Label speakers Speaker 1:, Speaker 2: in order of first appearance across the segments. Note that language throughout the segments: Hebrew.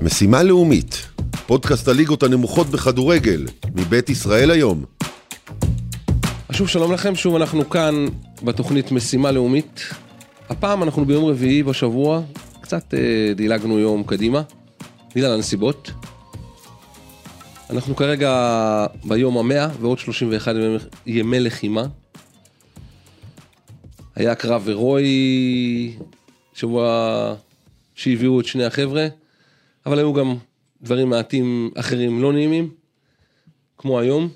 Speaker 1: משימה לאומית, פודקאסט הליגות הנמוכות בכדורגל, מבית ישראל היום.
Speaker 2: אז שוב שלום לכם, שוב אנחנו כאן בתוכנית משימה לאומית. הפעם אנחנו ביום רביעי בשבוע, קצת אה, דילגנו יום קדימה, בגלל הנסיבות. אנחנו כרגע ביום המאה ועוד 31 ימי, ימי לחימה. היה קרב הירואי, שבוע שהביאו את שני החבר'ה, אבל היו גם דברים מעטים אחרים לא נעימים, כמו היום.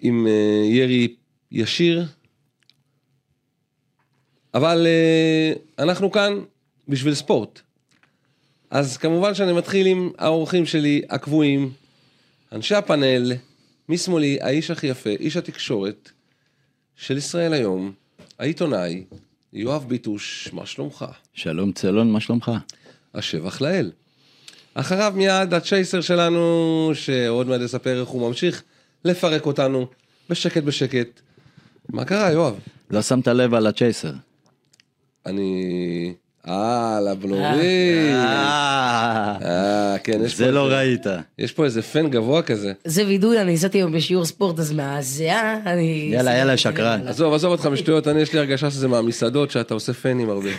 Speaker 2: עם אה, ירי ישיר. אבל אה, אנחנו כאן בשביל ספורט. אז כמובן שאני מתחיל עם האורחים שלי הקבועים, אנשי הפאנל, משמאלי האיש הכי יפה, איש התקשורת של ישראל היום, העיתונאי, יואב ביטוש, מה שלומך?
Speaker 3: שלום צלון, מה שלומך?
Speaker 2: השבח לאל. אחריו מיד הצ'ייסר שלנו, שעוד מעט יספר איך הוא ממשיך לפרק אותנו בשקט בשקט. מה קרה, יואב?
Speaker 3: לא שמת לב על הצ'ייסר.
Speaker 2: אני... אה, לבלורית.
Speaker 3: אה,
Speaker 2: אה, כן, יש פה...
Speaker 3: זה לא
Speaker 2: איזה-
Speaker 3: ראית.
Speaker 2: יש פה איזה פן גבוה כזה.
Speaker 4: זה וידוי, אני נסעתי היום בשיעור ספורט, אז מהזיעה, אני...
Speaker 3: יאללה, יאללה, שקרן.
Speaker 2: עזוב, עזוב אותך משטויות, אני יש לי הרגשה שזה מהמסעדות שאתה עושה פנים הרבה.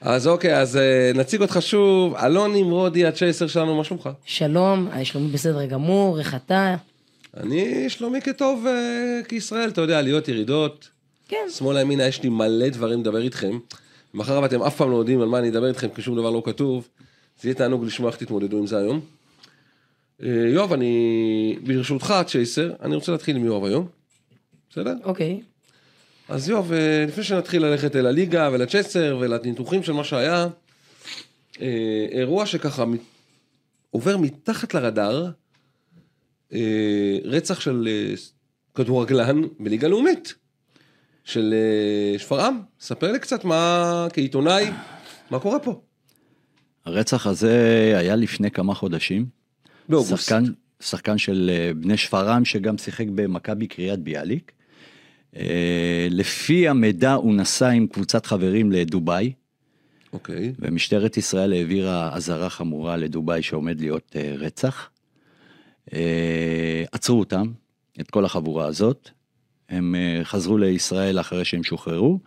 Speaker 2: אז אוקיי, אז אה, נציג אותך שוב, אלון נמרודי, הצ'ייסר שלנו, מה שלומך?
Speaker 4: שלום, אה, שלומי בסדר גמור, איך אתה?
Speaker 2: אני, שלומי כטוב אה, כישראל, אתה יודע, עליות, ירידות.
Speaker 4: כן.
Speaker 2: שמאלה, ימינה, יש לי מלא דברים לדבר איתכם. מאחר ואתם אף פעם לא יודעים על מה אני אדבר איתכם, כי שום דבר לא כתוב, זה יהיה תענוג לשמוע איך תתמודדו עם זה היום. אה, יואב, אני, ברשותך, צ'ייסר, אני רוצה להתחיל עם יואב היום, בסדר?
Speaker 4: אוקיי.
Speaker 2: אז יואב, אה, לפני שנתחיל ללכת אל הליגה ולצ'סר ולניתוחים של מה שהיה, אה, אירוע שככה מת- עובר מתחת לרדאר, אה, רצח של אה, ס- כדורגלן בליגה לאומית, של אה, שפרעם. ספר לי קצת מה, כעיתונאי, מה קורה פה?
Speaker 3: הרצח הזה היה לפני כמה חודשים.
Speaker 2: באוגוסט.
Speaker 3: שחקן, שחקן של אה, בני שפרעם שגם שיחק במכבי קריית ביאליק. אה, לפי המידע הוא נסע עם קבוצת חברים לדובאי,
Speaker 2: אוקיי.
Speaker 3: ומשטרת ישראל העבירה אזהרה חמורה לדובאי שעומד להיות אה, רצח. אה, עצרו אותם, את כל החבורה הזאת. הם אה, חזרו לישראל אחרי שהם שוחררו,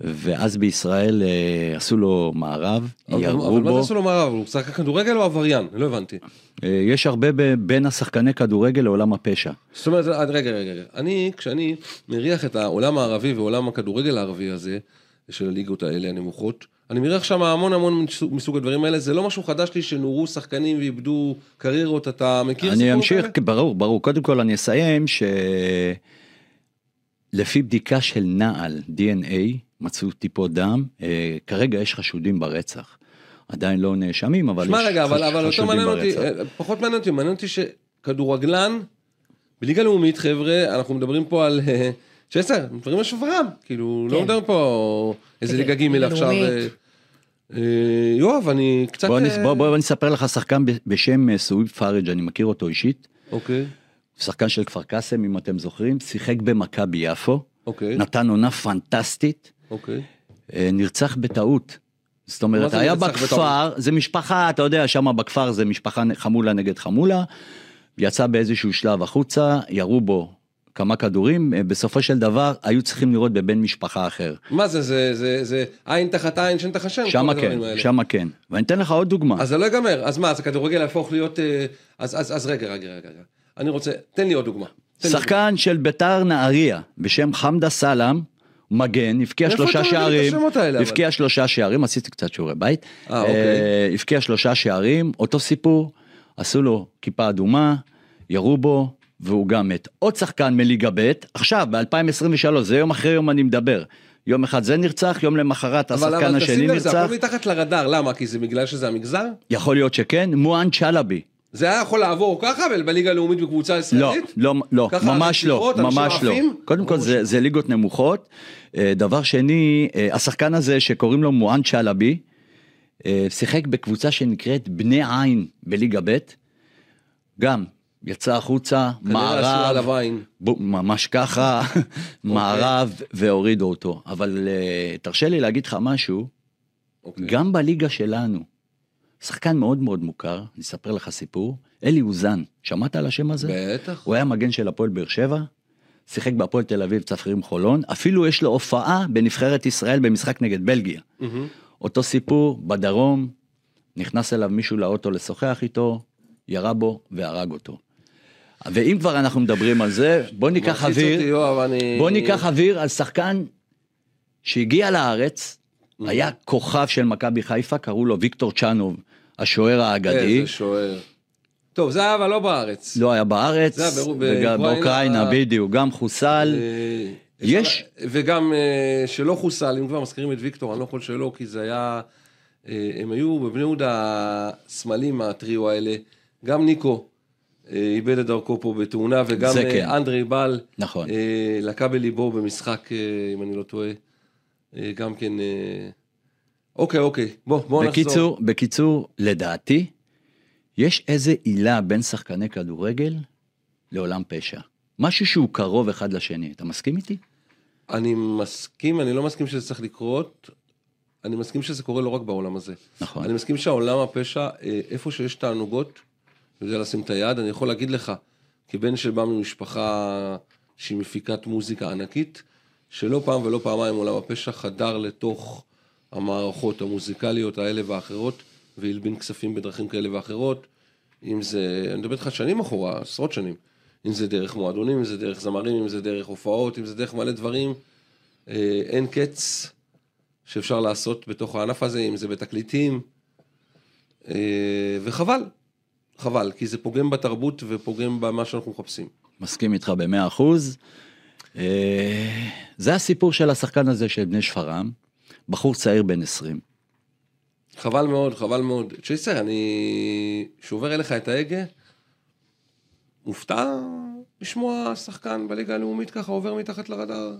Speaker 3: ואז בישראל אה, עשו לו מארב,
Speaker 2: אבל
Speaker 3: ירו
Speaker 2: אבל מה זה
Speaker 3: בו.
Speaker 2: עשו לו מערב? הוא שחק כדורגל או עבריין? לא הבנתי.
Speaker 3: אה, יש הרבה ב- בין השחקני כדורגל לעולם הפשע.
Speaker 2: זאת אומרת, עד- רגע, רגע, רגע. אני, כשאני מריח את העולם הערבי ועולם הכדורגל הערבי הזה, של הליגות האלה הנמוכות, אני מריח שם המון המון מסוג- מסוג הדברים האלה, זה לא משהו חדש לי שנורו שחקנים ואיבדו קריירות, אתה מכיר
Speaker 3: אני אמשיך,
Speaker 2: כאלה?
Speaker 3: כן, ברור, ברור. קודם כל אני אסיים שלפי בדיקה של נעל, DNA, מצאו טיפות דם, אה, כרגע יש חשודים ברצח. עדיין לא נאשמים, אבל
Speaker 2: שמע
Speaker 3: יש
Speaker 2: רגע, אבל,
Speaker 3: חש-
Speaker 2: אבל יותר
Speaker 3: חשודים
Speaker 2: מעניין אותי,
Speaker 3: ברצח.
Speaker 2: אה, פחות מעניין אותי, מעניין אותי שכדורגלן, בליגה לאומית, חבר'ה, אנחנו מדברים פה על... אה, שסר, דברים לשופרם, כאילו, לא
Speaker 4: כן.
Speaker 2: מדברים פה איזה
Speaker 4: כן,
Speaker 2: ליגה ג'
Speaker 4: ליגה
Speaker 2: עכשיו. אה,
Speaker 4: לאומית.
Speaker 2: אה, יואב, אני קצת...
Speaker 3: בוא, נס-
Speaker 2: אה,
Speaker 3: בוא, בוא אני אספר לך שחקן ב- בשם אה, סויב פארג', אני מכיר אותו אישית.
Speaker 2: אוקיי,
Speaker 3: שחקן של כפר קאסם, אם אתם זוכרים, שיחק במכבי יפו,
Speaker 2: אוקיי,
Speaker 3: נתן עונה פנטסטית.
Speaker 2: אוקיי.
Speaker 3: אה, נרצח בטעות. זאת
Speaker 2: מה
Speaker 3: אומרת,
Speaker 2: זה
Speaker 3: היה
Speaker 2: נרצח
Speaker 3: בכפר, זה משפחה, אתה יודע, שם בכפר זה משפחה נ- חמולה נגד חמולה, יצא באיזשהו שלב החוצה, ירו בו כמה כדורים, אה, בסופו של דבר היו צריכים לראות בבן משפחה אחר.
Speaker 2: מה זה, זה, זה, זה עין תחת עין, שן תחת שן,
Speaker 3: שמה
Speaker 2: כל
Speaker 3: כן,
Speaker 2: הדברים האלה.
Speaker 3: שמה כן. ואני אתן לך עוד דוגמה.
Speaker 2: אז זה לא ייגמר, אז מה, אז הכדורגל יהפוך להיות... אה, אז, אז, אז רגע, רגע, רגע, רגע. אני רוצה, תן לי עוד דוגמה. תן לי דוגמה.
Speaker 3: שחקן של ביתר נהריה בשם חמדה סלאם, מגן, הבקיע
Speaker 2: מאיפה
Speaker 3: שלושה
Speaker 2: אתה מביא את
Speaker 3: שערים,
Speaker 2: השמות האלה, אבל?
Speaker 3: הבקיע שלושה שערים, עשיתי קצת שיעורי בית,
Speaker 2: אה, אוקיי.
Speaker 3: אה, הבקיע שלושה שערים, אותו סיפור, עשו לו כיפה אדומה, ירו בו, והוא גם מת. עוד שחקן מליגה ב', עכשיו, ב-2023, זה יום אחרי יום אני מדבר. יום אחד זה נרצח, יום למחרת
Speaker 2: אבל,
Speaker 3: השחקן
Speaker 2: אבל
Speaker 3: השני
Speaker 2: תשים לב, זה
Speaker 3: נרצח.
Speaker 2: הכל מתחת לרדאר, למה? כי זה בגלל שזה המגזר?
Speaker 3: יכול להיות שכן, מואן צ'לבי.
Speaker 2: זה היה יכול לעבור ככה ב- בליגה הלאומית בקבוצה
Speaker 3: לא,
Speaker 2: הישראלית?
Speaker 3: לא, לא,
Speaker 2: ככה
Speaker 3: ממש לא,
Speaker 2: רציחות, אנשים
Speaker 3: ממש לא.
Speaker 2: עפים?
Speaker 3: קודם כל
Speaker 2: ברור
Speaker 3: זה, זה ליגות נמוכות. אה, דבר שני, אה, השחקן הזה שקוראים לו מואן צ'לבי, אה, שיחק בקבוצה שנקראת בני עין בליגה ב', גם יצא החוצה,
Speaker 2: כנראה עשו
Speaker 3: מערב,
Speaker 2: עליו אוקיי. עין.
Speaker 3: בוא, ממש ככה, מערב והורידו אותו. אבל אה, תרשה לי להגיד לך משהו,
Speaker 2: אוקיי.
Speaker 3: גם בליגה שלנו, שחקן מאוד מאוד מוכר, אני אספר לך סיפור, אלי אוזן, שמעת על השם הזה?
Speaker 2: בטח.
Speaker 3: הוא היה מגן של הפועל באר שבע, שיחק בהפועל תל אביב, צפרירים חולון, אפילו יש לו הופעה בנבחרת ישראל במשחק נגד בלגיה.
Speaker 2: מהמם.
Speaker 3: אותו סיפור בדרום, נכנס אליו מישהו לאוטו לשוחח איתו, ירה בו והרג אותו. ואם כבר אנחנו מדברים על זה, בוא ניקח
Speaker 2: מלחיץ
Speaker 3: אוויר,
Speaker 2: אותי, יואב, אני-
Speaker 3: בוא ניקח אוויר על שחקן שהגיע לארץ, היה כוכב של מכבי חיפה, קראו לו ויקטור צ'אנוב, השוער האגדי,
Speaker 2: איזה שוער. טוב, זה היה אבל לא בארץ.
Speaker 3: לא היה בארץ,
Speaker 2: זה היה ברוב-
Speaker 3: וגם
Speaker 2: באוקראינה.
Speaker 3: באוקראינה, בדיוק, גם חוסל.
Speaker 2: אה,
Speaker 3: יש-
Speaker 2: אפשר- וגם אה, שלא חוסל, אם כבר מזכירים את ויקטור, אני לא יכול שלא, כי זה היה... אה, הם היו בבני יהודה הסמלים, הטריו האלה. גם ניקו אה, איבד את דרכו פה בתאונה, וגם
Speaker 3: זה
Speaker 2: אה,
Speaker 3: כן.
Speaker 2: אנדרי בל
Speaker 3: נכון.
Speaker 2: אה, לקה בליבו במשחק, אה, אם אני לא טועה, אה, גם כן... אה, אוקיי, אוקיי, בוא, בוא נחזור.
Speaker 3: בקיצור, בקיצור, לדעתי, יש איזה עילה בין שחקני כדורגל לעולם פשע. משהו שהוא קרוב אחד לשני, אתה מסכים איתי?
Speaker 2: אני מסכים, אני לא מסכים שזה צריך לקרות. אני מסכים שזה קורה לא רק בעולם הזה.
Speaker 3: נכון.
Speaker 2: אני מסכים שהעולם הפשע, אה, איפה שיש תענוגות, יודע לשים את היד. אני יכול להגיד לך, כבן שבא ממשפחה שהיא מפיקת מוזיקה ענקית, שלא פעם ולא פעמיים עולם הפשע חדר לתוך המערכות המוזיקליות האלה והאחרות, והלבין כספים בדרכים כאלה ואחרות. אם זה, אני מדבר איתך שנים אחורה, עשרות שנים. אם זה דרך מועדונים, אם זה דרך זמרים, אם זה דרך הופעות, אם זה דרך מלא דברים. אה, אין קץ שאפשר לעשות בתוך הענף הזה, אם זה בתקליטים, אה, וחבל, חבל, כי זה פוגם בתרבות ופוגם במה שאנחנו מחפשים.
Speaker 3: מסכים איתך במאה אחוז. אה, זה הסיפור של השחקן הזה של בני שפרעם, בחור צעיר בן 20.
Speaker 2: חבל מאוד, חבל מאוד. צ'ייסר, אני שובר אליך את ההגה, מופתע לשמוע שחקן בליגה הלאומית ככה עובר מתחת לרדאר.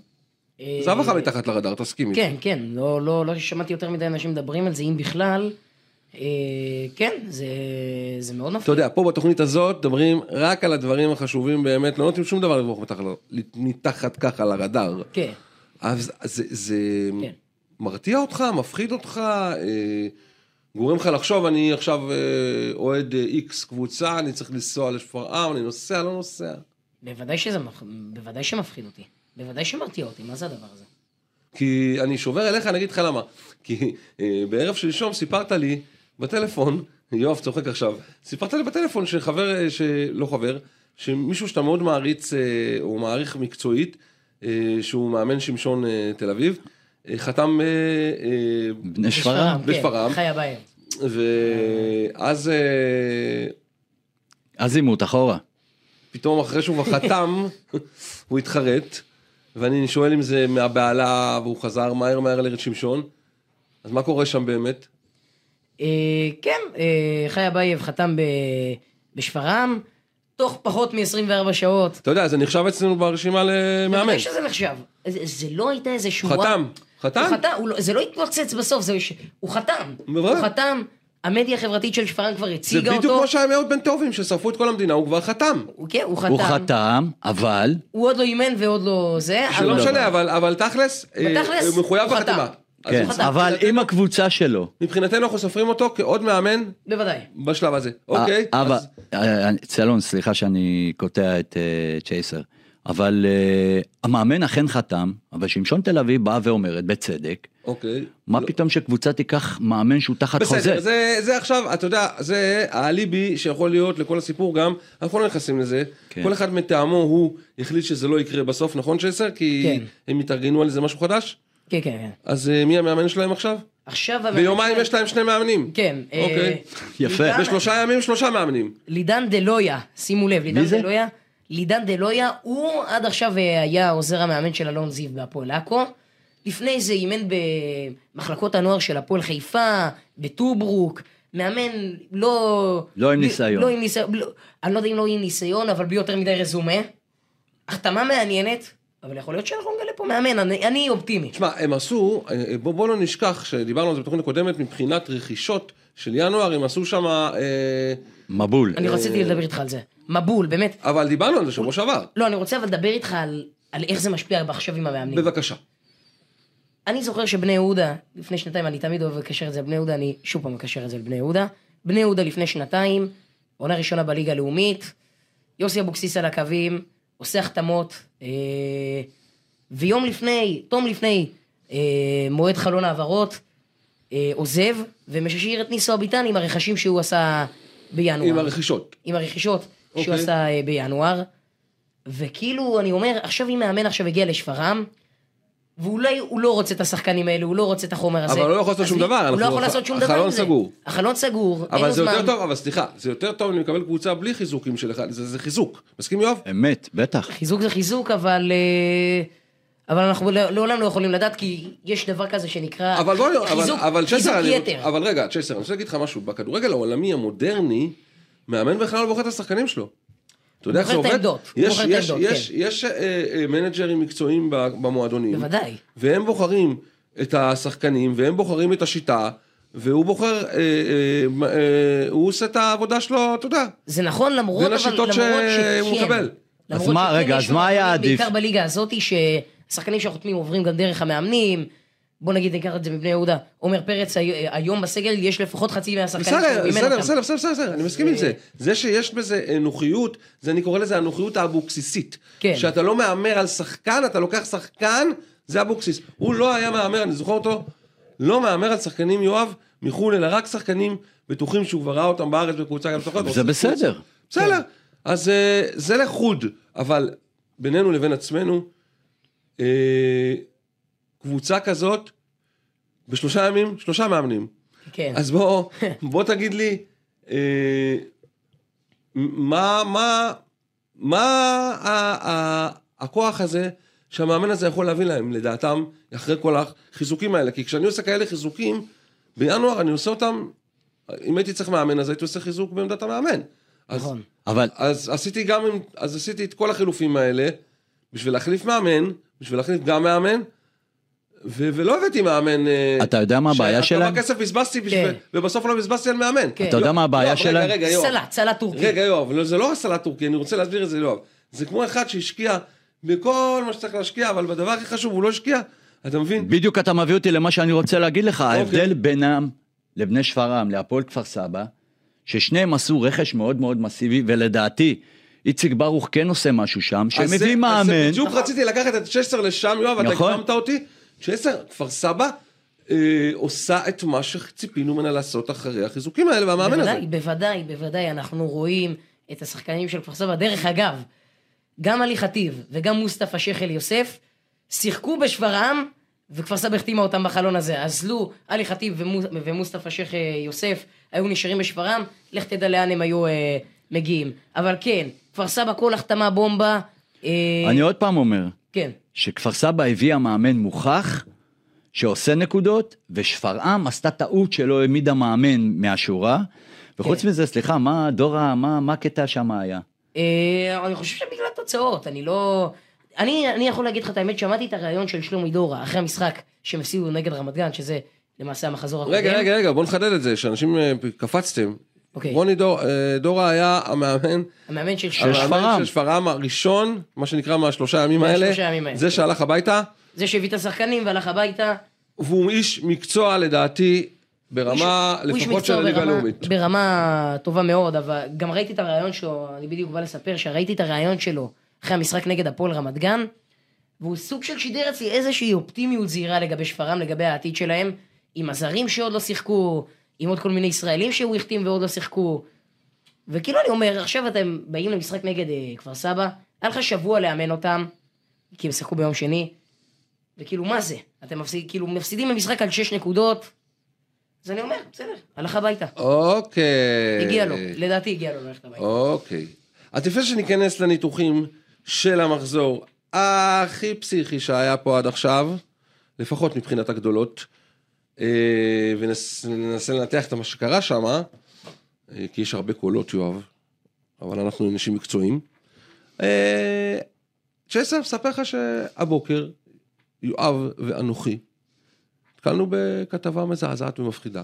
Speaker 4: אה,
Speaker 2: זה לא לך מתחת לרדאר, תסכים איתי.
Speaker 4: כן, כן, לא, לא, לא שמעתי יותר מדי אנשים מדברים על זה, אם בכלל. אה, כן, זה, זה מאוד
Speaker 2: אתה
Speaker 4: מפחיד.
Speaker 2: יודע, פה בתוכנית הזאת מדברים רק על הדברים החשובים באמת, לא נותנים שום דבר לברוח מתחת, ל- מתחת ככה לרדאר.
Speaker 4: כן.
Speaker 2: אז זה, זה
Speaker 4: כן.
Speaker 2: מרתיע אותך, מפחיד אותך, אה, גורם לך לחשוב, אני עכשיו אה, אוהד איקס קבוצה, אני צריך לנסוע לשפרעם, אני נוסע, לא נוסע.
Speaker 4: בוודאי שזה מפ... בוודאי שמפחיד אותי. בוודאי שמרתיע אותי, מה זה הדבר הזה?
Speaker 2: כי אני שובר אליך, אני אגיד לך למה. כי אה, בערב שלשום סיפרת לי בטלפון, יואב צוחק עכשיו, סיפרת לי בטלפון שחבר, אה, שלא חבר, שמישהו שאתה מאוד מעריץ, אה, או מעריך מקצועית, אה, שהוא מאמן שמשון אה, תל אביב, אה, חתם אה, אה,
Speaker 3: בני שפרעם?
Speaker 2: בשפרעם.
Speaker 4: כן, חיה בעיר.
Speaker 2: ואז אה,
Speaker 3: אז עימות אחורה.
Speaker 2: פתאום אחרי שהוא כבר חתם, הוא התחרט, ואני שואל אם זה מהבהלה, והוא חזר מהר מהר לארץ שמשון, אז מה קורה שם באמת?
Speaker 4: אה, כן, אה, חיה בייב חתם ב... בשפרעם, תוך פחות מ-24 שעות.
Speaker 2: אתה יודע, זה נחשב אצלנו ברשימה למאמן.
Speaker 4: בוודאי שזה נחשב. זה, זה לא הייתה איזה שמועה.
Speaker 2: חתם, חתם.
Speaker 4: הוא חתם, הוא לא, זה לא התפוצץ בסוף, זה, ש- הוא חתם.
Speaker 2: בוודאי.
Speaker 4: הוא חתם, המדיה החברתית של שפרעם כבר
Speaker 2: זה
Speaker 4: הציגה אותו.
Speaker 2: בדיוק כמו שהיה מאוד בן טובים, ששרפו את כל המדינה, הוא כבר חתם.
Speaker 4: הוא, כן, הוא חתם.
Speaker 3: הוא חתם, אבל
Speaker 4: הוא עוד לא אימן ועוד לא זה.
Speaker 2: שלא
Speaker 4: אבל-
Speaker 2: משנה, אבל אבל תכלס, אה,
Speaker 4: בתכלס,
Speaker 2: הוא מחויב
Speaker 4: הוא
Speaker 2: בחתימה.
Speaker 4: חתם.
Speaker 2: אז
Speaker 3: כן,
Speaker 2: הוא חתם.
Speaker 3: אבל
Speaker 2: מבחינתנו-
Speaker 3: עם הקבוצה שלו.
Speaker 2: מבחינתנו אנחנו סופרים אותו כעוד מאמן
Speaker 4: בוודאי.
Speaker 2: בשלב הזה. אוקיי,
Speaker 3: אה, אבל,
Speaker 2: אז
Speaker 3: אה, אה, צלון, סליחה שאני קוטע את אה, צ'ייסר, אבל אה, המאמן אכן חתם, אבל שמשון תל אביב באה ואומרת, בצדק,
Speaker 2: אוקיי.
Speaker 3: מה פתאום שקבוצה תיקח מאמן שהוא תחת חוזה?
Speaker 2: בסדר, זה, זה עכשיו, אתה יודע, זה האליבי שיכול להיות לכל הסיפור גם, אנחנו לא נכנסים לזה.
Speaker 3: כן.
Speaker 2: כן. כל אחד מטעמו הוא החליט שזה לא יקרה בסוף, נכון שייסר? כי
Speaker 4: כן.
Speaker 2: הם התארגנו על איזה משהו חדש?
Speaker 4: כן, כן, כן.
Speaker 2: אז אה, מי המאמן שלהם עכשיו?
Speaker 4: עכשיו... המאמן
Speaker 2: ביומיים
Speaker 4: שלהם-
Speaker 2: יש להם שני מאמנים.
Speaker 4: כן. אה,
Speaker 2: אוקיי.
Speaker 3: יפה.
Speaker 4: לידן-
Speaker 2: בשלושה ימים שלושה מאמנים.
Speaker 4: לידן דלויה, שימו לב, לידן
Speaker 3: מי זה?
Speaker 4: דלויה. לידן דלויה, הוא עד עכשיו אה, היה עוזר המאמן של אלון זיו בהפועל עכו. לפני זה אימן במחלקות הנוער של הפועל חיפה, בטוברוק. מאמן לא...
Speaker 3: לא עם
Speaker 4: בלי-
Speaker 3: ניסיון.
Speaker 4: לא עם ניסיון. לא- אני לא יודע אם לא עם ניסיון, אבל בלי יותר מדי רזומה. החתמה מעניינת, אבל יכול להיות שאנחנו נגלה פה מאמן, אני, אני אופטימי.
Speaker 2: תשמע, הם עשו, אה, בוא, בוא לא נשכח שדיברנו על זה בתוכנית הקודמת, מבחינת רכישות של ינואר, הם עשו שם, אה,
Speaker 3: מבול.
Speaker 4: אני רציתי לדבר איתך על זה. מבול, באמת.
Speaker 2: אבל דיברנו על זה שבוע שעבר.
Speaker 4: לא, אני רוצה אבל לדבר איתך על, על איך זה משפיע עכשיו עם המאמנים.
Speaker 2: בבקשה.
Speaker 4: אני זוכר שבני יהודה, לפני שנתיים, אני תמיד אוהב לקשר את זה לבני יהודה, אני שוב פעם מקשר את זה לבני יהודה. בני יהודה לפני שנתיים, עונה ראשונה בליגה הלאומית, יוסי אבוקסיס על הקווים, עושה החתמות, אה, ויום לפני, תום לפני, אה, מועד חלון העברות, אה, עוזב, ומשאיר את ניסו אביטן עם הרכשים שהוא עשה בינואר.
Speaker 2: עם הרכישות.
Speaker 4: עם הרכישות שהוא
Speaker 2: אוקיי.
Speaker 4: עשה אה, בינואר. וכאילו, אני אומר, עכשיו אם מאמן עכשיו הגיע לשפרעם, ואולי הוא לא רוצה את השחקנים האלה, הוא לא רוצה את החומר הזה.
Speaker 2: אבל הוא לא יכול לעשות
Speaker 4: אז
Speaker 2: שום
Speaker 4: מי-
Speaker 2: דבר,
Speaker 4: הוא
Speaker 2: אנחנו-
Speaker 4: לא יכול לעשות שום דבר
Speaker 2: החלון
Speaker 4: עם זה.
Speaker 2: סגור.
Speaker 4: החלון סגור, אין
Speaker 2: אבל
Speaker 4: לו
Speaker 2: זה יותר
Speaker 4: זמן.
Speaker 2: טוב, אבל סליחה, זה יותר טוב אם נקבל קבוצה בלי חיזוקים של אחד, זה זה חיזוק. מסכים יואב?
Speaker 3: אמת, בטח.
Speaker 4: חיזוק זה חיזוק, אבל... אה, אבל אנחנו לא- לעולם לא יכולים לדעת, כי יש דבר כזה שנקרא
Speaker 2: אבל בוא, אבל,
Speaker 4: חיזוק,
Speaker 2: אבל
Speaker 4: חיזוק
Speaker 2: צ'סר, אני,
Speaker 4: יתר.
Speaker 2: אבל רגע, צ'סר, אני רוצה להגיד לך משהו, בכדורגל העולמי המודרני, מאמן בכלל לא בוחר את השחקנים שלו. אתה יודע איך זה
Speaker 4: בוחר את
Speaker 2: עובד?
Speaker 4: העמדות, הוא
Speaker 2: יש,
Speaker 4: בוחר את
Speaker 2: יש,
Speaker 4: העמדות, כן.
Speaker 2: יש, יש אה, אה, מנג'רים מקצועיים ב- במועדונים,
Speaker 4: בוודאי.
Speaker 2: והם בוחרים את השחקנים, והם בוחרים את השיטה, והוא בוחר, אה, אה, מה- אה, הוא עושה את העבודה שלו, אתה יודע.
Speaker 4: זה נכון למרות,
Speaker 2: בין
Speaker 4: אבל
Speaker 2: השיטות
Speaker 4: למרות שכן.
Speaker 2: שהוא מקבל.
Speaker 4: למרות
Speaker 3: אז מה,
Speaker 4: שכן,
Speaker 3: רגע,
Speaker 4: יש
Speaker 3: אז מה היה
Speaker 4: מאמנים,
Speaker 3: עדיף?
Speaker 4: בעיקר בליגה הזאת, שהשחקנים שחותמים עוברים גם דרך המאמנים. בוא נגיד, ניקח את זה מבני יהודה. עומר פרץ הי- היום בסגל, יש לפחות חצי מהשחקנים
Speaker 2: בסדר,
Speaker 4: שהוא אימן
Speaker 2: בסדר,
Speaker 4: אותם.
Speaker 2: בסדר, בסדר, בסדר, אני מסכים עם זה. זה שיש בזה אנוכיות, זה אני קורא לזה הנוכיות האבוקסיסית.
Speaker 4: כן.
Speaker 2: שאתה לא מהמר על שחקן, אתה לוקח שחקן, זה אבוקסיס. הוא לא היה מהמר, אני זוכר אותו, לא מהמר על שחקנים, יואב, מחו"ל, אלא רק שחקנים בטוחים שהוא כבר ראה אותם בארץ בקבוצה גם סוחרת.
Speaker 3: זה בסדר.
Speaker 4: כן.
Speaker 2: בסדר. אז אה, זה לחוד, אבל בינינו לבין עצמנו, אה, קבוצה כזאת, בשלושה ימים, שלושה מאמנים.
Speaker 4: כן.
Speaker 2: אז בוא, בוא תגיד לי, אה, מה, מה, מה ה, ה, הכוח הזה שהמאמן הזה יכול להביא להם, לדעתם, אחרי כל החיזוקים האלה? כי כשאני עושה כאלה חיזוקים, בינואר אני עושה אותם, אם הייתי צריך מאמן, אז הייתי עושה חיזוק בעמדת המאמן. אז,
Speaker 4: נכון.
Speaker 3: אבל
Speaker 2: אז עשיתי גם, עם- אז עשיתי את כל החילופים האלה, בשביל להחליף מאמן, בשביל להחליף גם מאמן, ו- ולא הבאתי מאמן... אה,
Speaker 3: אתה יודע מה הבעיה
Speaker 2: שהיה
Speaker 3: שלהם?
Speaker 2: כמה כסף בזבזתי, בשביל-
Speaker 4: כן.
Speaker 2: ובסוף לא בזבזתי על מאמן.
Speaker 4: כן.
Speaker 3: אתה יודע
Speaker 2: לא,
Speaker 3: מה הבעיה
Speaker 2: לא, רגע,
Speaker 3: שלהם?
Speaker 2: רגע, יואב.
Speaker 4: סלט, סלט טורקי.
Speaker 2: רגע, יואב, לא, זה לא הסלט טורקי, אני רוצה להסביר את זה ליואב. זה כמו אחד שהשקיע בכל מה שצריך להשקיע, אבל בדבר הכי חשוב הוא לא השקיע, אתה מבין?
Speaker 3: בדיוק אתה מביא אותי למה שאני רוצה להגיד לך,
Speaker 2: אוקיי.
Speaker 3: ההבדל בינם לבני שפרעם, להפועל כפר סבא, ששניהם עשו רכש מאוד מאוד מסיבי, ולדעתי, איציק ברוך כן עושה משהו שם,
Speaker 2: אז זה-
Speaker 3: שמביא
Speaker 2: אז זה
Speaker 3: מאמן,
Speaker 2: בדיוק
Speaker 4: נכון.
Speaker 2: רציתי לקחת את שסר לשם, יואב, אתה
Speaker 3: נכון.
Speaker 2: הקדמת אותי. שסר, כפר סבא אה, עושה את מה שציפינו ממנה לעשות אחרי החיזוקים האלה והמאמן הזה.
Speaker 4: בוודאי, בוודאי, בוודאי, אנחנו רואים את השחקנים של כפר סבא. דרך אגב, גם עלי חטיב וגם מוסטפא שייח אל יוסף שיחקו בשפרעם, וכפר סבא החתימה אותם בחלון הזה. אז לו עלי חטיב ומו- ומוסטפא שייח אה, יוסף היו נשארים בשפרעם, לך תדע לאן הם היו אה, מגיעים. אבל כן, כפר סבא כל החתמה בומבה. אה,
Speaker 3: אני עוד פעם אומר,
Speaker 4: כן.
Speaker 3: שכפר סבא הביאה מאמן מוכח, שעושה נקודות, ושפרעם עשתה טעות שלא העמידה מאמן מהשורה, וחוץ
Speaker 4: כן.
Speaker 3: מזה, סליחה, מה דורה, מה מה הקטע שם היה?
Speaker 4: אה, אני חושב שבגלל תוצאות, אני לא... אני, אני יכול להגיד לך את האמת, שמעתי את הריאיון של שלומי דורה אחרי המשחק שהם הפסידו נגד רמת גן, שזה למעשה המחזור הקודם.
Speaker 2: רגע, רגע, רגע, בוא נחדד את זה, שאנשים אה, קפצתם.
Speaker 4: כן. אוקיי.
Speaker 2: רוני דור- אה, דורה היה המאמן,
Speaker 4: המאמן של שלומי,
Speaker 3: שש-
Speaker 2: המאמן
Speaker 3: שפרעם.
Speaker 2: של שפרעם הראשון, מה שנקרא מהשלושה הימים האלה,
Speaker 4: מהשלושה הימים האלה.
Speaker 2: זה שהלך הביתה,
Speaker 4: זה שהביא את השחקנים והלך הביתה.
Speaker 2: והוא איש מקצוע לדעתי, ברמה
Speaker 4: הוא איש- הוא איש
Speaker 2: לפחות של
Speaker 4: מקצוע
Speaker 2: הליגה
Speaker 4: ברמה-
Speaker 2: הלאומית.
Speaker 4: ברמה טובה מאוד, אבל גם ראיתי את הריאיון שלו, אני בדיוק בא לספר שראיתי את הריאיון שלו אחרי המשחק נגד הפועל רמת גן, והוא סוג של שידר אצלי איזושהי אופטימיות זהירה לגבי שפרעם, לגבי העתיד שלהם, עם הזרים שעוד לא שיחקו, עם עוד כל מיני ישראלים שהוא החתים ועוד לא שיחקו. וכאילו אני אומר, עכשיו אתם באים למשחק נגד אה, כפר סבא, היה לך שבוע לאמן אותם, כי הם שיחקו ביום שני, וכאילו מה זה? אתם מפסיד, כאילו, מפסידים במשחק על שש נקודות, אז אני אומר, בסדר, הלך הביתה.
Speaker 2: אוקיי.
Speaker 4: הגיע לו, לדעתי הגיע לו ללכת הביתה.
Speaker 2: אוקיי. אז לפני שניכנס לניתוחים של המחזור הכי פסיכי שהיה פה עד עכשיו, לפחות מבחינת הגדולות, אה, וננסה לנתח את מה שקרה שם, כי יש הרבה קולות, יואב, אבל אנחנו אנשים מקצועיים. אה, צ'סר, מספר לך שהבוקר, יואב ואנוכי, נתקלנו בכתבה מזעזעת ומפחידה,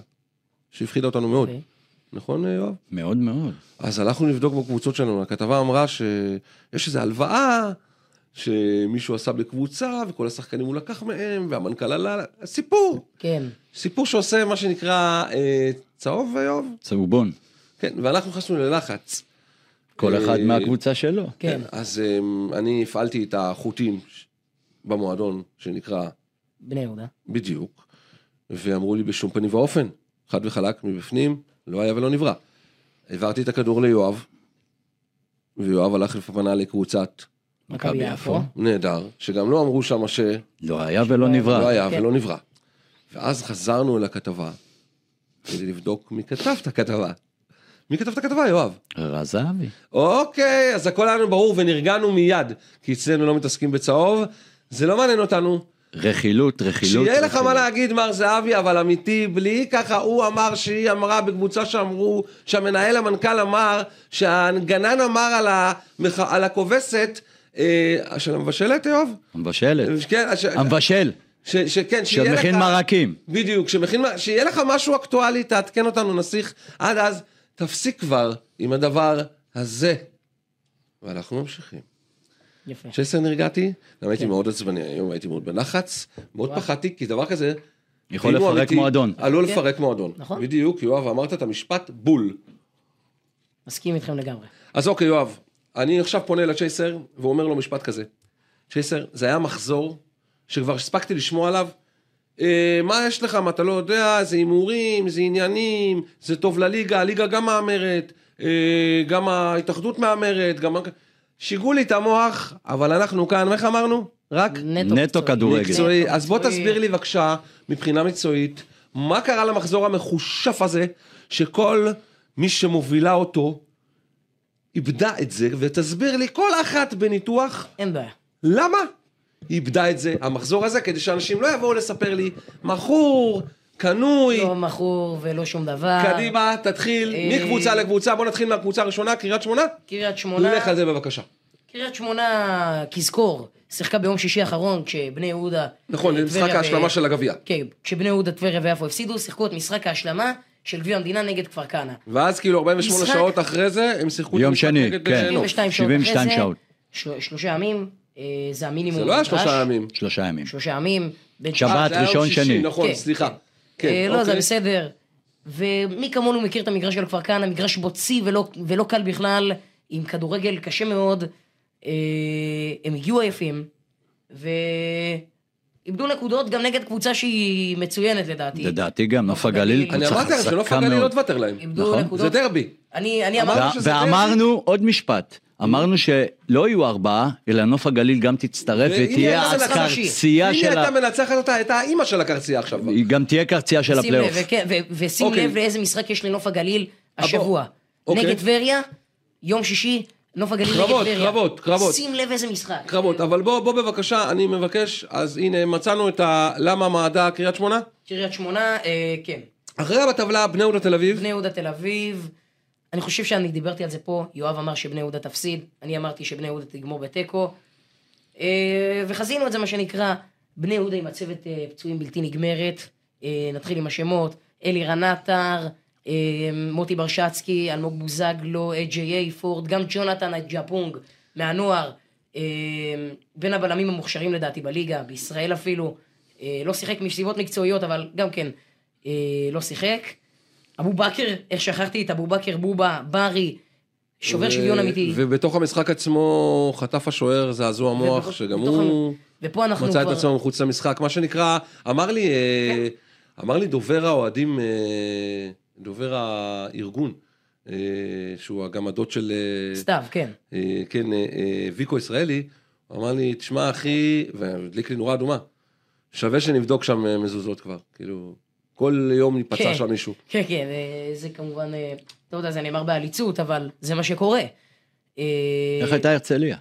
Speaker 2: שהפחידה אותנו מאוד.
Speaker 4: אוקיי.
Speaker 2: נכון, יואב?
Speaker 3: מאוד מאוד.
Speaker 2: אז הלכנו לבדוק בקבוצות שלנו, הכתבה אמרה שיש איזו הלוואה שמישהו עשה בקבוצה, וכל השחקנים הוא לקח מהם, והמנכ"ל עלה, סיפור.
Speaker 4: כן.
Speaker 2: סיפור שעושה מה שנקרא אה, צהוב ויוב.
Speaker 3: צהובון,
Speaker 2: כן, ואנחנו נכנסנו ללחץ.
Speaker 3: כל אחד
Speaker 2: אה,
Speaker 3: מהקבוצה שלו.
Speaker 4: כן.
Speaker 2: אז אמ, אני הפעלתי את החוטים ש- במועדון, שנקרא
Speaker 4: בני יהודה.
Speaker 2: בדיוק, ואמרו לי בשום פנים ואופן, חד וחלק, מבפנים, לא היה ולא נברא. העברתי את הכדור ליואב, ויואב הלך לפנה לקבוצת
Speaker 4: מכבי יפו.
Speaker 2: נהדר, שגם לא אמרו שמה שלא
Speaker 3: לא היה ולא
Speaker 4: לא
Speaker 3: נברא.
Speaker 2: היה
Speaker 4: כן.
Speaker 2: ולא נברא. ואז חזרנו אל הכתבה, כדי לבדוק מי כתב את הכתבה. מי כתב את הכתבה, יואב?
Speaker 3: רז זהבי.
Speaker 2: אוקיי, אז הכל היה לנו ברור ונרגענו מיד, כי אצלנו לא מתעסקים בצהוב, זה לא מעניין אותנו.
Speaker 3: רכילות, רכילות.
Speaker 2: שיהיה לך מה
Speaker 3: רכילות.
Speaker 2: להגיד, מר זהבי, אבל אמיתי, בלי ככה הוא אמר שהיא אמרה בקבוצה שאמרו, שהמנהל המנכ"ל אמר, שהגנן אמר על, המח... על הכובסת, אה, של המבשלת, יואב?
Speaker 3: המבשלת.
Speaker 2: כן, ש...
Speaker 3: המבשל,
Speaker 2: ש... ש... כן, שיהיה לך...
Speaker 3: שמכין מרקים.
Speaker 2: בדיוק, שמכין... מ- שיהיה לך משהו אקטואלי, תעדכן אותנו, נסיך. עד אז, תפסיק כבר עם הדבר הזה. ואנחנו ממשיכים.
Speaker 4: יפה.
Speaker 2: כשעשר נרגעתי, גם
Speaker 3: כן.
Speaker 2: הייתי מאוד עצבני היום, הייתי מאוד בלחץ, מאוד
Speaker 4: וואו.
Speaker 2: פחדתי, כי דבר כזה,
Speaker 3: יכול
Speaker 2: כאילו
Speaker 3: לפרק
Speaker 2: אמיתי,
Speaker 3: מועדון.
Speaker 2: עלול
Speaker 4: כן.
Speaker 2: לפרק מועדון.
Speaker 4: נכון.
Speaker 2: בדיוק, יואב, אמרת את המשפט בול.
Speaker 4: מסכים איתכם לגמרי.
Speaker 2: אז אוקיי, יואב, אני עכשיו פונה לצ'ייסר, והוא אומר לו משפט כזה. צ'ייסר, זה היה מחזור שכבר הספקתי לשמוע עליו. אה, מה יש לך, מה אתה לא יודע, זה הימורים, זה עניינים, זה טוב לליגה, הליגה גם מהמרת, אה, גם ההתאחדות מהמרת, גם... שיגעו לי את המוח, אבל אנחנו כאן, איך אמרנו? רק
Speaker 3: נטו
Speaker 4: מקצועי.
Speaker 3: כדורגל.
Speaker 2: מקצועי.
Speaker 4: נטו
Speaker 2: אז בוא
Speaker 4: מקצועי.
Speaker 2: תסביר לי בבקשה, מבחינה מקצועית, מה קרה למחזור המחושף הזה, שכל מי שמובילה אותו, איבדה את זה, ותסביר לי כל אחת בניתוח,
Speaker 4: אין בעיה.
Speaker 2: למה איבדה את זה, המחזור הזה, כדי שאנשים לא יבואו לספר לי, מכור, קנוי,
Speaker 4: לא מכור ולא שום דבר.
Speaker 2: קדימה, תתחיל,
Speaker 4: אה,
Speaker 2: מקבוצה לקבוצה, בוא נתחיל מהקבוצה הראשונה, קריית שמונה,
Speaker 4: קריית שמונה.
Speaker 2: לך על זה בבקשה.
Speaker 4: קריית שמונה, כזכור, שיחקה ביום שישי האחרון כשבני יהודה...
Speaker 2: נכון, זה
Speaker 4: טבריה
Speaker 2: משחק
Speaker 4: ו-
Speaker 2: ההשלמה של הגביע.
Speaker 4: כן, כשבני יהודה, טבריה ויפו הפסידו, שיחקו את משחק ההשלמה של גביע המדינה נגד כפר כנא.
Speaker 2: ואז כאילו 48
Speaker 4: משחק-
Speaker 2: שעות אחרי זה, הם שיחקו את
Speaker 3: יום
Speaker 2: המשחק
Speaker 3: שני,
Speaker 2: נגד,
Speaker 3: כן.
Speaker 2: אה, נוף.
Speaker 4: 72 שעות
Speaker 3: 72
Speaker 4: אחרי זה,
Speaker 3: שעות.
Speaker 4: של- שלושה ימים, אה, זה המינימום.
Speaker 2: זה לא היה
Speaker 4: הנדרש.
Speaker 2: שלושה ימים.
Speaker 3: שלושה ימים.
Speaker 4: שלושה ימים. בין
Speaker 3: שבת.
Speaker 2: אה,
Speaker 4: שבת.
Speaker 2: זה היה
Speaker 3: ראשון,
Speaker 2: יום שישי,
Speaker 3: שני.
Speaker 2: נכון,
Speaker 4: כן,
Speaker 2: סליחה.
Speaker 4: כן.
Speaker 2: כן,
Speaker 4: לא, זה
Speaker 2: אוקיי.
Speaker 4: בסדר. ומי כמונו מכיר את המגרש של כפר כנא, מגרש בוצי ולא, ולא קל בכלל, עם כדורגל קשה מאוד. אה, הם הגיעו עייפים, ואיבדו נקודות גם נגד קבוצה שהיא מצוינת לדעתי.
Speaker 3: לדעתי גם, נוף
Speaker 4: נוף הגליל.
Speaker 3: הגליל,
Speaker 2: אני
Speaker 3: קבוצה חזקה מאוד.
Speaker 2: אמרתי לכם שנוף הגליל לא תוותר להם.
Speaker 4: איבדו
Speaker 3: נכון.
Speaker 2: זה
Speaker 4: נקודות.
Speaker 2: דרבי.
Speaker 4: אני, אני אמרתי
Speaker 2: אמרנו
Speaker 3: ו-
Speaker 2: שזה
Speaker 3: ואמרנו עוד משפט, אמרנו שלא יהיו ארבעה, אלא נוף הגליל גם תצטרף
Speaker 2: והנה
Speaker 3: ותהיה
Speaker 2: אתה מנצח
Speaker 3: הקרצייה
Speaker 2: אם היא
Speaker 3: של ה...
Speaker 2: הייתה מנצחת אותה, הייתה האימא של הקרצייה עכשיו.
Speaker 3: היא גם תהיה קרצייה של
Speaker 4: שים לב,
Speaker 3: הפלייאוף.
Speaker 4: וכן, ו- ושים
Speaker 2: אוקיי.
Speaker 4: לב לאיזה משחק יש לנוף הגליל השבוע.
Speaker 2: אוקיי.
Speaker 4: נגד טבריה, יום שישי, נוף הגליל נגד
Speaker 2: קרבות,
Speaker 4: טבריה.
Speaker 2: קרבות, קרבות.
Speaker 4: שים לב איזה משחק.
Speaker 2: קרבות, אבל בוא, בוא בבקשה, אני מבקש, אז הנה, מצאנו את ה... למה מעדה קריית שמונה?
Speaker 4: קריית שמונה, אה, כן.
Speaker 2: אחריה בטבלה, בני יהודה תל אביב.
Speaker 4: בני יהודה תל אביב. אני חושב שאני דיברתי על זה פה, יואב אמר שבני יהודה תפסיד, אני אמרתי שבני יהודה תגמור בתיקו. אה, וחזינו את זה, מה שנקרא, בני יהודה עם הצוות אה, פצועים בלתי נגמרת. אה, נתחיל עם השמות, אלירן עטר, אה, מוטי ברשצקי, אלמוג בוזגלו, אג'יי אייפורד, גם ג'ונתן ג'אפונג מהנוער, אה, בין הבלמים המוכשרים לדעתי בליגה, בישראל אפילו. אה, לא שיחק מסיבות מקצועיות, אבל גם כן אה, לא שיחק. אבו בכר, איך שכחתי את אבו בכר, בובה, ברי, שובר
Speaker 2: ו-
Speaker 4: שוויון אמיתי.
Speaker 2: ובתוך המשחק עצמו חטף השוער זעזוע מוח,
Speaker 4: ובתוך-
Speaker 2: שגם
Speaker 4: בתוך
Speaker 2: הוא...
Speaker 4: ופה אנחנו
Speaker 2: מצא את
Speaker 4: כבר-
Speaker 2: עצמו מחוץ למשחק, מה שנקרא, אמר לי, אה, אמר לי דובר האוהדים, אה, דובר הארגון, אה, שהוא גם הדוד של, אה,
Speaker 4: סתיו, כן.
Speaker 2: אה, כן, אה, אה, ויקו ישראלי, הוא אמר לי, תשמע אחי, והדליק לי נורה אדומה, שווה שנבדוק שם אה, מזוזות כבר, כאילו, כל יום ייפצע
Speaker 4: כן.
Speaker 2: שם מישהו.
Speaker 4: כן, כן, אה, זה כמובן, אה, לא יודע, זה נאמר בעליצות, אבל זה מה שקורה. אה,
Speaker 3: איך הייתה הרצליה?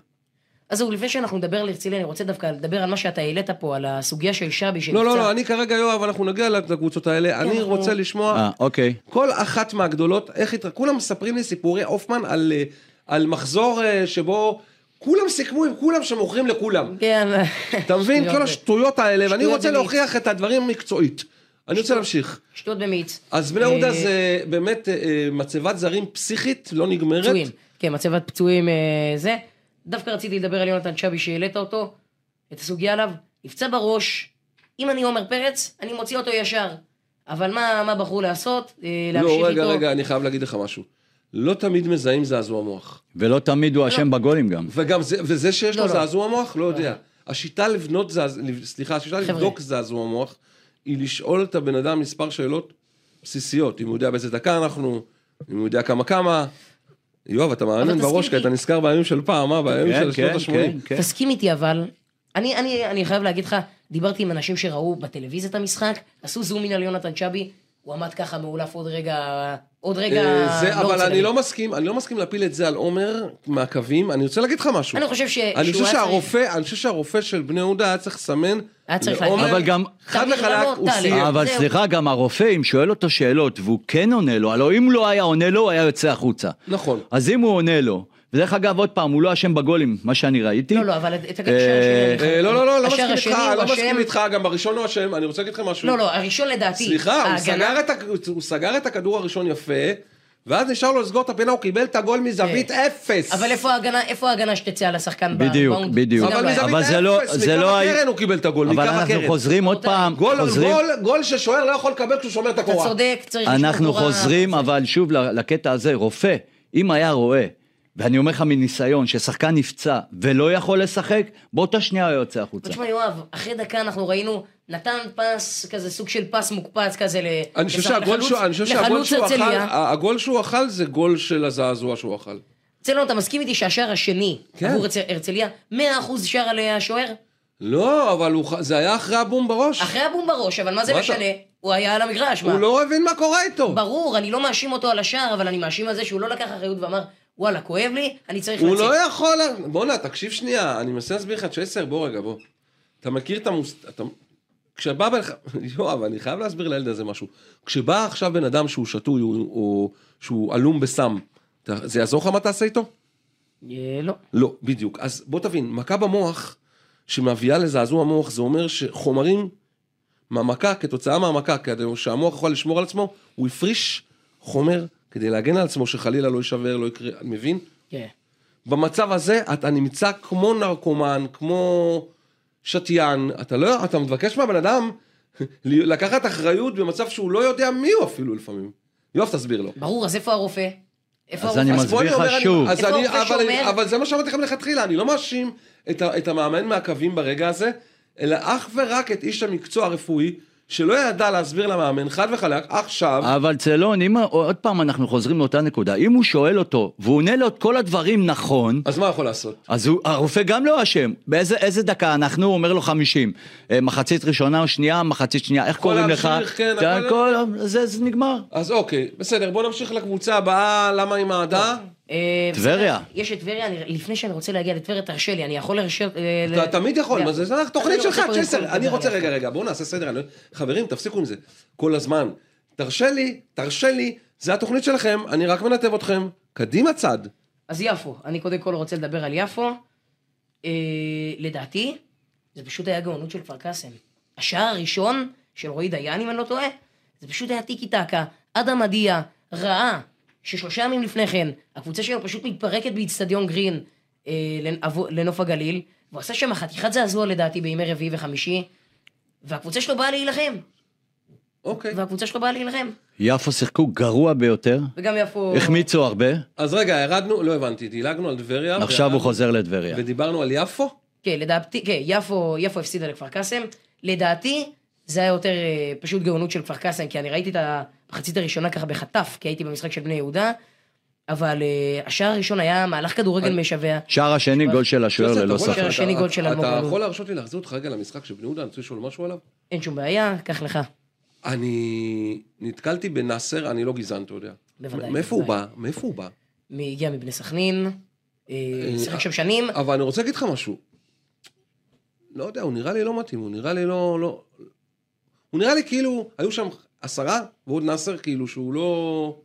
Speaker 4: אז זהו, לפני שאנחנו נדבר על הרצליה, אני רוצה דווקא לדבר על מה שאתה העלית פה, על הסוגיה של שבי שנפצע.
Speaker 2: לא, לא, לא, אני כרגע, יואב, אנחנו נגיע לקבוצות האלה, אני
Speaker 4: כן, אנחנו-
Speaker 2: רוצה לשמוע
Speaker 3: אה, אוקיי.
Speaker 2: כל אחת מהגדולות, איך התר... כולם מספרים לי סיפורי הופמן על, אה, על מחזור אה, שבו כולם סיכמו עם כולם שמוכרים לכולם.
Speaker 4: כן.
Speaker 2: אתה מבין?
Speaker 4: שטויות
Speaker 2: כל
Speaker 4: ב-
Speaker 2: השטויות האלה, ואני
Speaker 4: שטויות
Speaker 2: רוצה
Speaker 4: במיץ.
Speaker 2: להוכיח את הדברים מקצועית. אני רוצה להמשיך.
Speaker 4: שטויות במיץ.
Speaker 2: אז בני יהודה
Speaker 4: אה,
Speaker 2: זה באמת אה, אה, מצבת זרים פסיכית, לא נגמרת.
Speaker 4: פצועים. כן, מצבת פצועים אה, זה. דווקא רציתי לדבר על יונתן שבי שהעלית אותו, את הסוגיה עליו, נפצע בראש, אם אני עומר פרץ, אני מוציא אותו ישר. אבל מה, מה בחרו לעשות? אה, להמשיך
Speaker 2: לא, רגע,
Speaker 4: איתו?
Speaker 2: רגע, אני חייב להגיד לך משהו. לא תמיד מזהים זעזוע מוח.
Speaker 3: ולא תמיד
Speaker 2: אה.
Speaker 3: הוא אשם בגולים גם.
Speaker 2: וגם זה, וזה שיש
Speaker 4: לא,
Speaker 2: לו
Speaker 4: לא.
Speaker 2: זעזוע מוח, לא יודע. השיטה לבנות זעזוע, סליחה, השיטה
Speaker 4: חבר'ה.
Speaker 2: לבדוק זעזוע מוח, היא לשאול את הבן אדם מספר שאלות בסיסיות. אם הוא יודע באיזה דקה אנחנו, אם הוא יודע כמה כמה. יואב, אתה
Speaker 4: אבל
Speaker 2: מעניין
Speaker 4: תסכים
Speaker 2: בראש, כי
Speaker 4: איתי.
Speaker 2: אתה נזכר בימים של פעם, אה? בימים של שנות ה-80.
Speaker 3: כן.
Speaker 4: תסכים איתי אבל, אני, אני, אני חייב להגיד לך, דיברתי עם אנשים שראו בטלוויזיה את המשחק, עשו זום אין על יונתן צ'אבי, הוא עמד ככה מאולף עוד רגע, עוד רגע...
Speaker 2: אה, זה, אבל
Speaker 4: רוצה
Speaker 2: אני
Speaker 4: להגיד.
Speaker 2: לא מסכים, אני לא מסכים להפיל את זה על עומר מהקווים. אני רוצה להגיד לך משהו.
Speaker 4: אני חושב ש...
Speaker 2: אני חושב
Speaker 4: שהוא היה צריך-
Speaker 2: שהרופא, אני חושב שהרופא של בני יהודה היה צריך לסמן.
Speaker 4: היה צריך
Speaker 2: לעומר,
Speaker 4: להגיד.
Speaker 3: אבל גם-
Speaker 2: חד
Speaker 4: תמיר
Speaker 2: וחלק,
Speaker 4: רמות,
Speaker 2: הוא
Speaker 4: טל.
Speaker 2: סיים.
Speaker 3: אה, אבל
Speaker 4: זהו.
Speaker 3: סליחה, גם הרופא, אם שואל אותו שאלות והוא כן עונה לו, הלוא אם לא היה עונה לו, הוא היה יוצא החוצה.
Speaker 2: נכון.
Speaker 3: אז אם הוא עונה לו, ודרך אגב, עוד פעם, הוא לא אשם בגולים, מה שאני ראיתי.
Speaker 4: לא, לא, אבל את הקשר
Speaker 3: אה,
Speaker 4: השני...
Speaker 2: אה, לא, לא, לא, לא מסכים
Speaker 4: השני
Speaker 2: איתך,
Speaker 4: הוא
Speaker 2: לא
Speaker 4: אשם.
Speaker 2: מסכים איתך, גם בראשון הוא אשם, אני רוצה להגיד לך משהו.
Speaker 4: לא, לא, הראשון לדעתי.
Speaker 2: סליחה, הוא
Speaker 4: ההגנה-
Speaker 2: סגר את הכ- הוא סגר את הכדור הראשון יפה, ואז נשאר לו לסגור את הפינה, הוא קיבל את הגול מזווית אפס.
Speaker 4: כן. אבל איפה ההגנה, איפה ההגנה שתצא על השחקן
Speaker 3: בדיוק,
Speaker 4: בבאונד?
Speaker 3: בדיוק.
Speaker 4: זה גם
Speaker 2: אבל
Speaker 4: לא היה.
Speaker 2: מזווית
Speaker 3: אבל זה לא-
Speaker 2: אפס,
Speaker 3: זה
Speaker 2: מקו
Speaker 3: לא היה-
Speaker 2: הקרן הוא קיבל את הגול, מקו
Speaker 3: אבל אנחנו
Speaker 2: הקרן.
Speaker 3: חוזרים עוד
Speaker 4: רבותיי,
Speaker 3: פעם,
Speaker 2: גול על
Speaker 3: חוזרים,
Speaker 2: גול, גול ששוער לא יכול לקבל כשהוא שומר את
Speaker 4: אתה
Speaker 2: הקורה.
Speaker 4: צודק, צריך... לשמור
Speaker 3: אנחנו
Speaker 4: גבורה.
Speaker 3: חוזרים, אבל שוב ל- לקטע הזה, רופא, אם היה רואה, ואני אומר לך מניסיון, ששחקן נפצע ולא יכול לשחק, באותה שנייה הוא יוצא החוצה.
Speaker 4: תשמע יואב, אחרי דקה אנחנו ראינו, נתן פס, כזה סוג של פס מוקפץ כזה ל...
Speaker 2: אני חושב
Speaker 4: לש-
Speaker 2: שהגול
Speaker 4: לחלוץ-
Speaker 2: שהוא- אני חושב שהגול
Speaker 4: לחלוץ
Speaker 2: שהוא אכל,
Speaker 4: הרצליה.
Speaker 2: הגול שהוא אכל זה גול של הזעזוע שהוא אכל.
Speaker 4: צלון, אתה מסכים איתי שהשער השני
Speaker 2: כן.
Speaker 4: עבור הרצ- הרצליה, 100% שער על אה, השוער?
Speaker 2: לא, אבל הוא ח- זה היה אחרי הבום בראש.
Speaker 4: אחרי הבום בראש, אבל מה זה
Speaker 2: מה אתה-
Speaker 4: משנה? הוא היה על המגרש, מה?
Speaker 2: הוא לא הבין מה קורה איתו.
Speaker 4: ברור, אני לא מאשים אותו על השער, אבל אני מאשים על זה שהוא לא לקח אחריות ואמר, וואלה, כואב לי, אני צריך
Speaker 2: הוא
Speaker 4: לצאת.
Speaker 2: לא יכול... בואנה, תקשיב שנייה, אני מנסה להסביר לך, צ'סר, בוא רגע, בוא. אתה מכיר את המוס... אתה... כשבא בן... יואב, אני חייב להסביר לילד הזה משהו. כשבא עכשיו בן אדם שהוא שתוי, הוא- או שהוא עלום בסם, אתה- זה יעזור לך מה תעשה איתו?
Speaker 4: אה, לא.
Speaker 2: לא, בדיוק. אז בוא תבין, מכה במוח שמביאה לזעזוע מוח, זה אומר שחומרים מהמכה, כתוצאה מהמכה, כדי שהמוח יכול לשמור על עצמו, הוא הפריש חומר כדי להגן על עצמו, שחלילה לא יישבר, לא יקרה, אני מבין?
Speaker 4: כן.
Speaker 2: במצב הזה אתה נמצא כמו נרקומן, כמו שתיין, אתה לא, אתה מבקש מהבן אדם לקחת אחריות במצב שהוא לא יודע מי הוא אפילו לפעמים. יואב, תסביר לו.
Speaker 4: ברור, אז איפה הרופא? איפה
Speaker 3: אז
Speaker 4: הרופא?
Speaker 3: אני
Speaker 2: אז
Speaker 3: מסביר
Speaker 2: פה
Speaker 3: לך
Speaker 2: אומר, אני-
Speaker 3: שוב.
Speaker 2: אז
Speaker 4: איפה
Speaker 2: אני-
Speaker 4: הרופא
Speaker 2: אבל אני-
Speaker 4: שאומר?
Speaker 2: אבל זה מה שאמרתי לכם לכתחילה, אני לא מאשים את ה- את המאמן מהקווים ברגע הזה, אלא אך ורק את איש המקצוע הרפואי, שלא ידע להסביר למאמן חד וחלק, עכשיו,
Speaker 3: אבל צלון, אם עוד פעם אנחנו חוזרים לאותה נקודה, אם הוא שואל אותו, והוא עונה לו את כל הדברים נכון,
Speaker 2: אז מה יכול לעשות?
Speaker 3: אז הוא, הרופא גם לא אשם. באיזה איזה דקה אנחנו, הוא אומר לו 50. אה, מחצית ראשונה או שנייה, מחצית שנייה, איך
Speaker 2: יכול
Speaker 3: קוראים לך?
Speaker 2: להמשיך, כן,
Speaker 3: אתה-
Speaker 2: הכל-
Speaker 3: כל- זה זה נגמר.
Speaker 2: אז אוקיי, בסדר, בוא נמשיך לקבוצה הבאה, למה עם האהדה?
Speaker 4: אה,
Speaker 3: טבריה.
Speaker 4: בסדר, יש את טבריה, אני- לפני שאני רוצה להגיע לטבריה, תרשה לי, אני יכול להרשות... אה, ל-
Speaker 2: אתה תמיד יכול,
Speaker 4: לא.
Speaker 2: מה זה, זה תוכנית
Speaker 4: אני
Speaker 2: שלך,
Speaker 4: רוצה קודם כל
Speaker 2: צ'סר, אני
Speaker 4: לדבר
Speaker 2: רוצה,
Speaker 4: עליה.
Speaker 2: רגע, רגע, בואו נעשה סדר, אני- חברים, תפסיקו עם זה, כל הזמן. תרשה לי, תרשה לי, זה התוכנית שלכם, אני רק מנתב אתכם, קדימה צד.
Speaker 4: אז יפו, אני קודם כל רוצה לדבר על יפו. אה, לדעתי, זה פשוט היה גאונות של כפר קאסם. השער הראשון של רועי דיין, אם אני לא טועה, זה פשוט היה טיקי טקה, אדם עדיה, ראה, ששלושה ימים לפני כן, הקבוצה שלו פשוט מתפרקת באיצטדיון גרין אה, לנ- עבור- לנוף הגליל, והוא עשה שם חתיכת זעזוע לדעתי בימי רביעי וחמישי, והקבוצה שלו באה להילחם,
Speaker 2: אוקיי.
Speaker 4: והקבוצה שלו באה להילחם,
Speaker 3: יפו שיחקו גרוע ביותר,
Speaker 4: וגם יפו...
Speaker 3: החמיצו הרבה,
Speaker 2: אז רגע, ירדנו, לא הבנתי, דילגנו על טבריה.
Speaker 3: עכשיו
Speaker 2: וירדנו-
Speaker 3: הוא חוזר לטבריה.
Speaker 2: ודיברנו על יפו?
Speaker 4: כן, לדעתי, כן, יפו, יפו הפסידה לכפר קאסם. לדעתי, זה היה יותר אה, פשוט גאונות של כפר קאסם, כי אני ראיתי את המחצית הראשונה ככה בחטף, כי הייתי במשחק של בני יהודה, אבל אה, השער הראשון היה מהלך כדורגל משווע.
Speaker 3: שער השני, גול של השוער
Speaker 2: יוסף,
Speaker 3: ללא
Speaker 2: אתה יכול-
Speaker 3: ספק.
Speaker 4: השער השני
Speaker 2: אתה-
Speaker 4: גול של אלמוג
Speaker 2: אתה
Speaker 4: אלול.
Speaker 2: יכול להרשות לי להחזיר אותך רגע למשחק של בני יהודה, אני רוצה לשאול משהו עליו?
Speaker 4: אין שום בעיה, קח לך.
Speaker 2: אני נתקלתי בנאסר, אני לא גזען, אתה יודע.
Speaker 4: בוודאי,
Speaker 2: מאיפה הוא בא?
Speaker 4: בוודאי.
Speaker 2: מאיפה הוא בא?
Speaker 4: מי הגיע מבני סכנין, אה,
Speaker 2: אה,
Speaker 4: שיחק שם שנים.
Speaker 2: אבל אני רוצה להגיד לך משהו. לא יודע, הוא נראה לי לא מתאים, הוא נראה לי לא... לא... הוא נראה לי כאילו, היו שם עשרה, ועוד נאסר כאילו שהוא לא...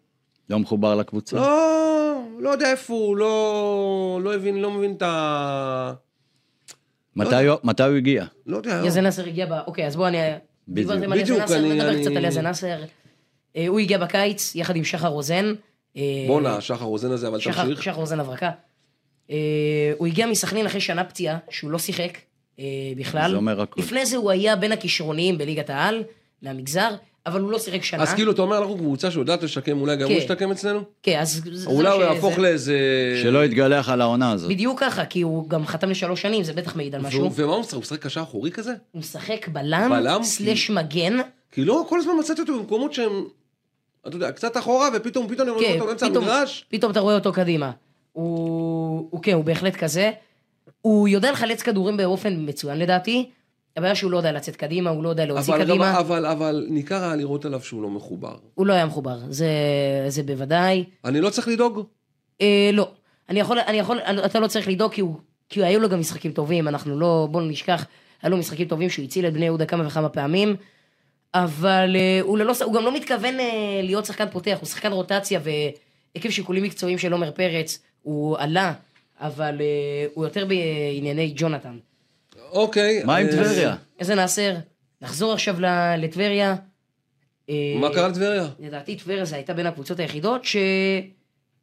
Speaker 3: לא מחובר
Speaker 4: כן.
Speaker 3: לקבוצה.
Speaker 2: לא... לא יודע איפה הוא, לא... לא הבין, לא מבין את ה...
Speaker 3: מתי הוא- מתי הוא הגיע?
Speaker 2: לא יודע.
Speaker 4: יזן נאסר הגיע ב... אוקיי, אז בואו אני... דיברתם על יזן
Speaker 2: בדיוק,
Speaker 4: נאסר,
Speaker 2: אני-
Speaker 4: נדבר
Speaker 2: אני-
Speaker 4: קצת על יזן נאסר. אה, הוא הגיע בקיץ, יחד עם שחר רוזן. אה,
Speaker 2: בואנה, שחר רוזן הזה, אבל
Speaker 4: שחר,
Speaker 2: תמשיך.
Speaker 4: שחר רוזן הברקה. אה, הוא הגיע מסכנין אחרי שנה פציעה, שהוא לא שיחק אה, בכלל.
Speaker 3: זה אומר הכול.
Speaker 4: לפני זה הוא היה בין הכישרוניים בליגת העל, מהמגזר, אבל הוא לא שיחק שנה.
Speaker 2: אז כאילו, אתה אומר, אנחנו קבוצה שיודעת לשקם, אולי גם
Speaker 4: כן.
Speaker 2: הוא ישתקם אצלנו?
Speaker 4: כן, אז... זה- זה
Speaker 2: אולי
Speaker 4: מה
Speaker 2: הוא
Speaker 4: שזה-
Speaker 2: יהפוך לאיזה...
Speaker 3: שלא יתגלח על העונה הזאת.
Speaker 4: בדיוק ככה, כי הוא גם חתם לשלוש שנים, זה בטח מעיד על משהו.
Speaker 2: והוא- ומה הוא משחק? הוא משחק קשר אחורי כזה?
Speaker 4: הוא משחק בלם,
Speaker 2: בלם?
Speaker 4: סלש מגן,
Speaker 2: כי לא, כל הזמן מצאתי אותו במקומות שהם, אתה יודע, קצת אחורה, ופתאום, פתאום אני רואה
Speaker 4: כן,
Speaker 2: אותו באמצע
Speaker 4: פתאום-
Speaker 2: המגרש.
Speaker 4: פתאום אתה רואה אותו קדימה. הוא, הוא כן, הוא בהחלט כזה. הוא יודע לחלץ כדורים באופן מצוין לדעתי. הבעיה שהוא לא יודע לצאת קדימה, הוא לא יודע להוציא
Speaker 2: אבל, גם,
Speaker 4: קדימה.
Speaker 2: אבל, אבל ניכר היה לראות עליו שהוא לא מחובר.
Speaker 4: הוא לא היה מחובר, זה, זה בוודאי.
Speaker 2: אני לא צריך לדאוג?
Speaker 4: אה, לא. אני יכול, אני יכול, אתה לא צריך לדאוג כי הוא, כי היו לו גם משחקים טובים, אנחנו לא, בואו לא נשכח, היו לו משחקים טובים שהוא הציל את בני יהודה כמה וכמה פעמים, אבל אה, הוא, ללא, ס- הוא גם לא מתכוון אה, להיות שחקן פותח, הוא שחקן רוטציה ועקב שיקולים מקצועיים של עומר פרץ, הוא עלה, אבל אה, הוא יותר בענייני ג'ונתן.
Speaker 2: אוקיי.
Speaker 3: מה עם
Speaker 2: אה,
Speaker 3: טבריה?
Speaker 4: איזה נאסר, נחזור עכשיו ל- לטבריה. אה,
Speaker 2: מה קרה לטבריה?
Speaker 4: לדעתי טבריה זה הייתה בין הקבוצות היחידות ש...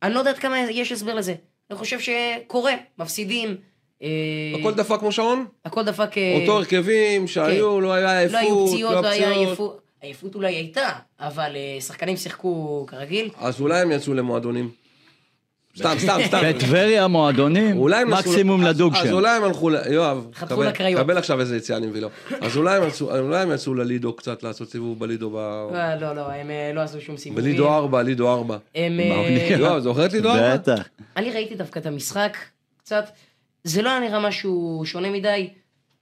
Speaker 4: אני לא יודעת כמה יש הסבר לזה. אני חושב שקורה, מפסידים. אה,
Speaker 2: הכל דפק כמו שעון?
Speaker 4: הכל דפק... אה,
Speaker 2: אותו הרכבים שהיו, לא היה עייפות,
Speaker 4: לא היו פציעות, לא היה
Speaker 2: פציעות.
Speaker 4: עייפות. עייפות אולי הייתה, אבל אה, שחקנים שיחקו כרגיל.
Speaker 2: אז אולי הם יצאו למועדונים. סתם, סתם, סתם.
Speaker 3: בטבריה מועדונים,
Speaker 2: אה. אולי הם נסעו-
Speaker 3: מקסימום
Speaker 2: אז-
Speaker 3: לדוג
Speaker 2: אז
Speaker 3: שם.
Speaker 2: אולי הם הלכו, ל- יואב,
Speaker 4: חתכו
Speaker 2: קבל-
Speaker 4: לקריות.
Speaker 2: קבל עכשיו איזה יציאה אני מביא לו. אז אולי הם יצאו- אולי הם יצאו ללידו קצת, לעשות סיבוב בלידו, ב-
Speaker 4: אה, לא, לא, הם אה, לא עשו שום סיבובים.
Speaker 2: בלידו 4, לידו 4.
Speaker 4: הם... אה,
Speaker 3: באונייה.
Speaker 2: יואב, זוכרת לידו 4?
Speaker 3: בטח.
Speaker 4: אני ראיתי דווקא את המשחק קצת. זה לא היה נראה משהו שונה מדי.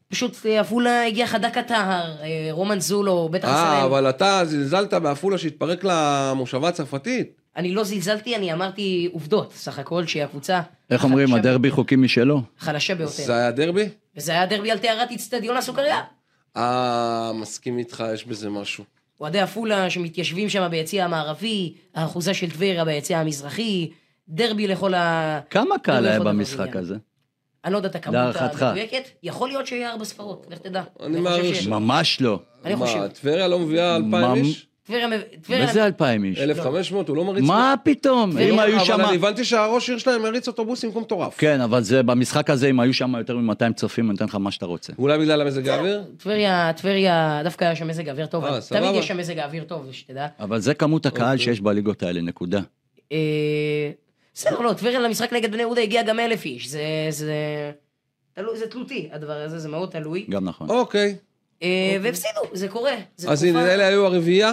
Speaker 4: פשוט אה, עפולה הגיע חדק הטהר, אה, רומן זולו, בטח
Speaker 2: אה,
Speaker 4: הסלם.
Speaker 2: אבל אתה זלזלת בעפולה שהתפרק למושבה הצרפתית.
Speaker 4: אני לא זלזלתי, אני אמרתי עובדות, סך הכל, שהיא הקבוצה...
Speaker 3: איך אומרים,
Speaker 4: החלשה-
Speaker 3: הדרבי חוקי משלו?
Speaker 4: חלשה ביותר.
Speaker 2: זה היה דרבי?
Speaker 4: וזה היה דרבי על טהרת אצטדיון הסוכריה.
Speaker 2: אה, מסכים איתך, יש בזה משהו.
Speaker 4: אוהדי עפולה שמתיישבים שם ביציע המערבי, האחוזה של טבריה ביציע המזרחי, דרבי לכל ה...
Speaker 3: כמה קהל
Speaker 4: לא
Speaker 3: היה
Speaker 4: יכול להיות
Speaker 3: במשחק
Speaker 4: עניין.
Speaker 3: הזה?
Speaker 4: אני לא יודע את הכמות
Speaker 3: להערכתך.
Speaker 4: המדויקת. יכול להיות שיהיה ארבע ספרות, לך תדע. חושב
Speaker 2: מעריך
Speaker 4: ש-
Speaker 2: ש-
Speaker 3: ממש לא.
Speaker 4: אני חושב.
Speaker 2: מה, טבריה לא מביאה 2,000
Speaker 3: ממ-
Speaker 2: איש?
Speaker 4: טבריה... מב- טבריה-
Speaker 3: וזה אלפיים איש.
Speaker 2: 1,500, הוא לא מריץ...
Speaker 3: מה פתאום? אם היו שם...
Speaker 2: אבל אני הבנתי שהראש עיר שלהם מריץ אוטובוסים כמו מטורף.
Speaker 3: כן, אבל זה, במשחק הזה, אם היו שם יותר מ-200 צופים, אני נותן לך מה שאתה רוצה.
Speaker 2: אולי בגלל המזג
Speaker 4: כן.
Speaker 2: האוויר?
Speaker 4: טבריה, טבריה, דווקא היה שם מזג אוויר טוב.
Speaker 2: אה,
Speaker 4: אבל
Speaker 2: סבבה.
Speaker 4: תמיד יש שם מזג אוויר טוב, שתדע.
Speaker 3: אבל זה כמות הקהל
Speaker 2: אוקיי.
Speaker 3: שיש בליגות האלה, נקודה.
Speaker 4: אה, בסדר, לא, טבריה למשחק נגד בני יהודה הגיע גם אלף איש. זה, זה, תלו, זה תלותי, הדבר הזה, זה מאוד תלוי.
Speaker 3: גם נכון.
Speaker 2: אוקיי.
Speaker 4: אה, והפסידו, זה קורה. זה
Speaker 2: אז
Speaker 4: תקופה.
Speaker 2: הנה, אלה היו הרביעייה.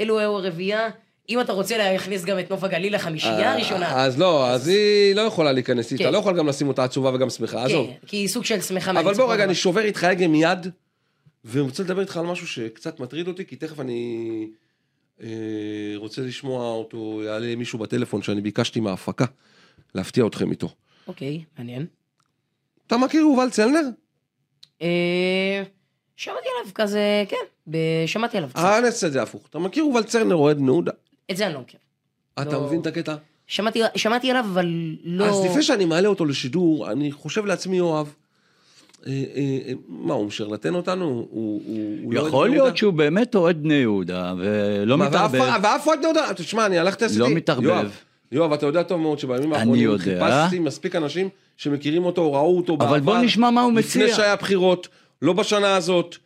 Speaker 4: אלו היו הרביעייה. אם אתה רוצה להכניס גם את נוף הגליל לחמישייה
Speaker 2: אה,
Speaker 4: הראשונה.
Speaker 2: אז לא, אז היא לא יכולה להיכנס איתה,
Speaker 4: כן.
Speaker 2: לא יכול גם לשים אותה עצובה וגם שמחה, עזוב.
Speaker 4: כן, כי היא סוג של שמחה
Speaker 2: אבל
Speaker 4: מהניצחון,
Speaker 2: בוא רגע, אני שובר איתך הגה מיד, ואני רוצה לדבר איתך על משהו שקצת מטריד אותי, כי תכף אני אה, רוצה לשמוע אותו, יעלה מישהו בטלפון שאני ביקשתי מההפקה, להפתיע אתכם איתו.
Speaker 4: אוקיי, מעניין.
Speaker 2: אתה מכיר יובל צלנר?
Speaker 4: אה, שמעתי עליו כזה, כן, ב- שמעתי עליו קצת.
Speaker 2: אה, נעשה את זה הפוך. אתה מכיר יובל צלנר, אוהד בני יהודה?
Speaker 4: את זה אני לא מכיר.
Speaker 2: אתה
Speaker 4: לא.
Speaker 2: מבין את הקטע?
Speaker 4: שמעתי- שמעתי עליו, אבל לא...
Speaker 2: אז לפני שאני מעלה אותו לשידור, אני חושב לעצמי, יואב, אה, אה, אה, מה, הוא משרלטן אותנו? הוא- הוא- הוא לא אוהד
Speaker 3: יכול
Speaker 2: בני
Speaker 3: להיות
Speaker 2: יהודה?
Speaker 3: שהוא באמת אוהד בני יהודה, ולא
Speaker 2: מה, ואף-
Speaker 3: לא מתערבב.
Speaker 2: ואף אוהד בני יהודה, תשמע, אני הלכתי עשיתי...
Speaker 3: לא מתערבב.
Speaker 2: יואב, יואב, אתה יודע טוב מאוד שבימים
Speaker 3: אני
Speaker 2: האחרונים
Speaker 3: יודע.
Speaker 2: חיפשתי מספיק אנשים שמכירים אותו, ראו אותו
Speaker 3: אבל בוא נשמע מה הוא
Speaker 2: לפני
Speaker 3: מציע.
Speaker 2: שהיה בחירות, לא בשנה הזאת.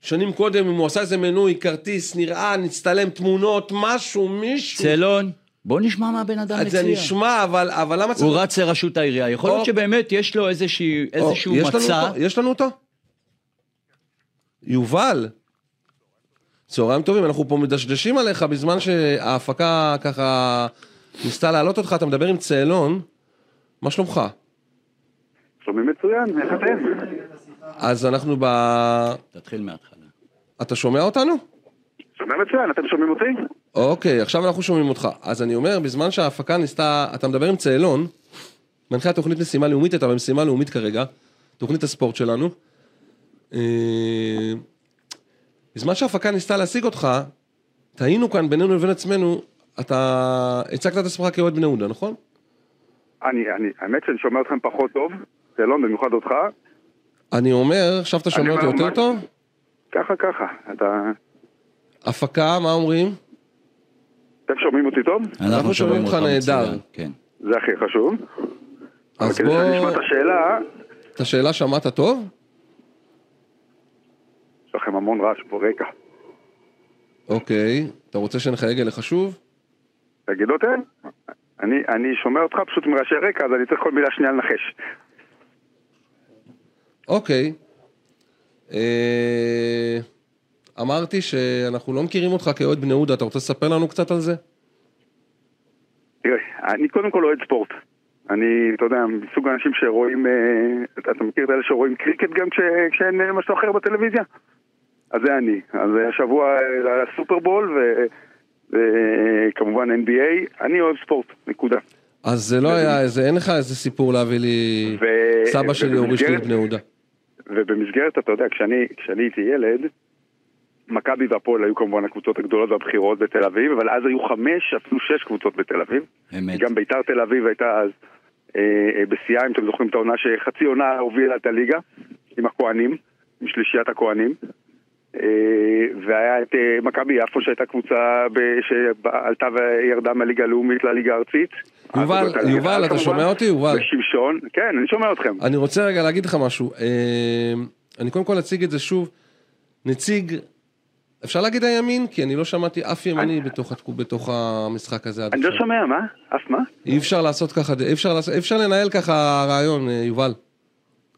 Speaker 2: שנים קודם, אם הוא עשה איזה מנוי, כרטיס, נראה, נצטלם תמונות, משהו, מישהו.
Speaker 3: צלון, בוא נשמע מה הבן אדם
Speaker 2: אז זה
Speaker 3: מציע.
Speaker 2: נשמע, אבל, אבל למה צריך...
Speaker 3: הוא רץ לראשות העירייה, יכול
Speaker 2: או-
Speaker 3: להיות שבאמת יש לו איזושהי-
Speaker 2: או,
Speaker 3: איזשהו
Speaker 2: אוקיי, יש לנו
Speaker 3: מצע.
Speaker 2: אותו? יש לנו אותו? יובל, צהריים טובים, אנחנו פה מדשדשים עליך בזמן שההפקה ככה ניסתה להעלות אותך, אתה מדבר עם צאלון, מה שלומך?
Speaker 5: שומעים מצוין, איך אתם?
Speaker 2: אז אנחנו ב...
Speaker 3: תתחיל מההתחלה.
Speaker 2: אתה שומע אותנו?
Speaker 5: שומע מצוין, אתם שומעים אותי?
Speaker 2: אוקיי, עכשיו אנחנו שומעים אותך. אז אני אומר, בזמן שההפקה ניסתה, אתה מדבר עם צאלון, מנחה תוכנית משימה לאומית, אתה במשימה לאומית כרגע, תוכנית הספורט שלנו. אה, בזמן שההפקה ניסתה להשיג אותך, תהינו כאן בינינו לבין עצמנו, אתה הצגת את עצמך כאוהד בני יהודה, נכון?
Speaker 5: אני, אני, האמת שאני שומע אתכם פחות טוב, שלום, במיוחד אותך,
Speaker 2: אני אומר, עכשיו אתה שומע
Speaker 5: אני
Speaker 2: אותי
Speaker 5: אומר,
Speaker 2: יותר
Speaker 5: מה-
Speaker 2: טוב?
Speaker 5: ככה ככה, אתה,
Speaker 2: הפקה, מה אומרים?
Speaker 5: אתם שומעים אותי טוב?
Speaker 2: אנחנו שומעים אותך
Speaker 3: מצוין,
Speaker 2: נהדר.
Speaker 3: כן.
Speaker 5: זה הכי חשוב. אבל
Speaker 2: אז
Speaker 5: כדי שנשמע
Speaker 2: בוא,
Speaker 5: את השאלה,
Speaker 2: את השאלה שמעת טוב?
Speaker 5: יש לכם המון רעש פה רקע.
Speaker 2: אוקיי, אתה רוצה שנחייג אליך שוב?
Speaker 5: תגיד לו, תן. אני, אני שומע אותך פשוט מרעשי רקע, אז אני צריך כל מילה שנייה לנחש.
Speaker 2: אוקיי. אה, אמרתי שאנחנו לא מכירים אותך כאוהד בני יהודה, אתה רוצה לספר לנו קצת על זה?
Speaker 5: תראה, אני קודם כל אוהד ספורט. אני, אתה יודע, מסוג האנשים שרואים, אה, אתה אתה מכיר את אלה שרואים קריקט גם כש, כשאין אה, משהו אחר בטלוויזיה? אז זה אני. אז אה, השבוע אה, היה סופרבול אה, וכמובן NBA. אני אוהב ספורט, נקודה.
Speaker 2: אז זה לא היה, איזה, אין לך איזה סיפור להביא לי
Speaker 5: ו-
Speaker 2: סבא שלי הוריש לי את
Speaker 5: ובמסגרת-
Speaker 2: בני יהודה.
Speaker 5: ובמסגרת, אתה יודע, כשאני, כשאני הייתי ילד, מכבי והפועל היו כמובן הקבוצות הגדולות והבכירות בתל אביב, אבל אז היו חמש, אפילו שש קבוצות בתל אביב.
Speaker 3: אמת.
Speaker 5: גם ביתר תל אביב הייתה אז אה, אה, בשיאה, אם אתם זוכרים את העונה שחצי עונה הובילה את הליגה, עם הכוהנים, עם שלישיית הכוהנים. אה, והיה את אה, מכבי יפו שהייתה קבוצה ב- שעלתה וירדה מהליגה הלאומית לליגה הארצית.
Speaker 2: יובל,
Speaker 5: אז זאת הייתה
Speaker 2: יובל, אתה
Speaker 5: כמובן.
Speaker 2: שומע אותי, יובל?
Speaker 5: ושמשון, כן, אני שומע אתכם.
Speaker 2: אני רוצה רגע להגיד לך משהו. אה, אני קודם כל אציג את זה שוב. נציג, אפשר להגיד הימין? כי אני לא שמעתי אף ימני בתוך התקו- בתוך המשחק הזה עד
Speaker 5: אני לא
Speaker 2: עכשיו.
Speaker 5: שומע, מה? אף מה?
Speaker 2: אי אפשר לעשות ככה, אי אפשר לעשות- אי אפשר לנהל ככה רעיון, אה, יובל.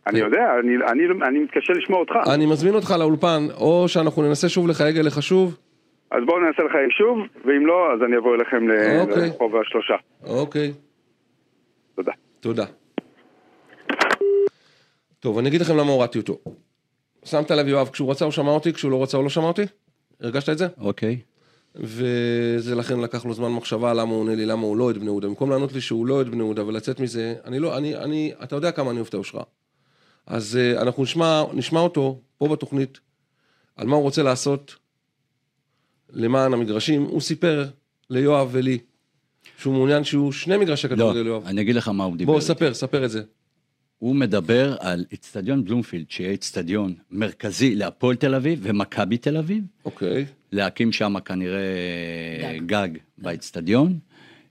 Speaker 5: אני יודע, אני- אני- אני מתקשה לשמוע אותך.
Speaker 2: אני מזמין אותך לאולפן, או שאנחנו ננסה שוב לחייג אליך שוב.
Speaker 5: אז בואו ננסה לך שוב, ואם לא, אז אני אבוא אליכם ל-
Speaker 2: אוקיי.
Speaker 5: לרחוב השלושה.
Speaker 2: אוקיי,
Speaker 5: תודה.
Speaker 2: תודה. טוב, אני אגיד לכם למה הורדתי אותו. שמת לב, יואב, כשהוא רצה הוא שמע אותי, כשהוא לא רצה הוא לא שמע אותי? הרגשת את זה?
Speaker 3: אוקיי.
Speaker 2: וזה לכן לקח לו זמן מחשבה למה הוא עונה לי, למה הוא לא אוהד בני יהודה. במקום לענות לי שהוא לא אוהד בני יהודה ולצאת מזה, אני לא, אני, אני, אתה יודע כמה אני אוהב את היושרה. אז אה, אנחנו נשמע, נשמע אותו פה בתוכנית, על מה הוא רוצה לעשות למען המגרשים. הוא סיפר ליואב ולי שהוא מעוניין שיהיו שני מגרשי
Speaker 3: לא,
Speaker 2: כדורגל ליואב.
Speaker 3: אני אגיד לך מה הוא דיבר.
Speaker 2: בוא,
Speaker 3: איתי.
Speaker 2: ספר, ספר את זה.
Speaker 3: הוא מדבר על אצטדיון בלומפילד, שיהיה אצטדיון מרכזי להפועל תל אביב ומכבי תל אביב,
Speaker 2: אוקיי.
Speaker 3: להקים שם כנראה גג באצטדיון.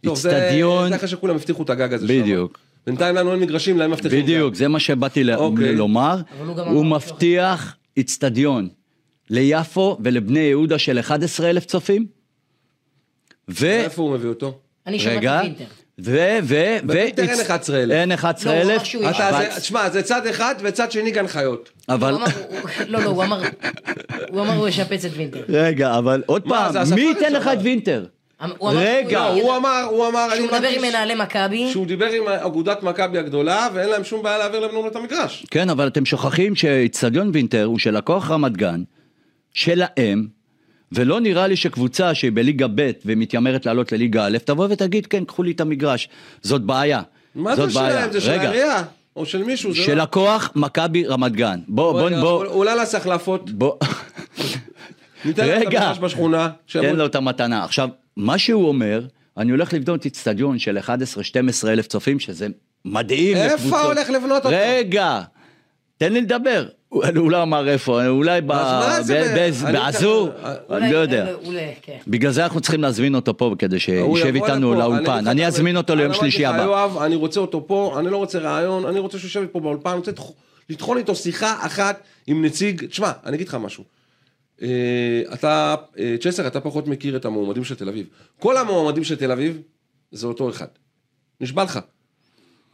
Speaker 2: טוב, זה-
Speaker 3: אצטדיון,
Speaker 2: זה אחרי שכולם הבטיחו את הגג הזה. שם.
Speaker 3: בדיוק.
Speaker 2: בינתיים לנו אין מגרשים, להם מבטיחים. גג.
Speaker 3: בדיוק, זה מה שבאתי ל-
Speaker 2: אוקיי.
Speaker 3: לומר.
Speaker 4: אבל הוא גם
Speaker 3: הוא
Speaker 4: אמר-
Speaker 3: מבטיח אצטדיון ליפו ולבני יהודה של 11,000 צופים. ו...
Speaker 2: איפה הוא מביא אותו?
Speaker 4: אני שמעתי
Speaker 3: רגע,
Speaker 4: וינטר.
Speaker 3: ו... ו... ו...
Speaker 2: בווינטר אין
Speaker 3: אצ-
Speaker 2: 11,000.
Speaker 3: אין
Speaker 4: לא, הוא
Speaker 3: 11,000.
Speaker 4: אמר שהוא
Speaker 2: אתה,
Speaker 4: אבל-
Speaker 2: זה- תשמע, זה צד אחד וצד שני גן חיות.
Speaker 3: אבל...
Speaker 4: הוא אמר- הוא- לא, לא, הוא אמר, הוא אמר הוא ישפץ את וינטר.
Speaker 3: רגע, אבל עוד
Speaker 2: מה,
Speaker 3: פעם,
Speaker 2: זה הספארי
Speaker 3: מי ייתן
Speaker 2: שם?
Speaker 3: לך את וינטר?
Speaker 4: הוא אמר-
Speaker 3: רגע,
Speaker 4: לא,
Speaker 2: הוא אמר, הוא אמר, אני
Speaker 4: שהוא מדבר
Speaker 2: הבנתי
Speaker 4: עם מנהלי מכבי,
Speaker 2: שהוא דיבר עם אגודת מכבי הגדולה, ואין להם שום בעיה להעביר לבנו את המגרש.
Speaker 3: כן, אבל אתם שוכחים שאיצטדיון וינטר הוא של לקוח רמת גן, שלהם, ולא נראה לי שקבוצה שהיא בליגה ב' ומתיימרת לעלות לליגה א', תבוא ותגיד, כן, קחו לי את המגרש. זאת בעיה.
Speaker 2: מה
Speaker 3: זאת
Speaker 2: זה
Speaker 3: בעיה.
Speaker 2: שלהם? זה של
Speaker 3: רגע,
Speaker 2: העירייה, או של מישהו. זה
Speaker 3: של
Speaker 2: לא-
Speaker 3: לקוח מכבי רמת גן. בוא, בוא,
Speaker 2: רגע,
Speaker 3: בוא,
Speaker 2: אולי לעשות החלפות,
Speaker 3: בוא,
Speaker 2: ניתן להם את
Speaker 3: רגע.
Speaker 2: המגרש בשכונה.
Speaker 3: תן
Speaker 2: שיעמוד-
Speaker 3: לו את המתנה. עכשיו, מה שהוא אומר, אני הולך לבנות איצטדיון של 11-12 אלף צופים, שזה מדהים
Speaker 2: איפה
Speaker 3: לקבוצות.
Speaker 2: הולך לבנות אותו?
Speaker 3: רגע, תן לי לדבר. הוא הוא לא אמר איפה, אולי ב...
Speaker 2: אז מה זה
Speaker 3: ב-
Speaker 2: ב-
Speaker 3: ב-
Speaker 2: אני-
Speaker 3: בעזור,
Speaker 4: אולי-
Speaker 3: אני לא יודע.
Speaker 4: אולי- כן.
Speaker 3: בגלל זה אנחנו צריכים להזמין אותו פה, כדי
Speaker 2: הוא
Speaker 3: שישב
Speaker 2: יבוא
Speaker 3: איתנו
Speaker 2: לפה,
Speaker 3: לאולפן.
Speaker 2: אגיד לך,
Speaker 3: אני אזמין אותו
Speaker 2: אני
Speaker 3: ליום
Speaker 2: אמרתי
Speaker 3: שלישי
Speaker 2: לך,
Speaker 3: הבא.
Speaker 2: יואב, אני רוצה אותו פה, אני לא רוצה רעיון, אני רוצה שהוא יושב פה באולפן, אני רוצה לתח- לטחון איתו שיחה אחת עם נציג, תשמע, אני אגיד לך משהו. אה, אתה, אה, צ'סר, אתה פחות מכיר את המועמדים של תל אביב. כל המועמדים של תל אביב זה אותו אחד. נשבע לך.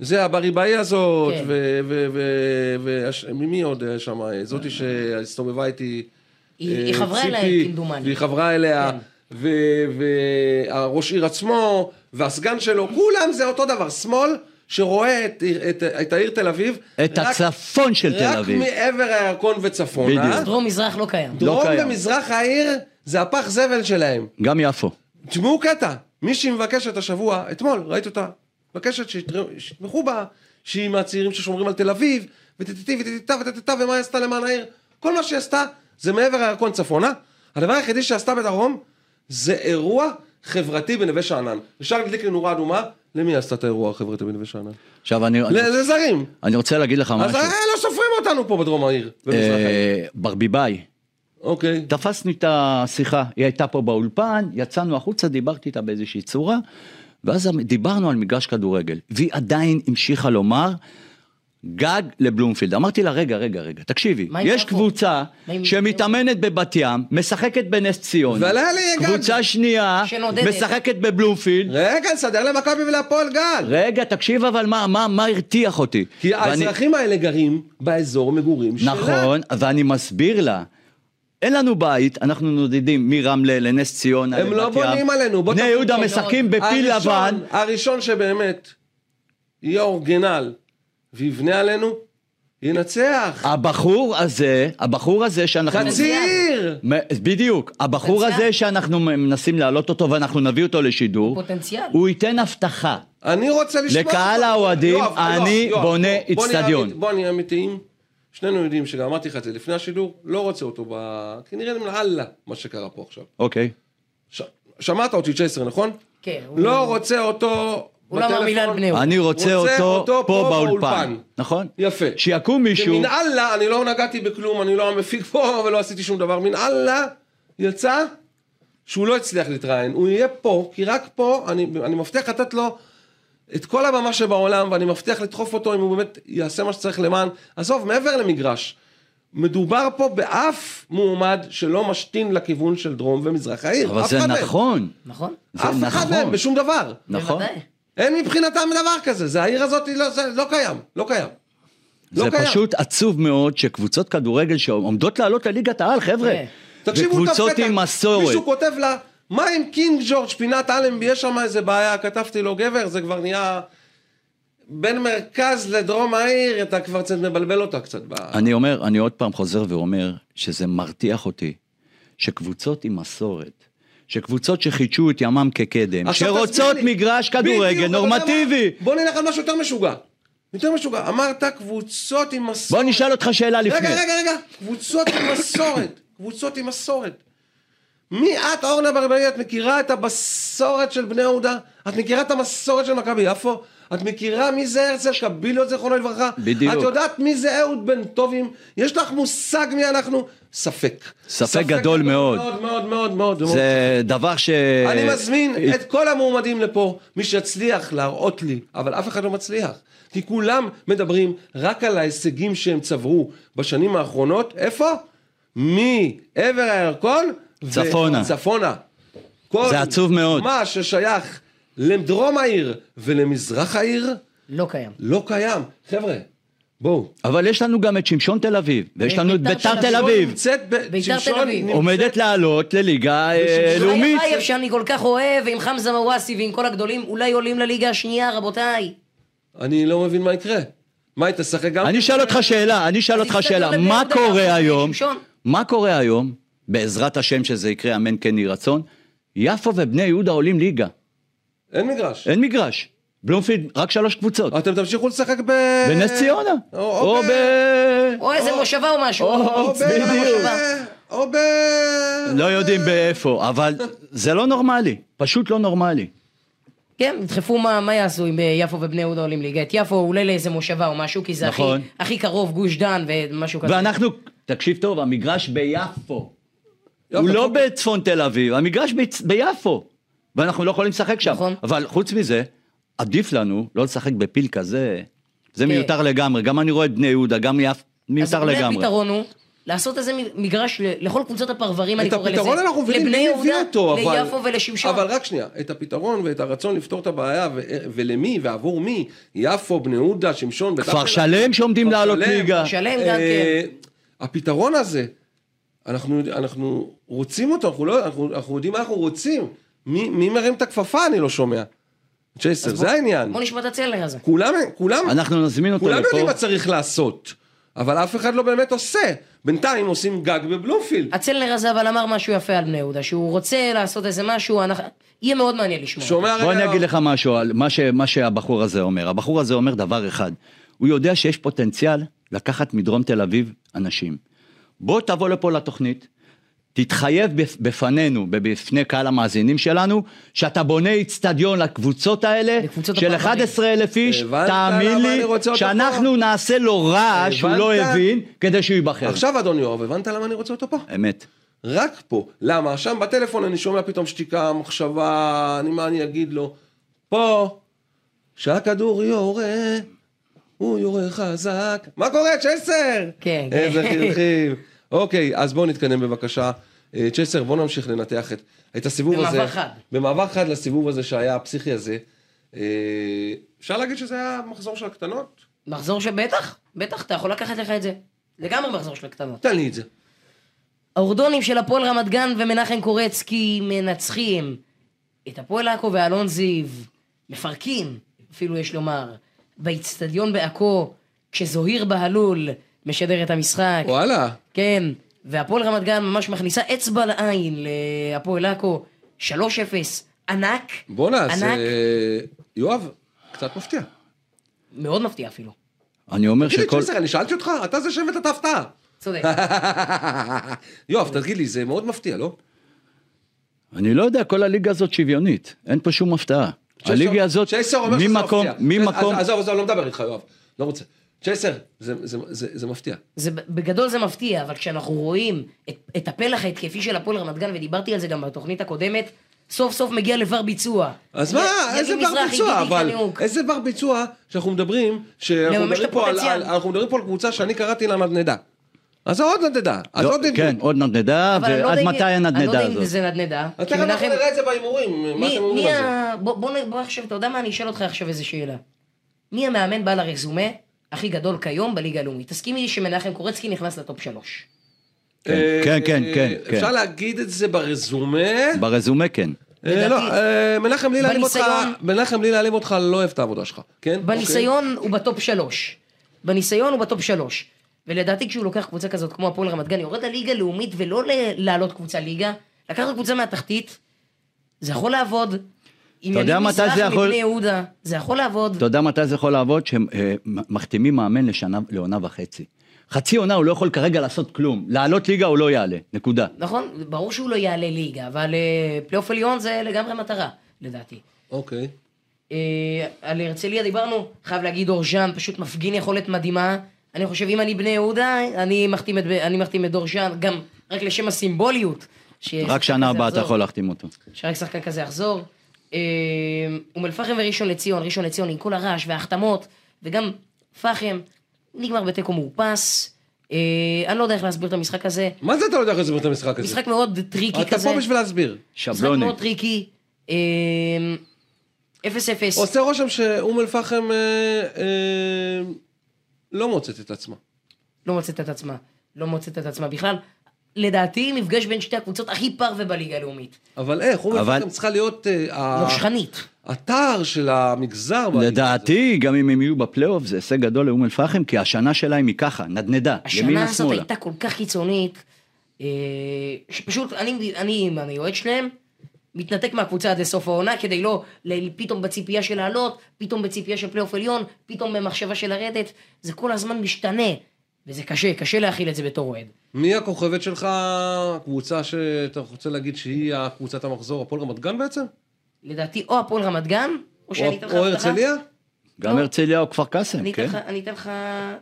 Speaker 2: זה הבריבאי הזאת,
Speaker 4: כן.
Speaker 2: ו- ו- ו- והש- מי מי עוד היה שם? אה, זאתי שהסתובבה איתי.
Speaker 4: היא- היא
Speaker 2: אה,
Speaker 4: חברה אליה,
Speaker 2: ציפי,
Speaker 4: כמדומני.
Speaker 2: והיא חברה אליה,
Speaker 4: כן.
Speaker 2: והראש עיר עצמו, והסגן שלו, כולם זה אותו דבר, שמאל. שרואה את, את, את העיר תל אביב,
Speaker 3: את הצפון של תל אביב.
Speaker 2: רק מעבר הירקון וצפונה,
Speaker 3: בדיוק.
Speaker 4: אז דרום מזרח לא קיים.
Speaker 2: דרום
Speaker 3: קיים.
Speaker 2: ומזרח העיר זה הפח זבל שלהם.
Speaker 3: גם יפו.
Speaker 2: תשמעו קטע, מישהי מבקשת השבוע, אתמול, ראית אותה, מבקשת שיתר- שיתמכו בה, שהיא מהצעירים ששומרים על תל אביב, וטטטי וטטטה וטטטה, ומה היא עשתה למען העיר. כל מה שהיא עשתה זה מעבר הירקון צפונה. הדבר היחידי שעשתה בדרום זה אירוע חברתי בנווה שאנן. אפשר להדליק לי נורה אדומה, למי עשתה את האירוע החברתי בנווה שאנן?
Speaker 3: עכשיו, אני- אני-
Speaker 2: ל- לזרים.
Speaker 3: אני רוצה להגיד לך
Speaker 2: אז אה,
Speaker 3: משהו.
Speaker 2: לא סופרים אותנו פה בדרום העיר, במזרח העיר.
Speaker 3: אה, ברביבאי,
Speaker 2: אוקיי.
Speaker 3: תפסנו את השיחה, היא הייתה פה באולפן, יצאנו החוצה, דיברתי איתה באיזושהי צורה, ואז דיברנו על מגרש כדורגל, והיא עדיין המשיכה לומר, גג לבלומפילד. אמרתי לה, רגע, רגע, רגע, תקשיבי,
Speaker 4: מה עם
Speaker 3: יש
Speaker 4: יפו?
Speaker 3: קבוצה
Speaker 4: מה עם-
Speaker 3: שמתאמנת בבת ים, משחקת בנס ציונה,
Speaker 2: ועליה לי גג.
Speaker 3: קבוצה שנייה,
Speaker 4: שנודדת.
Speaker 3: משחקת בבלומפילד.
Speaker 2: רגע, נסדר למכבי ולהפועל גל.
Speaker 3: רגע, תקשיב, אבל מה, מה, מה הרתיח אותי?
Speaker 2: כי
Speaker 3: ואני-
Speaker 2: האזרחים האלה גרים באזור מגורים שלה.
Speaker 3: נכון, ואני מסביר לה. אין לנו בית, אנחנו נודדים מרמלה לנס ציונה,
Speaker 2: הם לא
Speaker 3: לבת ים.
Speaker 2: בונים עלינו, בוא
Speaker 3: בני
Speaker 2: תפסיק
Speaker 3: יהודה
Speaker 4: לענות.
Speaker 3: משחקים בפיל
Speaker 2: הראשון-
Speaker 3: לבן.
Speaker 2: הראשון שבאמת יהיה אורגנל ויבנה עלינו, ינצח.
Speaker 3: הבחור הזה, הבחור הזה שאנחנו...
Speaker 2: קציר!
Speaker 3: מ- בדיוק, הבחור
Speaker 4: פוטנציאל.
Speaker 3: הזה שאנחנו מנסים להעלות אותו ואנחנו נביא אותו לשידור,
Speaker 4: פוטנציאל.
Speaker 3: הוא ייתן הבטחה.
Speaker 2: אני רוצה לשמוע...
Speaker 3: לקהל
Speaker 2: אותו. לא,
Speaker 3: האוהדים,
Speaker 2: יואב, יואב,
Speaker 3: אני
Speaker 2: יואב,
Speaker 3: בונה
Speaker 2: לא, בוא, בוא נהיה
Speaker 3: אצטדיון.
Speaker 2: אמית- בוא נהיה אמיתיים. שנינו יודעים שגם אמרתי לך את זה לפני השידור, לא רוצה אותו ב... כי נראה לי מלאללה מה שקרה פה עכשיו.
Speaker 3: אוקיי.
Speaker 2: ש... שמעת אותי צ'ייסר, נכון?
Speaker 4: כן, הוא-
Speaker 2: לא רוצה אותו...
Speaker 4: הוא לא אמר
Speaker 2: בטלפון.
Speaker 4: מילה על בני יהודה.
Speaker 3: אני רוצה אותו פה באולפן. נכון?
Speaker 2: יפה.
Speaker 3: שיקום מישהו,
Speaker 2: שמן אללה, אני לא נגעתי בכלום, אני לא המפיק פה ולא עשיתי שום דבר, מן אללה יצא שהוא לא הצליח להתראיין, הוא יהיה פה, כי רק פה אני, אני מבטיח לתת לו את כל הבמה שבעולם, ואני מבטיח לדחוף אותו אם הוא באמת יעשה מה שצריך למען, עזוב, מעבר למגרש, מדובר פה באף מועמד שלא משתין לכיוון של דרום ומזרח העיר,
Speaker 3: אבל
Speaker 2: אף
Speaker 3: זה
Speaker 2: אחד מהם.
Speaker 3: נכון.
Speaker 4: נכון?
Speaker 3: זה
Speaker 2: אף אחד
Speaker 3: נכון.
Speaker 2: מהם בשום דבר.
Speaker 3: נכון.
Speaker 4: בוודאי.
Speaker 2: אין מבחינתם דבר כזה, זה העיר הזאת, היא לא, זה לא קיים, לא קיים.
Speaker 3: זה
Speaker 2: לא קיים.
Speaker 3: פשוט עצוב מאוד שקבוצות כדורגל שעומדות לעלות לליגת העל, חבר'ה.
Speaker 4: כן.
Speaker 2: תקשיבו,
Speaker 3: זה קבוצות
Speaker 2: טוב,
Speaker 3: עם
Speaker 2: קטע.
Speaker 3: מסורת.
Speaker 2: מישהו כותב לה, מה עם קינג ג'ורג' פינת אלנבי, יש שם איזה בעיה, כתבתי לו, גבר, זה כבר נהיה... בין מרכז לדרום העיר, אתה כבר קצת מבלבל אותה קצת. ב...
Speaker 3: אני אומר, אני עוד פעם חוזר ואומר, שזה מרתיח אותי, שקבוצות עם מסורת, שקבוצות שחידשו את ימם כקדם,
Speaker 2: עכשיו
Speaker 3: שרוצות
Speaker 2: תסביר לי.
Speaker 3: מגרש כדורגל
Speaker 2: בדיוק, אתה יודע מה?
Speaker 3: נורמטיבי.
Speaker 2: בוא נלך על משהו יותר משוגע. יותר משוגע. אמרת קבוצות עם מסורת.
Speaker 3: בוא נשאל אותך שאלה לפני.
Speaker 2: רגע, רגע, רגע, קבוצות עם מסורת, קבוצות עם מסורת. מי את, אורנה ברביעי, את מכירה את המסורת של בני יהודה? את מכירה את המסורת של מכבי יפו? את מכירה מי זה הרצל קבילו, זיכרונו לברכה?
Speaker 3: בדיוק.
Speaker 2: את יודעת מי זה אהוד בן טובים? יש לך מושג מי אנחנו? ספק.
Speaker 3: ספק גדול מאוד.
Speaker 2: מאוד מאוד מאוד מאוד. מאוד.
Speaker 3: זה דבר ש...
Speaker 2: אני
Speaker 3: אה,
Speaker 2: מזמין את כל המועמדים לפה, מי שיצליח להראות לי, אבל אף אחד לא מצליח. כי כולם מדברים רק על ההישגים שהם צברו בשנים האחרונות, איפה? מעבר הירקון ו-
Speaker 3: צפונה.
Speaker 2: צפונה. כל
Speaker 3: זה עצוב מאוד.
Speaker 2: מה ששייך לדרום העיר ולמזרח העיר,
Speaker 4: לא קיים.
Speaker 2: לא קיים. חבר'ה, בואו.
Speaker 3: אבל יש לנו גם את שמשון תל אביב, ויש לנו את
Speaker 4: בית"ר
Speaker 3: ביתר
Speaker 4: של
Speaker 3: תל
Speaker 4: אשדוד.
Speaker 3: אביב.
Speaker 2: נמצאת ב...
Speaker 4: בית"ר
Speaker 2: שמשון
Speaker 4: תל אביב.
Speaker 2: נמצאת-
Speaker 3: עומדת לעלות לליגה אה,
Speaker 2: ושמשון-
Speaker 3: לאומית.
Speaker 4: חייב שאני כל כך אוהב, עם חמזה מוואסי ועם כל הגדולים, אולי עולים לליגה השנייה, רבותיי.
Speaker 2: אני לא מבין מה יקרה. מה, היא תשחק גם?
Speaker 3: אני אשאל אותך שאלה, אני אשאל אותך
Speaker 4: הסתכלנו
Speaker 3: שאלה,
Speaker 4: לבני
Speaker 3: מה
Speaker 4: יהודה,
Speaker 3: קורה
Speaker 4: אנחנו
Speaker 3: היום,
Speaker 4: שמשון.
Speaker 3: מה קורה היום, בעזרת השם שזה יקרה, אמן כן יהי רצון, יפו ובני יהודה עולים ליגה,
Speaker 2: אין מגרש.
Speaker 3: אין מגרש, בלומפילד רק שלוש קבוצות,
Speaker 2: אתם תמשיכו לשחק ב...
Speaker 3: בנס ציונה,
Speaker 2: או- או
Speaker 3: או
Speaker 2: ב-
Speaker 3: ב...
Speaker 4: או איזה מושבה או משהו.
Speaker 2: או ב...
Speaker 3: בדיוק.
Speaker 2: או ב...
Speaker 3: לא יודעים באיפה, אבל זה לא נורמלי, פשוט לא נורמלי.
Speaker 4: כן, ידחפו מה, מה יעשו אם אה, יפו ובני יהודה עולים ליגה. את יפו אולי לאיזה מושבה או משהו, כי זה הכי,
Speaker 3: נכון.
Speaker 4: הכי קרוב, גוש דן ומשהו כזה.
Speaker 3: ואנחנו, תקשיב טוב, המגרש ביפו,
Speaker 2: יופי,
Speaker 3: הוא לא
Speaker 2: טוב.
Speaker 3: בצפון תל אביב, המגרש ביצ- ביפו, ואנחנו לא יכולים לשחק שם.
Speaker 4: נכון.
Speaker 3: אבל חוץ מזה, עדיף לנו לא לשחק בפיל כזה, זה
Speaker 4: כן.
Speaker 3: מיותר לגמרי, גם אני רואה את בני יהודה, גם יפ...
Speaker 4: אז
Speaker 3: מיותר
Speaker 4: אולי
Speaker 3: לגמרי.
Speaker 4: הפתרון הוא לעשות איזה מ- מגרש ל- לכל קבוצות הפרברים, אני
Speaker 2: את
Speaker 4: קורא לזה.
Speaker 2: הפתרון אנחנו מבינים,
Speaker 4: לבני
Speaker 2: מי הביא
Speaker 4: יהודה,
Speaker 2: אותו, אבל...
Speaker 4: ליפו ולשמשון.
Speaker 2: אבל רק שנייה, את הפתרון ואת הרצון לפתור את הבעיה, ו- ולמי ועבור מי, יפו, בני יהודה, שמשון, בית"ר
Speaker 3: כפר
Speaker 2: תל-
Speaker 3: שלם שעומדים
Speaker 2: כפר
Speaker 3: לעלות
Speaker 2: שלם,
Speaker 3: ליגה.
Speaker 4: שלם גם
Speaker 2: אה,
Speaker 4: כן.
Speaker 2: הפתרון הזה, אנחנו, יודע- אנחנו רוצים אותו, אנחנו, לא, אנחנו, אנחנו יודעים מה אנחנו רוצים. מי, מי מרים את הכפפה, אני לא שומע. צ'ייסר, זה העניין.
Speaker 4: בוא נשמע את הצלר הזה.
Speaker 2: כולם, כולם,
Speaker 3: אנחנו נזמין אותו
Speaker 2: כולם יודעים
Speaker 3: לפה.
Speaker 2: מה צריך לעשות, אבל אף אחד לא באמת עושה. בינתיים עושים גג בבלומפילד.
Speaker 4: הצלר הזה אבל אמר משהו יפה על בני יהודה, שהוא רוצה לעשות איזה משהו, אנחנו... יהיה מאוד מעניין לשמוע.
Speaker 2: שומע רגע...
Speaker 3: בוא אני
Speaker 2: לא.
Speaker 3: אגיד לך משהו על מה, ש... מה שהבחור הזה אומר. הבחור הזה אומר דבר אחד, הוא יודע שיש פוטנציאל לקחת מדרום תל אביב אנשים. בוא תבוא לפה לתוכנית, תתחייב בפ- בפנינו, בפני קהל המאזינים שלנו, שאתה בונה איצטדיון לקבוצות האלה,
Speaker 4: לקבוצות
Speaker 3: של
Speaker 4: הפרברים.
Speaker 3: 11 אלף איש,
Speaker 2: הבנת
Speaker 3: תאמין
Speaker 2: למה
Speaker 3: לי,
Speaker 2: אני רוצה אותו
Speaker 3: שאנחנו נעשה לו רעש שהוא לא
Speaker 2: הבנת?
Speaker 3: הבין, כדי שהוא ייבחר.
Speaker 2: עכשיו, אדון יואב, הבנת למה אני רוצה אותו פה?
Speaker 3: אמת.
Speaker 2: רק פה. למה? שם בטלפון אני שומע פתאום שתיקה, מחשבה, אני מה אני אגיד לו. פה, כשהכדור יורה, הוא יורה חזק. מה קורה, צ'סר?
Speaker 4: כן, כן.
Speaker 2: איזה חיוכים. אוקיי, אז בואו נתקדם בבקשה. אה, צ'סר, בואו נמשיך לנתח את, את הסיבוב
Speaker 4: במעבר
Speaker 2: הזה.
Speaker 4: חד.
Speaker 2: במעבר חד לסיבוב הזה שהיה, הפסיכי הזה. אה, אפשר להגיד שזה היה מחזור של הקטנות?
Speaker 4: מחזור שבטח, בטח, אתה יכול לקחת לך את זה. לגמרי מחזור של הקטנות.
Speaker 2: תן לי את זה.
Speaker 4: האורדונים של הפועל רמת גן ומנחם קורצקי מנצחים את הפועל עכו ואלון זיו, מפרקים, אפילו יש לומר, באיצטדיון בעכו, כשזוהיר בהלול משדר את המשחק.
Speaker 2: וואלה.
Speaker 4: כן, והפועל רמת גן ממש מכניסה אצבע לעין להפועל עכו, 3-0, ענק,
Speaker 2: בואנה,
Speaker 4: ענק.
Speaker 2: זה... אה, יואב, קצת מפתיע.
Speaker 4: מאוד מפתיע אפילו,
Speaker 3: אני אומר
Speaker 2: תגיד לי,
Speaker 3: שכל...
Speaker 2: צ'סר, אני שאלתי אותך, אתה זה שהבאת את ההפתעה.
Speaker 4: צודק.
Speaker 2: יואב, תגיד לי, זה מאוד מפתיע, לא?
Speaker 3: אני לא יודע, כל הליגה הזאת שוויונית, אין פה שום הפתעה.
Speaker 2: צ'סר-
Speaker 3: הליגה הזאת,
Speaker 2: צ'סר אומר שזה
Speaker 3: ממקום,
Speaker 2: מפתיע.
Speaker 3: ממקום,
Speaker 2: אז- עזוב, עזוב, לא מדבר איתך, יואב. לא רוצה. צ'סר, זה- זה- זה זה מפתיע.
Speaker 4: זה, בגדול זה מפתיע, אבל כשאנחנו רואים את, את הפלח ההתקפי של הפועל רמת גן, ודיברתי על זה גם בתוכנית הקודמת, סוף סוף מגיע לבר ביצוע.
Speaker 2: אז מה,
Speaker 4: יניב
Speaker 2: איזה בר
Speaker 4: מזרחי,
Speaker 2: ביצוע,
Speaker 4: גידי
Speaker 2: אבל,
Speaker 4: קניוק.
Speaker 2: איזה בר ביצוע שאנחנו מדברים, שאנחנו
Speaker 4: מממש את
Speaker 2: מדברים פה על-
Speaker 4: הפוטנציאל.
Speaker 2: על- אנחנו מדברים פה על קבוצה שאני קראתי לה נדנדה. אז זה עוד נדנדה, אז
Speaker 3: לא,
Speaker 2: עוד נדנדה.
Speaker 3: כן, עוד נדנדה,
Speaker 4: אבל אני לא
Speaker 3: ועד
Speaker 4: יודע אם-
Speaker 3: מתי
Speaker 4: אני לא
Speaker 3: הנדנדה
Speaker 4: יודע אם
Speaker 3: הזאת?
Speaker 4: זה נדנדה.
Speaker 2: אז
Speaker 4: כי
Speaker 2: תכף אנחנו
Speaker 4: מנחם-
Speaker 2: נראה את זה בהימורים, לא מה
Speaker 4: מי-
Speaker 2: אתם אומרים
Speaker 4: מי
Speaker 2: על זה?
Speaker 4: ה- בוא- בוא נ- בוא עכשיו, אתה יודע מה, אני אשאל אותך עכשיו איזה שאלה. מי המאמן בעל הרזומה הכי גדול כיום בליגה הלאומית? תסכים איתי שמנחם קורצקי נכנס לטופ שלוש.
Speaker 3: כן,
Speaker 2: אה,
Speaker 3: כן, כן,
Speaker 2: אה,
Speaker 3: כן, כן.
Speaker 2: אפשר להגיד את זה ברזומה.
Speaker 3: ברזומה כן.
Speaker 2: אה, לא,
Speaker 4: לדעתי-
Speaker 2: אה, מנחם בלי להעלים אותך,
Speaker 4: בניסיון-
Speaker 2: מנחם בלי להעלים אותך, לא אוהב את העבודה שלך, כן?
Speaker 4: בניסיון הוא בטופ שלוש. בניסיון הוא בטופ שלוש. ולדעתי כשהוא לוקח קבוצה כזאת כמו הפועל רמת גן, יורד לליגה לאומית ולא ל- לעלות קבוצה ליגה, לקחת קבוצה מהתחתית, זה יכול לעבוד. עם
Speaker 3: אתה יודע
Speaker 4: יניב
Speaker 3: מתי זה
Speaker 4: מזרחי
Speaker 3: יכול-
Speaker 4: מבני יהודה, זה יכול לעבוד.
Speaker 3: אתה יודע מתי זה יכול לעבוד? שהם אה, מ- מחתימים מאמן לשנה, לעונה וחצי. חצי עונה הוא לא יכול כרגע לעשות כלום. לעלות ליגה הוא לא יעלה, נקודה.
Speaker 4: נכון? ברור שהוא לא יעלה ליגה, אבל אה, פלייאוף עליון זה לגמרי מטרה, לדעתי.
Speaker 2: אוקיי.
Speaker 4: אה, על הרצליה דיברנו, חייב להגיד אור ז'אן, פשוט מפגין יכולת מדהימה. אני חושב, אם אני בני יהודה, אני מחתים את, אני מחתים את אור ז'אן, גם רק לשם הסימבוליות. ש-
Speaker 3: רק שנה
Speaker 4: כזה
Speaker 3: הבאה אתה
Speaker 4: יחזור.
Speaker 3: יכול להחתים אותו.
Speaker 4: שרק שחקן כזה יחזור. אה, אום אל-פחם וראשון לציון, ראשון לציון עם כל הרעש וההחתמות, וגם פחם, נגמר בתיקו מאופס. אה, אני לא יודע איך להסביר את המשחק הזה.
Speaker 2: מה זה אתה לא יודע איך להסביר את המשחק הזה?
Speaker 4: משחק מאוד טריקי
Speaker 2: אתה
Speaker 4: כזה.
Speaker 2: פה בשביל להסביר.
Speaker 4: משחק
Speaker 3: שבלוני.
Speaker 4: מאוד טריקי. אה, 0-0.
Speaker 2: עושה רושם שאום אל-פחם אה, אה, לא מוצאת את עצמה.
Speaker 4: לא מוצאת את עצמה. לא מוצאת את עצמה בכלל. לדעתי, מפגש בין שתי הקבוצות הכי פרווה בליגה הלאומית.
Speaker 2: אבל איך, אום
Speaker 3: אבל-
Speaker 2: אל-פחם צריכה להיות אה, ה-
Speaker 4: נושכנית.
Speaker 2: הטער של המגזר. בליגה הזאת.
Speaker 3: לדעתי, גם אם הם יהיו בפלייאוף, זה הישג גדול לאום אל-פחם, כי השנה שלהם היא ככה, נדנדה,
Speaker 4: השנה
Speaker 3: ימינה
Speaker 4: הזאת
Speaker 3: שמאלה.
Speaker 4: הייתה כל כך קיצונית, אה, שפשוט אני, אני עם היועץ שלהם, מתנתק מהקבוצה עד לסוף העונה, כדי לא, ל- פתאום בציפייה של לעלות, פתאום בציפייה של פלייאוף עליון, פתאום במחשבה של לרדת, זה כל הזמן משתנה, וזה קשה, קשה להכיל את זה בתור אוהד.
Speaker 2: מי הכוכבת שלך, הקבוצה שאתה רוצה להגיד שהיא הקבוצת המחזור, הפועל רמת גן בעצם?
Speaker 4: לדעתי, או הפועל רמת גן, או שאני אתן לך
Speaker 2: או או הרצליה?
Speaker 3: גם הרצליה או כפר קאסם,
Speaker 4: אני
Speaker 3: כן?
Speaker 4: אתן לך, אני אתן לך,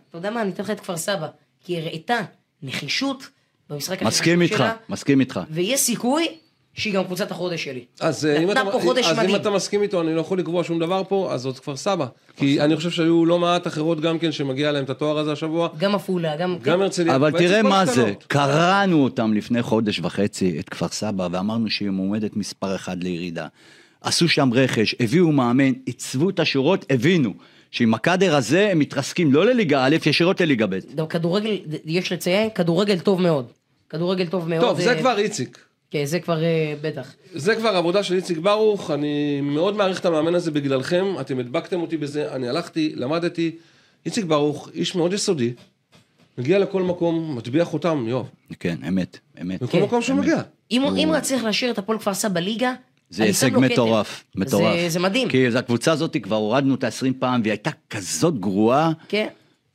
Speaker 4: אתה יודע מה, אני אתן לך את כפר סבא, כי הראתה נחישות במשחק
Speaker 3: כן, מסכים
Speaker 4: החשוב
Speaker 3: איתך,
Speaker 4: שלה,
Speaker 3: מסכים איתך.
Speaker 4: ויש סיכוי שהיא גם קבוצת החודש שלי.
Speaker 2: אז, אה, אם
Speaker 4: נתנה
Speaker 2: אתה,
Speaker 4: פה חודש
Speaker 2: אז אם
Speaker 4: מדהים.
Speaker 2: אתה מסכים איתו, אני לא יכול לקבוע שום דבר פה, אז זאת כפר סבא. כי אני חושב שהיו לא מעט אחרות גם כן שמגיע להם את התואר הזה השבוע.
Speaker 4: גם עפולה, גם... כן.
Speaker 2: גם הרצליה.
Speaker 3: אבל
Speaker 2: בעצם
Speaker 3: תראה
Speaker 2: כל
Speaker 3: מה
Speaker 4: לא-
Speaker 3: זה,
Speaker 2: הקטנות.
Speaker 3: קראנו אותם לפני חודש וחצי, את כפר סבא, ואמרנו שהיא מועמדת מספר אחד לירידה. עשו שם רכש, הביאו מאמן, עיצבו את השורות, הבינו שעם הקאדר הזה הם מתרסקים לא לליגה א', ישירות לליגה ב'.
Speaker 4: גם כדורגל, יש לציין, כדורגל טוב מאוד. כדורגל טוב מאוד.
Speaker 2: טוב, זה
Speaker 4: אה,
Speaker 2: כבר איציק.
Speaker 4: כן, זה כבר אה, בטח.
Speaker 2: זה כבר עבודה של איציק ברוך, אני מאוד מעריך את המאמן הזה בגללכם, אתם הדבקתם אותי בזה, אני הלכתי, למדתי. איציק ברוך, איש מאוד יסודי, מגיע לכל מקום, מטביע חותם, יואב.
Speaker 3: כן, אמת, אמת.
Speaker 2: בכל מקום שהוא מגיע.
Speaker 4: אם הוא- אם רציך להשאיר את הפועל כפר סבא ליגה,
Speaker 3: זה
Speaker 4: אני שם
Speaker 3: הישג
Speaker 4: לו כתר.
Speaker 3: מטורף, מטורף.
Speaker 4: זה- זה מדהים.
Speaker 3: כי זה הקבוצה הזאת, כבר הורדנו אותה 20 פעם, והיא הייתה כזאת גרועה.
Speaker 4: כן.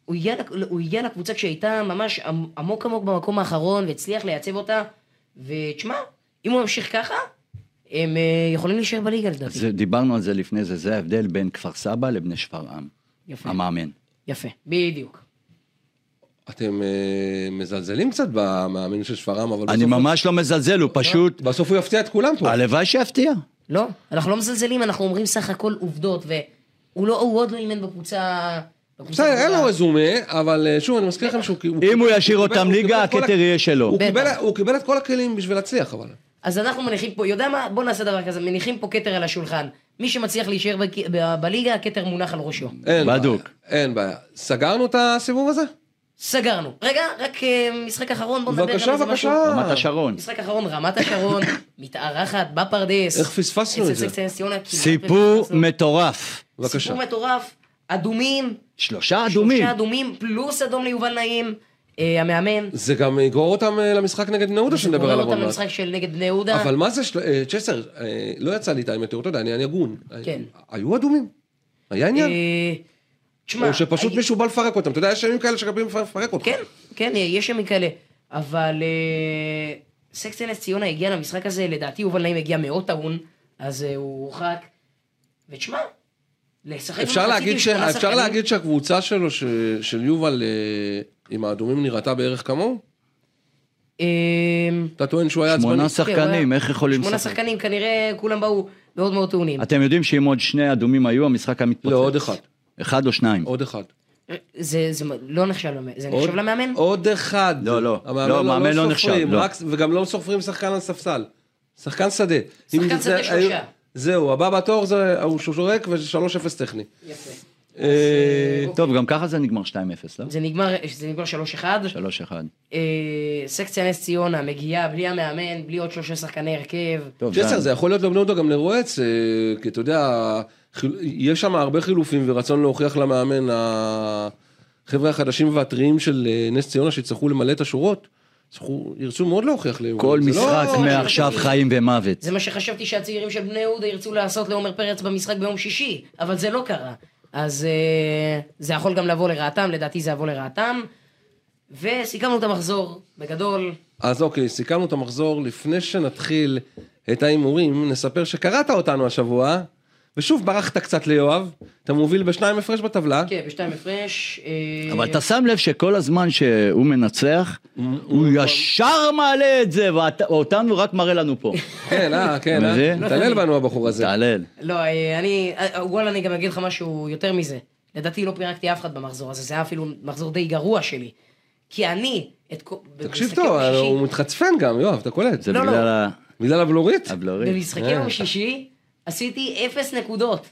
Speaker 4: הוא הגיע לק- לא, הוא הגיע לקבוצה כשהייתה ממש עמ- עמוק עמוק במקום האחרון, והצליח לייצב אותה, ותשמע, אם הוא ימשיך ככה, הם אה, יכולים להישאר בליגה לדעתי.
Speaker 3: זה, דיברנו על זה לפני זה, זה ההבדל בין כפר סבא לבני שפרעם.
Speaker 4: יפה.
Speaker 3: המאמן.
Speaker 4: יפה, בדיוק.
Speaker 2: אתם אה, מזלזלים קצת במאמן של שפרעם, אבל
Speaker 3: אני
Speaker 2: בסוף-
Speaker 3: ממש לא מזלזל, הוא פשוט...
Speaker 2: בסוף הוא יפתיע את כולם פה.
Speaker 3: הלוואי שיפתיע.
Speaker 4: לא, אנחנו לא מזלזלים, אנחנו אומרים סך הכל עובדות, והוא לא, הוא עוד לא אימן בקבוצה... בקבוצה
Speaker 2: בסדר, אין לו
Speaker 4: הגדולה.
Speaker 2: רזומה, אבל אה, שוב, אני מזכיר לכם שהוא...
Speaker 3: אם הוא ישאיר
Speaker 2: קיבל-
Speaker 3: אותם
Speaker 2: הוא קיבל
Speaker 3: ליגה,
Speaker 2: את כל
Speaker 3: הכתר
Speaker 2: ה-
Speaker 3: יהיה שלו.
Speaker 2: הוא קיבל-
Speaker 4: בטח.
Speaker 2: הוא קיבל את כל הכלים בשביל להצליח, אבל.
Speaker 4: אז אנחנו מניחים פה, יודע מה? בוא נעשה דבר כזה, מניחים פה כתר על השולחן. מי שמצליח להישאר בק- ב- בליגה, הכתר מונח על ראשו.
Speaker 2: אין בעיה.
Speaker 3: בדוק.
Speaker 2: אין בעיה. סגרנו את הסיבוב הזה?
Speaker 4: סגרנו. רגע, רק אה, משחק אחרון, בוא נדבר
Speaker 2: בבקשה,
Speaker 4: על איזה
Speaker 2: בבקשה.
Speaker 4: משהו.
Speaker 3: רמת השרון.
Speaker 4: משחק אחרון, רמת השרון, מתארחת בפרדס.
Speaker 2: איך פספסנו
Speaker 4: אצל
Speaker 2: את זה?
Speaker 4: סקס נס ציונה, כמעט
Speaker 3: סיפור
Speaker 4: ופספסנו.
Speaker 3: מטורף.
Speaker 2: בבקשה.
Speaker 4: סיפור מטורף, אדומים,
Speaker 3: שלושה אדומים.
Speaker 4: שלושה אדומים, פלוס אדום ליובל נעים, אה, המאמן.
Speaker 2: זה גם יגרור אותם אה, למשחק נגד בני יהודה שנדבר
Speaker 4: גורר
Speaker 2: עליו עוד
Speaker 4: אותם
Speaker 2: מעט.
Speaker 4: למשחק של נגד בני יהודה.
Speaker 2: אבל מה זה, של- אה, צ'סר, אה, לא יצא לי את האמת, אתה יודע, אני אני הגון.
Speaker 4: כן.
Speaker 2: היו אדומים. היה עניין.
Speaker 4: אה, תשמע,
Speaker 2: או שפשוט
Speaker 4: הי-
Speaker 2: מישהו בא לפרק אותם. אתה יודע, יש ימים כאלה שגבים לפרק אותם.
Speaker 4: כן, כן, יש שם כאלה. אבל אה, סקס נס ציונה הגיע למשחק הזה, לדעתי יובל נעים הגיע מאוד טעון, אז אה, הוא הורחק. ותשמע, לשחק...
Speaker 2: אפשר
Speaker 4: במחצית
Speaker 2: להגיד,
Speaker 4: עם
Speaker 2: ש...
Speaker 4: שמונה
Speaker 2: אפשר
Speaker 4: שחקנים-
Speaker 2: להגיד שהקבוצה שלו, ש... של יובל אה, עם האדומים, נראתה בערך כמוהו?
Speaker 4: אה,
Speaker 2: אתה טוען שהוא כן, היה עצבני?
Speaker 3: שמונה שחקנים, איך יכולים
Speaker 4: שמונה
Speaker 3: לשחק?
Speaker 4: שחקנים, כנראה כולם באו מאוד מאוד טעונים.
Speaker 3: אתם יודעים שאם עוד שני אדומים היו, המשחק היה מתפוצץ.
Speaker 2: לא, עוד אחד.
Speaker 3: אחד או שניים.
Speaker 2: עוד אחד.
Speaker 4: זה זה לא נחשב למאמן, זה
Speaker 2: עוד-
Speaker 4: נחשב למאמן?
Speaker 2: עוד אחד.
Speaker 3: לא, לא.
Speaker 2: המאמן
Speaker 3: לא, מאמן לא נחשב,
Speaker 2: סופרים,
Speaker 3: לא.
Speaker 2: רק- וגם לא סופרים שחקן על ספסל. שחקן שדה.
Speaker 4: שחקן
Speaker 2: אם
Speaker 4: שדה
Speaker 2: זה-
Speaker 4: שלושה.
Speaker 2: היו- זהו, הבא בתור זה הוא שורק ו-3-0 טכני.
Speaker 4: יפה.
Speaker 2: אה,
Speaker 3: טוב, גם ככה זה נגמר 2-0, לא?
Speaker 4: זה נגמר זה נגמר 3-1.
Speaker 3: 3-1.
Speaker 4: אה, סקציה נס ציונה מגיעה בלי המאמן, בלי עוד שלושה שחקני הרכב.
Speaker 3: טוב,
Speaker 2: ג'סר,
Speaker 3: זה-
Speaker 2: זה יכול להיות לבני יהודה גם לרועץ, אה, כי אתה יודע, חיל- יש שם הרבה חילופים ורצון להוכיח למאמן, החבר'ה החדשים והטריים של אה, נס ציונה שיצטרכו למלא את השורות, יצטרכו- ירצו מאוד להוכיח ליום.
Speaker 3: כל משחק
Speaker 4: לא-
Speaker 3: מעכשיו חיים ומוות.
Speaker 4: זה מה שחשבתי שהצעירים של בני יהודה ירצו לעשות לעומר פרץ במשחק ביום שישי, אבל זה לא קרה. אז אה, זה יכול גם לבוא לרעתם, לדעתי זה יבוא לרעתם. וסיכמנו את המחזור, בגדול.
Speaker 2: אז אוקיי, סיכמנו את המחזור. לפני שנתחיל את ההימורים, נספר שקראת אותנו השבוע, ושוב ברחת קצת ליואב, אתה מוביל בשניים הפרש בטבלה.
Speaker 4: כן, בשתיים הפרש. אה,
Speaker 3: אבל אתה שם לב שכל הזמן שהוא מנצח, הוא ישר מעלה את זה, ואותנו רק מראה לנו פה.
Speaker 2: כן, אה, כן, אה.
Speaker 3: מבין?
Speaker 2: מתעלל בנו הבחור הזה.
Speaker 3: תעלל.
Speaker 4: לא, אה, אני, אה, וואלה, אני גם אגיד לך משהו יותר מזה. לדעתי לא פירקתי אף אחד במחזור הזה, זה היה אפילו מחזור די גרוע שלי. כי אני, את כל...
Speaker 2: תקשיב
Speaker 4: במשחקי
Speaker 2: טוב, אה,
Speaker 4: יום שישי-
Speaker 2: הוא מתחצפן גם, יואב, אתה קולט.
Speaker 3: זה
Speaker 4: לא, לא.
Speaker 3: בגלל ה-
Speaker 2: בגלל הבלורית?
Speaker 3: הבלורית.
Speaker 4: במשחקי
Speaker 2: אה.
Speaker 4: יום שישי עשיתי אפס נקודות.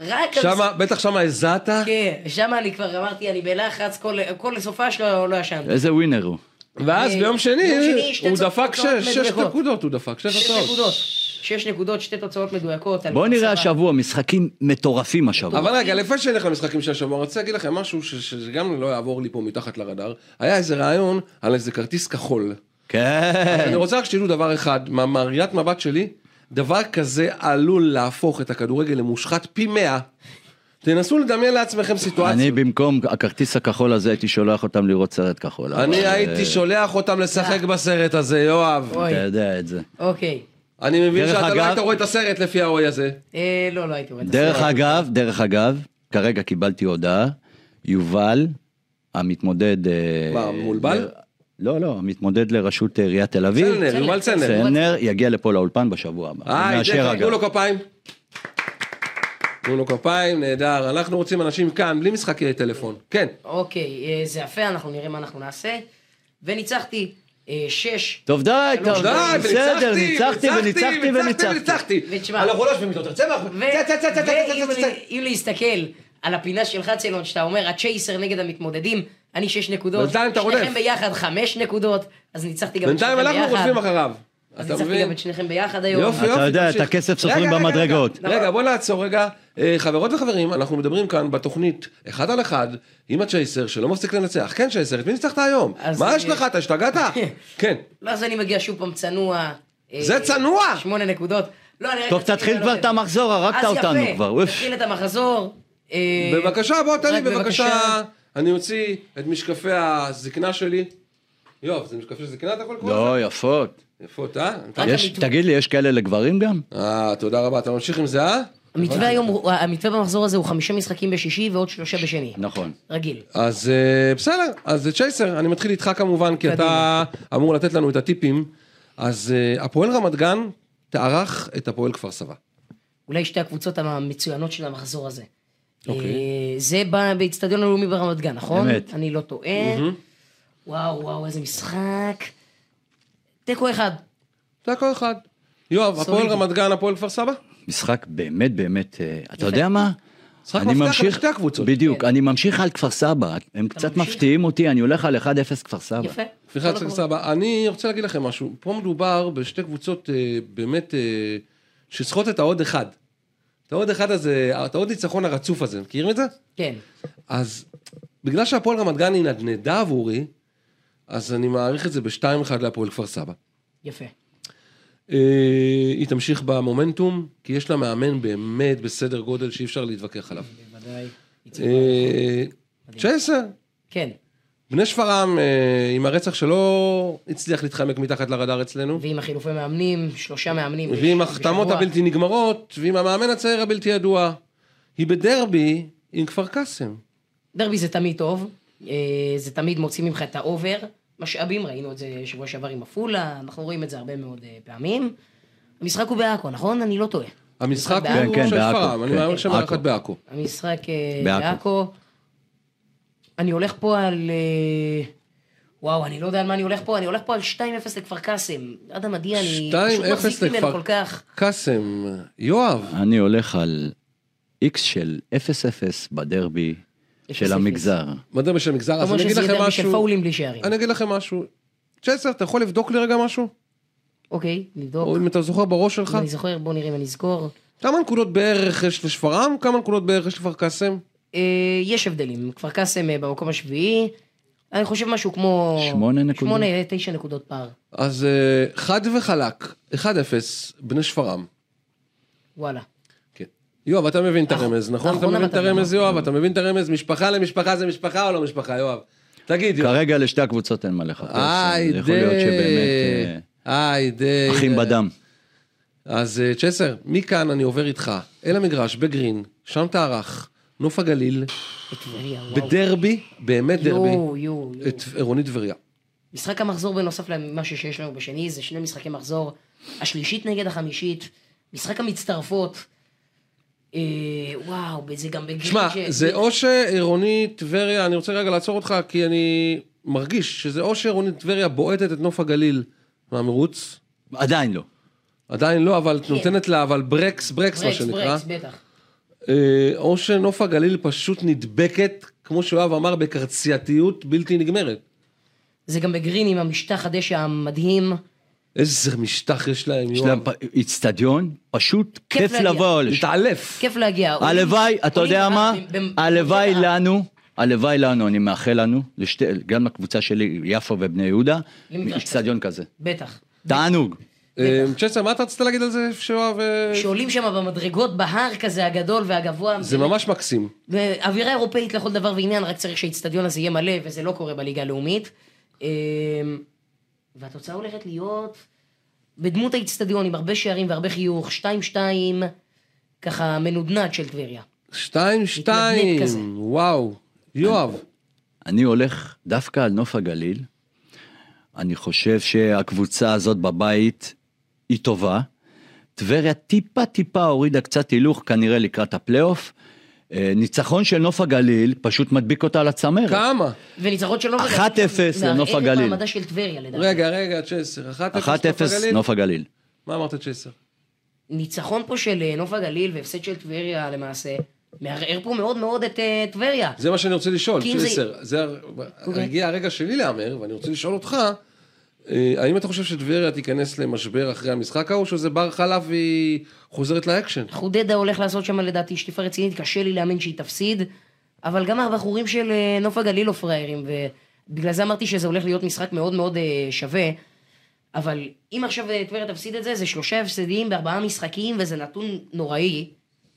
Speaker 4: רק... על-
Speaker 2: שמה, בטח שמה הזעת.
Speaker 4: כן, שמה אני כבר אמרתי, אני בלחץ, כל- כל סופה שלו לא ישנתי.
Speaker 3: איזה ווינר הוא.
Speaker 2: ואז
Speaker 4: אה,
Speaker 2: ביום שני,
Speaker 4: ביום שני, שתי
Speaker 2: הוא
Speaker 4: צ-
Speaker 2: דפק
Speaker 4: תוצאות
Speaker 2: שש, שש
Speaker 4: מדויקות.
Speaker 2: נקודות, הוא דפק שש
Speaker 4: שש
Speaker 2: הצעות.
Speaker 4: נקודות. שש נקודות, שתי תוצאות מדויקות. על
Speaker 3: בוא
Speaker 4: כל
Speaker 3: נראה
Speaker 4: סבבה.
Speaker 3: השבוע, משחקים מטורפים השבוע.
Speaker 2: אבל רגע, לפני שנלך למשחקים של השבוע, אני רוצה להגיד לכם משהו ש- שגם לא יעבור לי פה מתחת לרדאר. היה איזה רעיון על איזה כרטיס כחול.
Speaker 3: כן.
Speaker 2: אני רוצה רק שתדעו דבר אחד, מה- מהראיית מבט שלי, דבר כזה עלול להפוך את הכדורגל למושחת פי מאה. תנסו לדמיין לעצמכם
Speaker 3: אני
Speaker 2: סיטואציה.
Speaker 3: במקום הכרטיס הכחול הזה הייתי שולח אותם לראות סרט כחול. אבל,
Speaker 2: אני
Speaker 3: אה,
Speaker 2: הייתי שולח אותם לשחק בסרט הזה, יואב.
Speaker 4: אוי,
Speaker 3: אתה יודע את זה.
Speaker 4: אוקיי.
Speaker 2: אני מבין
Speaker 3: דרך
Speaker 2: שאתה לא
Speaker 3: אגב-
Speaker 2: היית רואה את הסרט לפי האוי הזה.
Speaker 4: אה, לא, לא הייתי רואה את זה.
Speaker 3: דרך אגב, דרך אגב, כרגע קיבלתי הודעה, יובל, המתמודד... אה,
Speaker 2: מה, מולבל?
Speaker 3: ל- לא, לא, המתמודד לראשות עיריית תל אביב.
Speaker 2: צלנר, יובל צלנר.
Speaker 3: צלנר יגיע לפה לאולפן בשבוע הבא.
Speaker 2: אה,
Speaker 3: כן. אני מאשר
Speaker 2: איתך,
Speaker 3: אגב.
Speaker 2: תנו לו כפיים. תנו לו כפיים, נהדר. אנחנו רוצים אנשים כאן, בלי משחקי טלפון. כן.
Speaker 4: אוקיי, אה, זה יפה, אנחנו נראה מה אנחנו נעשה. וניצחתי אה, שש.
Speaker 3: טוב, די,
Speaker 4: שלוש,
Speaker 3: טוב,
Speaker 2: די,
Speaker 3: בסדר, ניצחתי וניצחתי וניצחתי.
Speaker 2: וניצחתי.
Speaker 4: ותשמע.
Speaker 2: אנחנו לא יושבים איתו, תרצה ואנחנו...
Speaker 4: ו-
Speaker 2: צא, צא, צא, צא, צא,
Speaker 4: ואם
Speaker 2: צא, צא, צא.
Speaker 4: אני- אם להסתכל על הפינה שלך, צלון, שאתה אומר, הצ'ייסר נגד המתמודדים, אני שש נקודות.
Speaker 2: בינתיים אתה רודף.
Speaker 4: שניכם ביחד חמש נקודות, אז ניצחתי גם את שניכם
Speaker 2: בינתיים
Speaker 4: ביחד.
Speaker 2: אנחנו רודפים אחריו.
Speaker 4: אז
Speaker 2: אתה
Speaker 4: ניצחתי
Speaker 2: מבין?
Speaker 4: גם את שניכם ביחד היום.
Speaker 2: יופי, יופי.
Speaker 3: אתה יודע,
Speaker 2: תמשיך.
Speaker 3: את הכסף סופרים
Speaker 2: רגע, רגע,
Speaker 3: במדרגות.
Speaker 4: נכון.
Speaker 2: רגע, רגע, בוא נעצור רגע. אה, חברות וחברים, אנחנו מדברים כאן בתוכנית אחד על אחד עם הצ'ייסר שלא מפסיק לנצח. כן, צ'ייסר, את מי ניצחת היום?
Speaker 4: אז-
Speaker 2: מה יש לך? אתה השתגעת? כן.
Speaker 4: לא, אז אני מגיע שוב פעם צנוע. אה,
Speaker 2: זה צנוע?
Speaker 4: שמונה נקודות. לא, אני רק
Speaker 3: טוב,
Speaker 4: רציתי
Speaker 3: תתחיל כבר
Speaker 4: לעלות
Speaker 3: את המחזור, הרגת
Speaker 4: אז
Speaker 3: אותנו
Speaker 4: יפה,
Speaker 3: כבר. אוף.
Speaker 4: תתחיל את המחזור. אה,
Speaker 2: בבקשה, בוא תן לי
Speaker 4: רק
Speaker 2: בבקשה. אני אוציא את משקפי הזקנה שלי. יואב, זה משקפי זקנה אתה יכול לקרוא? לזה?
Speaker 3: לא, יפות.
Speaker 2: יפות, אה?
Speaker 4: רק
Speaker 3: יש-
Speaker 4: המיתוג.
Speaker 3: תגיד לי, יש כאלה לגברים גם?
Speaker 2: אה, תודה רבה, אתה ממשיך עם זה, אה?
Speaker 4: המתווה היום, הוא- המתווה במחזור הזה הוא חמישה משחקים בשישי ועוד שלושה בשני.
Speaker 3: נכון.
Speaker 4: רגיל.
Speaker 2: אז אה, בסדר, אז צ'ייסר, אני מתחיל איתך כמובן, כי אתה אמור לתת לנו את הטיפים. אז אה, הפועל רמת גן תערך את הפועל כפר סבא.
Speaker 4: אולי שתי הקבוצות המצוינות של המחזור הזה.
Speaker 2: אוקיי.
Speaker 4: אה, זה בא באיצטדיון הלאומי ברמת גן, נכון?
Speaker 3: אמת.
Speaker 4: אני לא טועה. וואו, וואו, איזה משחק. תיקו אחד.
Speaker 2: זה הכל אחד. יואב, הפועל
Speaker 4: סולידי.
Speaker 2: רמת גן, הפועל כפר סבא?
Speaker 3: משחק באמת באמת, אה, אתה יודע מה?
Speaker 2: משחק מפתח לשתי הקבוצות.
Speaker 3: בדיוק, אני ממשיך על כפר סבא, הם קצת
Speaker 4: ממשיך?
Speaker 3: מפתיעים אותי, אני הולך על 1-0 כפר סבא.
Speaker 4: יפה. כל
Speaker 2: סליחה,
Speaker 4: הכבוד.
Speaker 2: כפר סבא. אני רוצה להגיד לכם משהו. פה מדובר בשתי קבוצות אה, באמת אה, שצריכות את העוד אחד. את העוד אחד הזה, את העוד ניצחון הרצוף הזה. מכירים את זה?
Speaker 4: כן.
Speaker 2: אז בגלל שהפועל רמת גן היא נדנדה עבורי, אז אני מעריך את זה בשתיים אחד להפועל כפר סבא.
Speaker 4: יפה.
Speaker 2: אה, היא תמשיך במומנטום, כי יש לה מאמן באמת בסדר גודל שאי אפשר להתווכח עליו.
Speaker 4: בוודאי.
Speaker 2: אה, צ'סר,
Speaker 4: כן.
Speaker 2: בני שפרעם אה, עם הרצח שלא הצליח להתחמק מתחת לרדאר אצלנו,
Speaker 4: ועם החילופי מאמנים, שלושה מאמנים.
Speaker 2: ועם
Speaker 4: בש-
Speaker 2: החתמות
Speaker 4: בשבוע.
Speaker 2: הבלתי נגמרות, ועם המאמן הצעיר הבלתי ידוע. היא בדרבי עם כפר קאסם.
Speaker 4: דרבי זה תמיד טוב, אה, זה תמיד מוציא ממך את האובר, משאבים, ראינו את זה שבוע שעבר עם עפולה, אנחנו רואים את זה הרבה מאוד אה, פעמים. המשחק הוא בעכו, נכון? אני לא טועה.
Speaker 2: המשחק
Speaker 4: כן,
Speaker 2: הוא
Speaker 3: כן,
Speaker 2: של
Speaker 3: בעכו,
Speaker 2: שפרעם, אני
Speaker 3: כן.
Speaker 2: מאמין שמארחת
Speaker 3: עכו.
Speaker 2: בעכו.
Speaker 4: המשחק אה,
Speaker 3: בעכו.
Speaker 4: בעכו. אני הולך פה על... אה, וואו, אני לא יודע על מה אני הולך פה, אני הולך פה על 2-0 לכפר קאסם. אדם מדהים, אני
Speaker 2: 2-0
Speaker 4: פשוט מחזיק ממנו
Speaker 2: לכפר
Speaker 4: כל כך.
Speaker 2: קאסם, יואב,
Speaker 3: אני הולך על איקס של 0-0 בדרבי
Speaker 4: 0-0.
Speaker 3: של המגזר.
Speaker 2: מדבר בשם מגזר, אז
Speaker 4: כמו
Speaker 2: אני אגיד
Speaker 4: שזה
Speaker 2: לכם
Speaker 4: דרבי של
Speaker 2: לא משהו,
Speaker 4: פאולים בלי שערים.
Speaker 2: אני אגיד לכם משהו. צ'סר, אתה יכול לבדוק לי רגע משהו?
Speaker 4: אוקיי, נבדוק.
Speaker 2: או אם אתה זוכר בראש שלך?
Speaker 4: אם אני זוכר, בוא נראה אם אני אזכור.
Speaker 2: כמה נקודות בערך יש לשפרעם? כמה נקודות בערך יש לכפר קאסם?
Speaker 4: אה, יש הבדלים, כפר קאסם אה, במקום השביעי, אני חושב משהו כמו...
Speaker 3: שמונה נקודות?
Speaker 4: שמונה, תשע נקודות פער,
Speaker 2: אז אה, חד וחלק, 1-0, בני שפרעם.
Speaker 4: וואלה.
Speaker 2: כן. יואב, אתה מבין את
Speaker 4: אח-
Speaker 2: הרמז, נכון? אתה
Speaker 4: אחרונה
Speaker 2: מבין את
Speaker 4: בטבלה.
Speaker 2: הרמז, יואב? אתה מבין את הרמז? משפחה למשפחה זה משפחה או לא משפחה, יואב? תגיד, יואב.
Speaker 3: כרגע לשתי הקבוצות אין מה לחפש, אז
Speaker 2: היי,
Speaker 3: יכול להיות שבאמת
Speaker 2: די. היי, די.
Speaker 3: אה, אחים בדם.
Speaker 2: אז אה, צ'סר, מכאן אני עובר איתך אל המגרש בגרין, שם תערך, נוף הגליל,
Speaker 4: בטבריה, וואו.
Speaker 2: בדרבי, באמת דרבי,
Speaker 4: יואו, יואו, יואו.
Speaker 2: את עירוני טבריה.
Speaker 4: משחק המחזור בנוסף למה שיש לנו בשני, זה שני משחקי מחזור, השלישית נגד החמישית, משחק המצטרפות. אה, וואו, זה גם בגיל
Speaker 2: שמע,
Speaker 4: ש-
Speaker 2: זה או שעירוני טבריה, אני רוצה רגע לעצור אותך, כי אני מרגיש שזה או שעירוני טבריה בועטת את נוף הגליל מהמרוץ,
Speaker 3: עדיין לא.
Speaker 2: עדיין לא, אבל נותנת לה, אבל ברקס, ברקס מה
Speaker 4: כן. ברקס,
Speaker 2: שנקרא,
Speaker 4: ברקס, בטח.
Speaker 2: אה, או שנוף הגליל פשוט נדבקת, כמו שיואב אמר, בקרצייתיות בלתי נגמרת.
Speaker 4: זה גם בגרין עם המשטח הדשא המדהים.
Speaker 2: איזה משטח יש להם,
Speaker 3: יש להם
Speaker 2: יואב.
Speaker 3: פ- איצטדיון, פשוט כיף
Speaker 4: להגיע.
Speaker 3: לבוא לשם.
Speaker 2: להתעלף.
Speaker 4: כיף להגיע.
Speaker 3: הלוואי, אתה
Speaker 4: עולים
Speaker 3: יודע
Speaker 4: רק
Speaker 3: מה?
Speaker 4: ב- ב-
Speaker 3: הלוואי
Speaker 4: בקטע-
Speaker 3: לנו, הלוואי לנו, אני מאחל לנו, לשתי, גם לקבוצה שלי, יפו ובני יהודה,
Speaker 4: למגרש כזה.
Speaker 3: אצטדיון כזה.
Speaker 4: בטח.
Speaker 3: תענוג.
Speaker 2: אה, צ'סה, מה אתה רצית להגיד על זה, שיואב? אה,
Speaker 4: שעולים שם במדרגות בהר כזה הגדול והגבוה.
Speaker 2: זה ממש מקסים.
Speaker 4: אווירה אירופאית לכל דבר ועניין, רק צריך שהאיצטדיון הזה יהיה מלא, וזה לא קורה בליגה הלאומית. אמ, והתוצאה הולכת להיות בדמות האיצטדיון, עם הרבה שערים והרבה חיוך, 2-2, ככה מנודנת של טבריה.
Speaker 2: שתיים,
Speaker 4: מתנדנד כזה.
Speaker 2: שתיים, וואו. יואב,
Speaker 3: אני הולך דווקא על נוף הגליל. אני חושב שהקבוצה הזאת בבית היא טובה. טבריה טיפה טיפה הורידה קצת הילוך, כנראה לקראת הפלייאוף. אה, ניצחון של נוף הגליל פשוט מדביק אותה על הצמרת.
Speaker 2: כמה?
Speaker 4: וניצחון של נוף
Speaker 3: 1-0 לנוף
Speaker 4: מערער את
Speaker 3: הגליל.
Speaker 4: מעמדה של טבריה לדעתי.
Speaker 2: רגע, רגע, צ'סר. 1-0
Speaker 3: 1-0
Speaker 2: נוף הגליל?
Speaker 3: נוף הגליל.
Speaker 2: מה אמרת צ'סר?
Speaker 4: ניצחון פה של אה, נוף הגליל והפסד של טבריה למעשה, מערער פה מאוד מאוד את אה, טבריה.
Speaker 2: זה מה שאני רוצה לשאול,
Speaker 4: כי אם זה-
Speaker 2: צ'סר. זה הר-
Speaker 4: אוקיי.
Speaker 2: הגיע הרגע שלי להמר, ואני רוצה לשאול אותך, אה, האם אתה חושב שטבריה תיכנס למשבר אחרי המשחק ההוא, שזה בר חלב והיא חוזרת לאקשן?
Speaker 4: חודדה הולך לעשות שם לדעתי שטיפה רצינית, קשה לי להאמין שהיא תפסיד, אבל גם הבחורים של אה, נוף הגליל לא פראיירים, ובגלל זה אמרתי שזה הולך להיות משחק מאוד מאוד אה, שווה, אבל אם עכשיו אה, טבריה תפסיד את זה, זה שלושה הפסדים בארבעה משחקים, וזה נתון נוראי,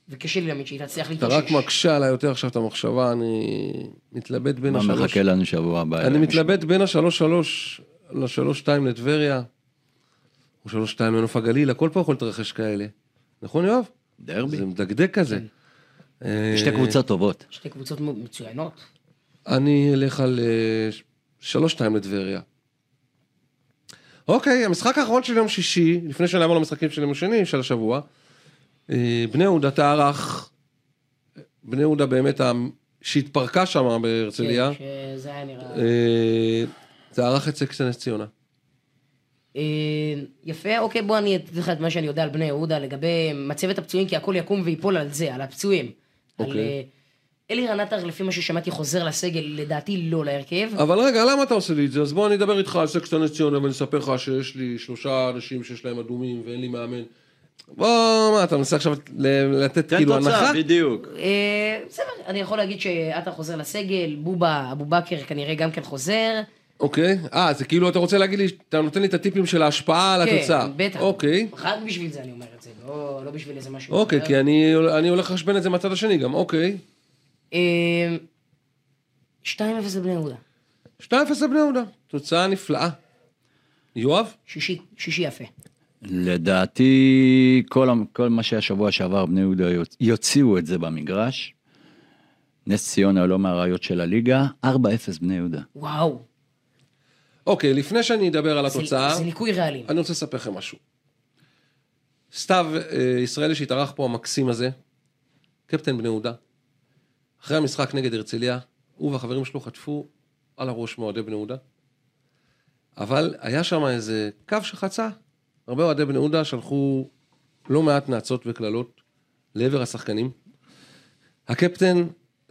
Speaker 4: וקשה לי להאמין שהיא תצליח
Speaker 2: אתה
Speaker 4: להתאושש.
Speaker 2: רק מקשה עליי יותר עכשיו את המחשבה, אני מתלבט בין
Speaker 3: מה
Speaker 2: השלוש.
Speaker 3: מחכה לנו שבוע הבא?
Speaker 2: אני מתלבט בין השלוש שלוש לשלוש שתיים לטבריה, או שלוש שתיים לנוף הגליל, הכל פה יכול להתרחש כאלה. נכון יואב?
Speaker 3: דרבי.
Speaker 2: זה מדגדג כזה. אה,
Speaker 3: שתי קבוצות טובות.
Speaker 4: שתי קבוצות מ- מצוינות.
Speaker 2: אני אלך על אה, ש- שלוש שתיים לטבריה. אוקיי, המשחק האחרון של יום שישי, לפני שנעבור למשחקים של יום שני, של השבוע, אה, אה, בני יהודה תערך, בני יהודה באמת, ה- שהתפרקה שם בהרצליה,
Speaker 4: כן, שזה היה נראה...
Speaker 2: אה, תערך את סקס נס ציונה.
Speaker 4: אה, יפה, אוקיי, בוא אני אתן לך את מה שאני יודע על בני יהודה לגבי מצבת הפצועים, כי הכל יקום וייפול על זה, על הפצועים. על,
Speaker 2: אוקיי.
Speaker 4: אה, אלירן עטר, לפי מה ששמעתי, חוזר לסגל, לדעתי לא להרכב.
Speaker 2: אבל רגע, למה אתה עושה לי את זה? אז בוא אני אדבר איתך על סקס נס ציונה ואני אספר לך שיש לי שלושה אנשים שיש להם אדומים ואין לי מאמן. בוא, מה, אתה מנסה עכשיו ל- לתת כאילו הנחה?
Speaker 3: בדיוק.
Speaker 4: אה, בסדר, אני יכול להגיד שעטר חוזר לסגל, בובה, אבו בכר כנראה גם כן חוזר.
Speaker 2: אוקיי. אה, זה כאילו אתה רוצה להגיד לי, אתה נותן לי את הטיפים של ההשפעה על התוצאה.
Speaker 4: כן, בטח.
Speaker 2: אוקיי.
Speaker 4: רק בשביל זה אני אומר את זה, לא, לא בשביל איזה משהו.
Speaker 2: אוקיי,
Speaker 4: אחר.
Speaker 2: כי אני, אני הולך לחשבן את זה מהצד השני גם, אוקיי.
Speaker 4: אה, 2-0 לבני יהודה.
Speaker 2: 2-0 לבני יהודה, תוצאה נפלאה. יואב?
Speaker 4: שישי, שישי יפה.
Speaker 3: לדעתי, כל, המ- כל מה שהיה שבוע שעבר, בני יהודה יוצ- יוציאו את זה במגרש. נס ציונה לא מהראיות של הליגה, 4-0 בני יהודה.
Speaker 4: וואו.
Speaker 2: אוקיי, לפני שאני אדבר על
Speaker 4: זה-
Speaker 2: התוצאה,
Speaker 4: זה ניקוי רעלים.
Speaker 2: אני רוצה לספר לכם משהו. סתיו אה, ישראלי שהתארח פה המקסים הזה, קפטן בני יהודה, אחרי המשחק נגד הרצליה, הוא והחברים שלו חטפו על הראש מאוהדי בני יהודה, אבל היה שם איזה קו שחצה, הרבה אוהדי בני יהודה שלחו לא מעט נאצות וקללות לעבר השחקנים. הקפטן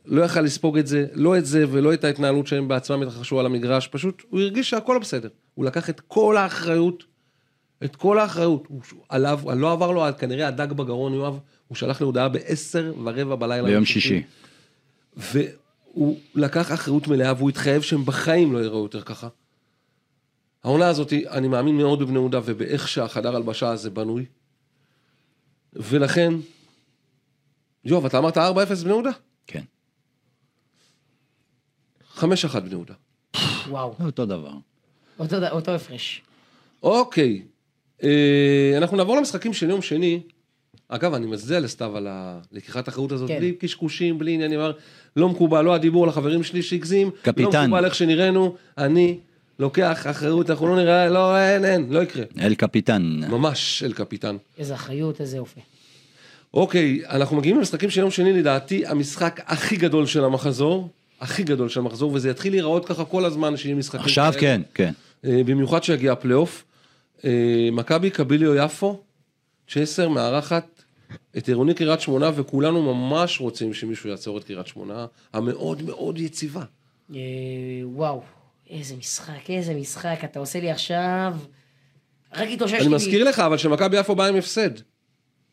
Speaker 2: לא יכל לספוג את זה, לא את זה ולא את ההתנהלות שהם בעצמם התרחשו על המגרש, פשוט הוא הרגיש שהכל בסדר. הוא לקח את כל האחריות, את כל האחריות, הוא ש- עליו, לא עבר לו כנראה הדג בגרון, יואב, הוא שלח לי הודעה בעשר ורבע בלילה.
Speaker 3: ביום שישי.
Speaker 2: והוא לקח אחריות מלאה והוא התחייב שהם בחיים לא יראו יותר ככה. העונה הזאת, אני מאמין מאוד בבני יהודה ובאיך שהחדר הלבשה הזה בנוי. ולכן, יואב, אתה אמרת 4-0 בני יהודה?
Speaker 3: כן.
Speaker 2: 5-1 בני יהודה.
Speaker 4: וואו.
Speaker 3: זה אותו דבר.
Speaker 4: אותו ד- אותו הפרש.
Speaker 2: אוקיי, אה, אנחנו נעבור למשחקים של יום שני. אגב, אני מצדיע לסתיו על הלקיחת האחריות הזאת,
Speaker 4: כן.
Speaker 2: בלי קשקושים, בלי עניינים, אמר, לא מקובל, לא הדיבור לחברים שלי שהגזים, לא
Speaker 3: קפיטן.
Speaker 2: מקובל איך שנראינו, אני לוקח אחריות, אנחנו לא נראה, לא, אין, אין, לא יקרה.
Speaker 3: אל קפיטן.
Speaker 2: ממש אל קפיטן.
Speaker 4: איזה אחריות, איזה יופי.
Speaker 2: אוקיי, אנחנו מגיעים למשחקים של יום שני, לדעתי, המשחק הכי גדול של המחזור, הכי גדול של המחזור, וזה יתחיל להיראות ככה כל הזמן, שיהיו משחקים
Speaker 3: עכשיו
Speaker 2: כאלה.
Speaker 3: כן, כן.
Speaker 2: אה, במיוחד שיגיע הפלייאוף. אה, מכבי קביליו יפו, צ'סר מארחת את עירוני קריית שמונה, וכולנו ממש רוצים שמישהו יעצור את קריית שמונה, המאוד מאוד יציבה.
Speaker 4: אה, וואו. איזה משחק, איזה משחק. אתה עושה לי עכשיו... רק התאוששתי...
Speaker 2: אני
Speaker 4: מ-
Speaker 2: מזכיר לך, אבל שמכבי יפו באה עם הפסד,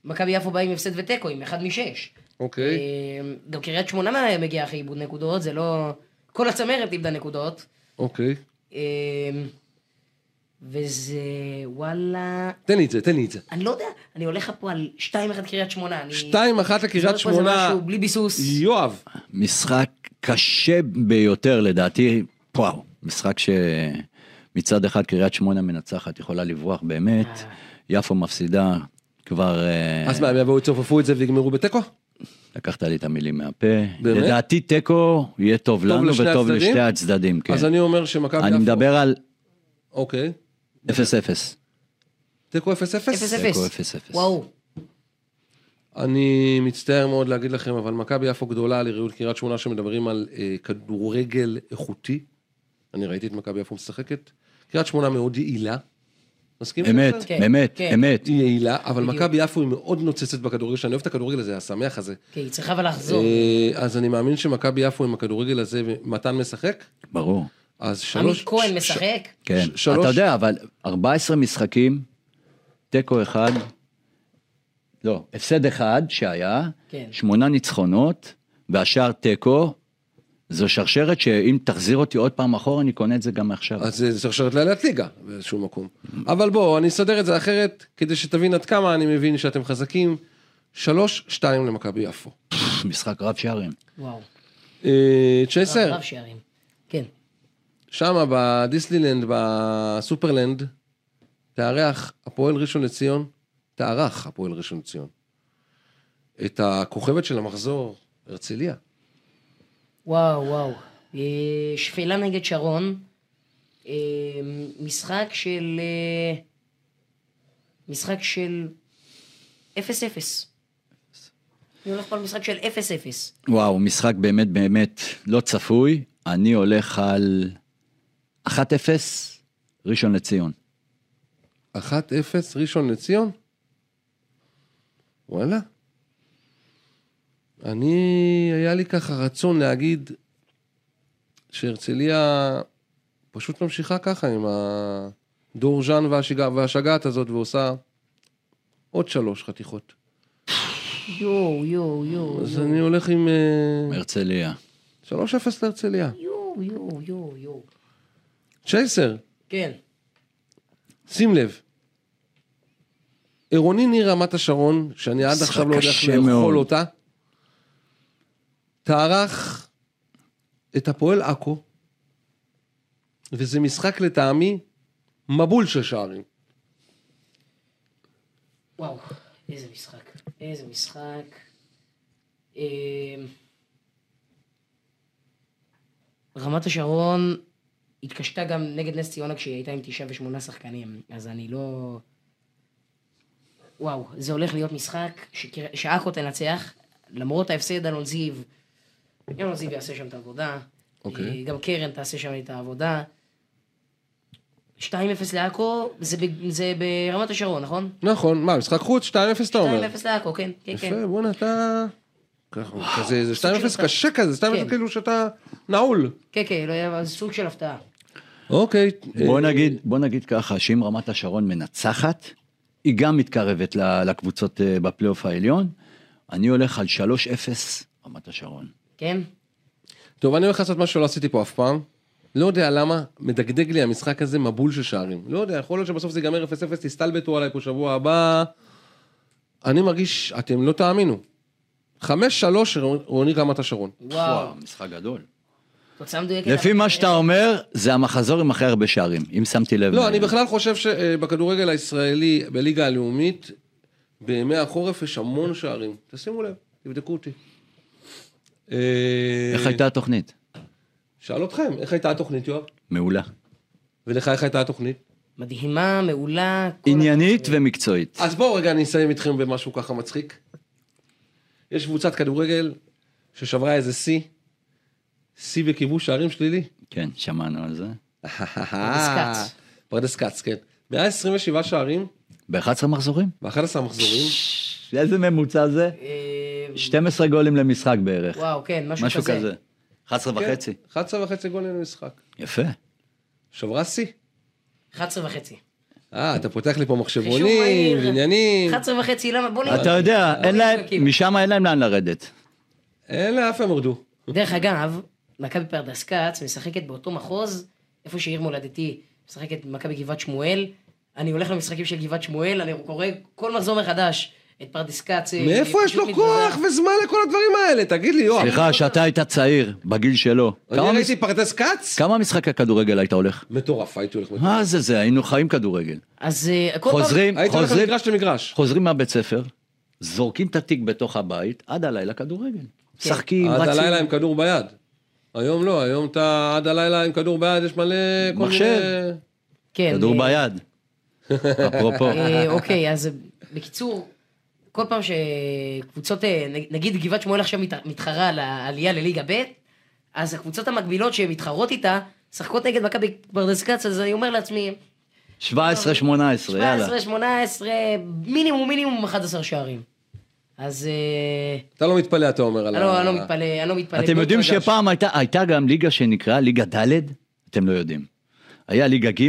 Speaker 4: מכבי יפו באה עם הפסד ותיקו, עם אחד משש.
Speaker 2: אוקיי?
Speaker 4: אה, גם קריית שמונה מגיעה אחרי איבוד נקודות, זה לא... כל הצמרת איבדה נקודות.
Speaker 2: אוקיי.
Speaker 4: אה, וזה... וואלה...
Speaker 2: תן לי את זה, תן לי את זה.
Speaker 4: אני לא יודע, אני הולך פה על 2-1 קריית שמונה. אני...
Speaker 2: 2-1 לקריית
Speaker 4: זורק פה איזה
Speaker 2: שמונה,
Speaker 4: לא משהו בלי ביסוס.
Speaker 2: יואב.
Speaker 3: אה. משחק קשה ביותר לדעתי, וואו, משחק שמצד אחד קריית שמונה מנצחת, יכולה לברוח באמת, יפו מפסידה כבר, אה,
Speaker 2: אז מה, הם יבואו, יצופפו את זה ויגמרו בתיקו?
Speaker 3: לקחת לי את המילים מהפה,
Speaker 2: באמת?
Speaker 3: לדעתי תיקו יהיה טוב לנו
Speaker 2: לשני
Speaker 3: וטוב
Speaker 2: הצדדים?
Speaker 3: לשתי הצדדים, כן.
Speaker 2: אז אני אומר שמכבי יפו...
Speaker 3: אני מדבר על
Speaker 2: אוקיי.
Speaker 3: 0-0,
Speaker 2: תיקו 0-0?
Speaker 4: 0-0.
Speaker 3: תיקו 0-0.
Speaker 4: וואו.
Speaker 2: אני מצטער מאוד להגיד לכם, אבל מכבי יפו גדולה על יריעות קריית שמונה שמדברים על אה, כדורגל איכותי. אני ראיתי את מכבי יפו משחקים. קריית שמונה מאוד יעילה. מסכים? עם זה
Speaker 3: אמת,
Speaker 2: עכשיו?
Speaker 4: כן,
Speaker 3: אמת,
Speaker 4: כן.
Speaker 3: אמת,
Speaker 2: היא יעילה, אבל
Speaker 4: בדיוק.
Speaker 2: מכבי יפו היא מאוד נוצצת בכדורגל, שאני אוהב את הכדורגל הזה, השמח הזה.
Speaker 4: כן, היא צריכה אבל לחזור.
Speaker 2: אה, אז אני מאמין שמכבי יפו עם הכדורגל הזה, מתן משחק,
Speaker 3: ברור.
Speaker 2: אז
Speaker 4: עמית
Speaker 2: שלוש...
Speaker 4: כהן
Speaker 2: ש-
Speaker 4: משחק.
Speaker 3: כן,
Speaker 2: ש- שלוש-
Speaker 3: אתה יודע, אבל 14 משחקים, תיקו אחד, לא, הפסד אחד שהיה,
Speaker 4: כן.
Speaker 3: שמונה ניצחונות, והשאר תיקו, זו שרשרת שאם תחזיר אותי עוד פעם אחורה, אני קונה את זה גם עכשיו.
Speaker 2: אז זה שרשרת לעליית ליגה באיזשהו מקום. אבל בואו, אני אסדר את זה אחרת, כדי שתבין עד כמה אני מבין שאתם חזקים. שלוש, שתיים למכבי יפו.
Speaker 3: משחק רב שערים.
Speaker 4: וואו.
Speaker 2: אה, צ'ייסר,
Speaker 4: רב שערים. כן.
Speaker 2: שמה בדיסנילנד, בסופרלנד, תארח הפועל ראשון לציון, תארח הפועל ראשון לציון. את הכוכבת של המחזור, הרצליה.
Speaker 4: וואו, וואו. אה, שפלה נגד שרון. אה, משחק של... אה, משחק של... 0-0. אני הולך פה למשחק של 0-0.
Speaker 3: וואו, משחק באמת באמת לא צפוי. אני הולך על 1-0, ראשון לציון.
Speaker 2: 1-0 ראשון לציון? וואלה. אני, היה לי ככה רצון להגיד שהרצליה פשוט ממשיכה ככה עם הדור ז'אן והשגע- והשגעת הזאת ועושה עוד שלוש חתיכות.
Speaker 4: יואו, יואו, יואו,
Speaker 2: אז אני הולך עם אה,
Speaker 3: הרצליה.
Speaker 2: 3-0 להרצליה.
Speaker 4: יואו, יואו, יואו, יואו.
Speaker 2: צ'ייסר,
Speaker 4: כן.
Speaker 2: שים לב. עירוני ניר רמת השרון, שאני עד
Speaker 3: משחק
Speaker 2: עכשיו לא יודע איך
Speaker 3: קשה
Speaker 2: לאכול
Speaker 3: מאוד.
Speaker 2: אותה, טרח את הפועל עכו, וזה משחק לטעמי מבול של שערים.
Speaker 4: וואו, איזה משחק. איזה משחק. אמ, רמת השרון התקשתה גם נגד נס ציונה כשהיא הייתה עם תשעה ושמונה שחקנים, אז אני לא... וואו, זה הולך להיות משחק שקר- שעכו תנצח, למרות ההפסד אלון זיו, אלון זיו יעשה שם את העבודה,
Speaker 2: אוקיי.
Speaker 4: אה, גם קרן תעשה שם את העבודה. 2-0 לעכו, זה ב- זה ברמת השרון, נכון?
Speaker 2: נכון, מה, משחק חוץ? 2-0 אתה אומר.
Speaker 4: 2-0 לעכו, כן, כן, כן.
Speaker 2: יפה, בואנה, אתה... ככה, כזה, זה
Speaker 4: סוג של
Speaker 2: 2-0
Speaker 4: הפתעה.
Speaker 2: קשה כזה, זה 2-0
Speaker 4: כן.
Speaker 2: כאילו שאתה נעול.
Speaker 4: כן, כן, לא היה, זה סוג של הפתעה.
Speaker 2: אוקיי.
Speaker 3: בוא נגיד, בוא נגיד ככה, שאם רמת השרון מנצחת, היא גם מתקרבת ל- לקבוצות אה, בפלייאוף העליון. אני הולך על 3-0 רמת השרון.
Speaker 4: כן?
Speaker 2: טוב, אני הולך לעשות משהו שלא עשיתי פה אף פעם. לא יודע למה, מדגדג לי המשחק הזה מבול של שערים. לא יודע, יכול להיות שבסוף זה ייגמר 0-0, תסתלבטו עליי פה שבוע הבא. אני מרגיש, אתם לא תאמינו. 5-3 רוני רמת השרון.
Speaker 4: וואו.
Speaker 3: משחק גדול.
Speaker 4: תוצאה
Speaker 2: כן,
Speaker 4: מדויקת.
Speaker 3: לפי
Speaker 4: אבל-
Speaker 3: מה שאתה אומר, זה המחזור עם הכי הרבה שערים, אם שמתי לב.
Speaker 2: לא, אני בכלל חושב שבכדורגל הישראלי, בליגה הלאומית, בימי החורף יש המון שערים. תשימו לב, תבדקו אותי. אה,
Speaker 3: איך הייתה התוכנית?
Speaker 2: שאל אתכם, איך הייתה התוכנית, יואב?
Speaker 3: מעולה.
Speaker 2: ולך איך הייתה התוכנית?
Speaker 4: מדהימה, מעולה. כל
Speaker 3: עניינית
Speaker 4: הכבוד.
Speaker 3: ומקצועית.
Speaker 2: אז בואו רגע אני אסיים איתכם במשהו ככה מצחיק. יש קבוצת כדורגל ששברה איזה שיא, שיא בכיבוש שערים שלילי.
Speaker 3: כן, שמענו על זה.
Speaker 4: כץ.
Speaker 2: פרדס כץ, כן. 127 שערים
Speaker 3: ב-11 מחזורים?
Speaker 2: ב-11 מחזורים.
Speaker 3: איזה ממוצע זה?
Speaker 4: אה,
Speaker 3: 12 גולים למשחק בערך.
Speaker 4: וואו, כן, משהו,
Speaker 3: משהו
Speaker 4: כזה.
Speaker 3: כזה. 11 וחצי.
Speaker 2: כן, 11 וחצי גולים למשחק.
Speaker 3: יפה.
Speaker 4: לא,
Speaker 2: שברה שיא.
Speaker 4: 11 וחצי.
Speaker 2: אה, אתה פותח לי פה
Speaker 4: חישוב
Speaker 2: מחשבונים,
Speaker 4: מהיר.
Speaker 2: עניינים.
Speaker 4: 11 וחצי, למה? בוא נראה.
Speaker 3: כן. אתה יודע, אין להם,
Speaker 4: אוקיי.
Speaker 3: משם אין להם לאן לרדת.
Speaker 2: אלה אף הם הורדו.
Speaker 4: דרך אגב, מכבי פרדס כץ משחקת באותו מחוז, איפה שעיר מולדתי משחקת מכבי גבעת שמואל. אני הולך למשחקים של גבעת שמואל, אני קורא כל מחזור מחדש את פרדס כץ. אה,
Speaker 2: מאיפה יש
Speaker 4: פשוט
Speaker 2: לו
Speaker 4: מתבזבז.
Speaker 2: כוח וזמן לכל הדברים האלה? תגיד לי,
Speaker 4: לא,
Speaker 2: יואב.
Speaker 3: סליחה, שאתה היית צעיר, בגיל שלו.
Speaker 2: אני
Speaker 3: כמה
Speaker 2: ראיתי
Speaker 3: מש-
Speaker 2: פרדס כץ?
Speaker 3: כמה משחק הכדורגל היית הולך?
Speaker 2: מטורף, הייתי הולך...
Speaker 3: מה זה זה, היינו חיים כדורגל.
Speaker 4: אז אה, כל פעם...
Speaker 3: חוזרים,
Speaker 2: הייתי הולך
Speaker 3: חוזרים,
Speaker 2: למגרש למגרש.
Speaker 3: חוזרים מהבית ספר, זורקים את התיק בתוך הבית, עד הלילה כדורגל.
Speaker 4: כן.
Speaker 3: משחקים,
Speaker 2: עד
Speaker 3: רצים.
Speaker 2: הלילה עם כדור ביד. היום לא, היום אתה עד הלילה עם כדור ביד, יש מלא... כל
Speaker 3: מחשב.
Speaker 2: מיני-
Speaker 4: כן,
Speaker 3: כדור
Speaker 4: אה,
Speaker 3: ביד. אפרופו.
Speaker 4: אה, אוקיי, אז בקיצור, כל פעם שקבוצות, אה, נג- נגיד גבעת שמואל עכשיו מת- מתחרה על העלייה לליגה ב', אז הקבוצות המקבילות שמתחרות איתה, משחקות נגד מכבי פרדס כץ, אז אני אומר לעצמי,
Speaker 3: 17-18, יאללה.
Speaker 4: 17, 18, מינימום מינימום 11 שערים. אז אה,
Speaker 2: אתה לא מתפלא, אתה אומר. על
Speaker 4: אני לא-
Speaker 2: ה-
Speaker 4: אני לא מתפלא, אני לא מתפלא.
Speaker 3: אתם יודעים
Speaker 4: בוא נרגש.
Speaker 3: שפעם הייתה- הייתה גם ליגה שנקראה ליגה ד'? אתם לא יודעים. היה ליגה ג'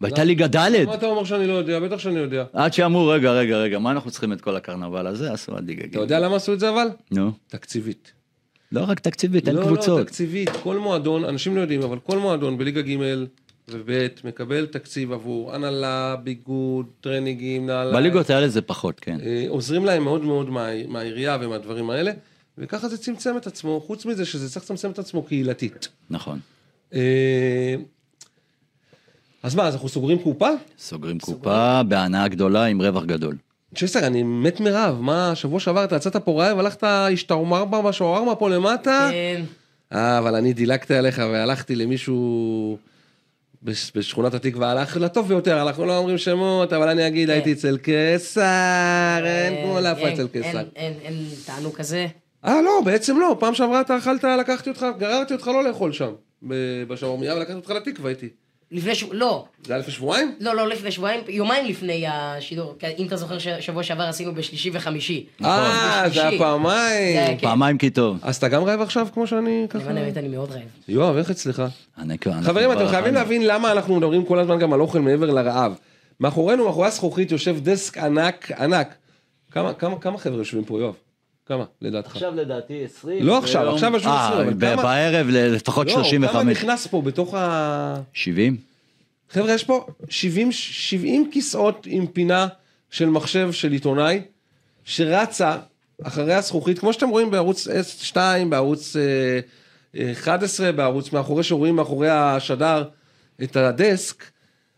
Speaker 3: והייתה ליגה ד'.
Speaker 2: מה אתה אומר שאני לא יודע? בטח שאני יודע.
Speaker 3: עד שאמרו, רגע, רגע, רגע, מה אנחנו צריכים את כל הקרנבל הזה? עשו עד ליגה ג'.
Speaker 2: אתה יודע למה עשו את זה אבל?
Speaker 3: נו.
Speaker 2: תקציבית.
Speaker 3: לא רק תקציבית, אין
Speaker 2: לא, לא,
Speaker 3: קבוצות.
Speaker 2: תקציבית. כל מועדון, אנשים לא יודעים, אבל כל מועדון בליגה ג' וב' מקבל תקציב עבור הנהלה, ביגוד, טרנינגים, נעליים.
Speaker 3: בליגות האלה זה פחות, כן.
Speaker 2: אה, עוזרים להם מאוד מאוד מה- מהעירייה ומהדברים האלה, וככה זה צמצם את עצמו, חוץ מזה שזה צריך לצמצם את עצמו קהילתית.
Speaker 3: נכון.
Speaker 2: אה, אז מה, אז אנחנו סוגרים קופה?
Speaker 3: סוגרים קופה בהנאה גדולה עם רווח גדול.
Speaker 2: צ'סר, אני מת מרעב, מה, שבוע שעבר אתה יצאת פה רעב, הלכת השתאומרבה בשווארמה פה למטה?
Speaker 4: כן,
Speaker 2: אה, אבל אני דילגתי עליך והלכתי למישהו בש- בשכונת התקווה הלך לטוב ביותר, אנחנו לא אומרים שמות, אבל אני אגיד, הייתי אצל קיסר, אין כמו לאפה
Speaker 4: כן. אה, אין-
Speaker 2: אצל
Speaker 4: אין-
Speaker 2: קיסר.
Speaker 4: אין- אין תענוג כזה.
Speaker 2: אה, לא, בעצם לא, פעם שעברה אתה אכלת, לקחתי אותך, גררתי אותך לא לאכול שם, ב- בשעורמייה, ולקחתי אותך לתקווה איתי.
Speaker 4: לפני ש... לא,
Speaker 2: זה היה לפני שבועיים?
Speaker 4: לא, לא לפני שבועיים, יומיים לפני השידור. כי אם אתה זוכר, ש- שבוע שעבר עשינו בשלישי וחמישי. נכון.
Speaker 2: אה, זה היה
Speaker 4: בשלישי. זה
Speaker 2: פעמיים.
Speaker 4: היה- כן.
Speaker 3: פעמיים כי טוב.
Speaker 2: אז אתה גם רעב עכשיו, כמו שאני ככה?
Speaker 4: למען האמת, אני מאוד רעב.
Speaker 2: יואב, איך אצלך?
Speaker 3: אני- אנחנו
Speaker 2: חברים,
Speaker 3: כבר
Speaker 2: אתם חייבים
Speaker 3: אכלנו.
Speaker 2: להבין למה אנחנו מדברים כל הזמן גם על אוכל מעבר לרעב. מאחורינו, מאחורי הזכוכית, יושב דסק ענק, ענק. כמה, כמה, כמה חבר'ה יושבים פה, יואב? כמה, לדעתך?
Speaker 3: עכשיו לדעתי 20.
Speaker 2: לא עכשיו,
Speaker 3: ביום-
Speaker 2: עכשיו יושבים
Speaker 3: אה,
Speaker 2: 20, אבל
Speaker 3: ב-
Speaker 2: כמה-
Speaker 3: בערב ל- לפחות
Speaker 2: לא, כמה
Speaker 3: 35.
Speaker 2: נכנס פה בתוך ה...
Speaker 3: 70?
Speaker 2: חבר'ה, יש פה 70, 70 כיסאות עם פינה של מחשב של עיתונאי, שרצה אחרי הזכוכית, כמו שאתם רואים בערוץ 2, בערוץ אה, אה, 11, בערוץ מאחורי שרואים מאחורי השדר את הדסק.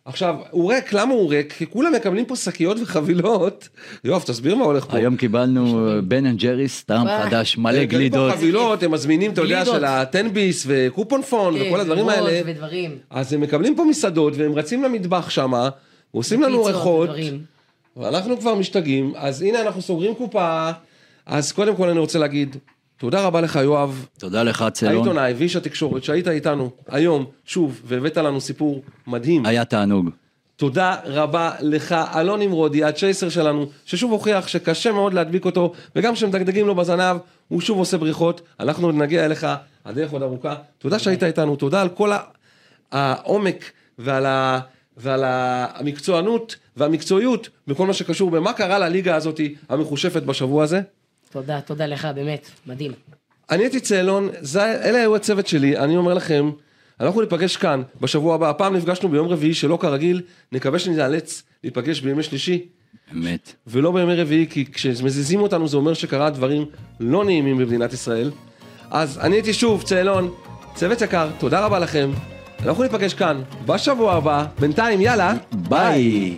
Speaker 2: עכשיו, הוא ריק, למה הוא ריק? כי כולם מקבלים פה שקיות וחבילות. יואב, תסביר מה הולך פה.
Speaker 3: היום קיבלנו אה, בן אנד ג'ריס, סתם
Speaker 4: וואי.
Speaker 3: חדש, מלא
Speaker 2: הם מקבלים
Speaker 3: גלידות.
Speaker 2: פה חבילות, הם מזמינים, אתה יודע,
Speaker 4: גלידות. כן,
Speaker 2: של הטנביס וקופון פון וכל הדברים
Speaker 4: פירות
Speaker 2: האלה.
Speaker 4: ודברים.
Speaker 2: אז הם מקבלים פה מסעדות והם רצים למטבח שמה, ועושים לנו
Speaker 4: פיצות
Speaker 2: ריחות,
Speaker 4: ודברים.
Speaker 2: ואנחנו כבר משתגעים, אז הנה אנחנו סוגרים קופה, אז קודם כל אני רוצה להגיד, תודה רבה לך יואב,
Speaker 3: תודה לך, צלון.
Speaker 2: העיתונאי ואיש התקשורת שהיית איתנו היום, שוב, והבאת לנו סיפור מדהים.
Speaker 3: היה תענוג.
Speaker 2: תודה רבה לך, אלון נמרודי, הצ'ייסר שלנו, ששוב הוכיח שקשה מאוד להדביק אותו, וגם כשמדגדגים לו בזנב, הוא שוב עושה בריחות. אנחנו עוד נגיע אליך, הדרך עוד ארוכה. תודה שהיית איתנו, תודה על כל ה- העומק ועל, ה... ועל ה- המקצוענות והמקצועיות בכל מה שקשור במה קרה לליגה הזאת המחושפת בשבוע הזה.
Speaker 4: תודה, תודה לך, באמת, מדהים.
Speaker 2: אני הייתי צאלון, זה, אלה היו הצוות שלי, אני אומר לכם, אנחנו ניפגש כאן בשבוע הבא, הפעם נפגשנו ביום רביעי שלא כרגיל, נקווה שנאלץ להיפגש בימי שלישי,
Speaker 3: אמת.
Speaker 2: ולא בימי רביעי, כי כשמזיזים אותנו זה אומר שקרה דברים לא נעימים במדינת ישראל. אז אני הייתי שוב, צאלון, צוות יקר, תודה רבה לכם, אנחנו ניפגש כאן בשבוע הבא, בינתיים יאללה,
Speaker 3: ביי.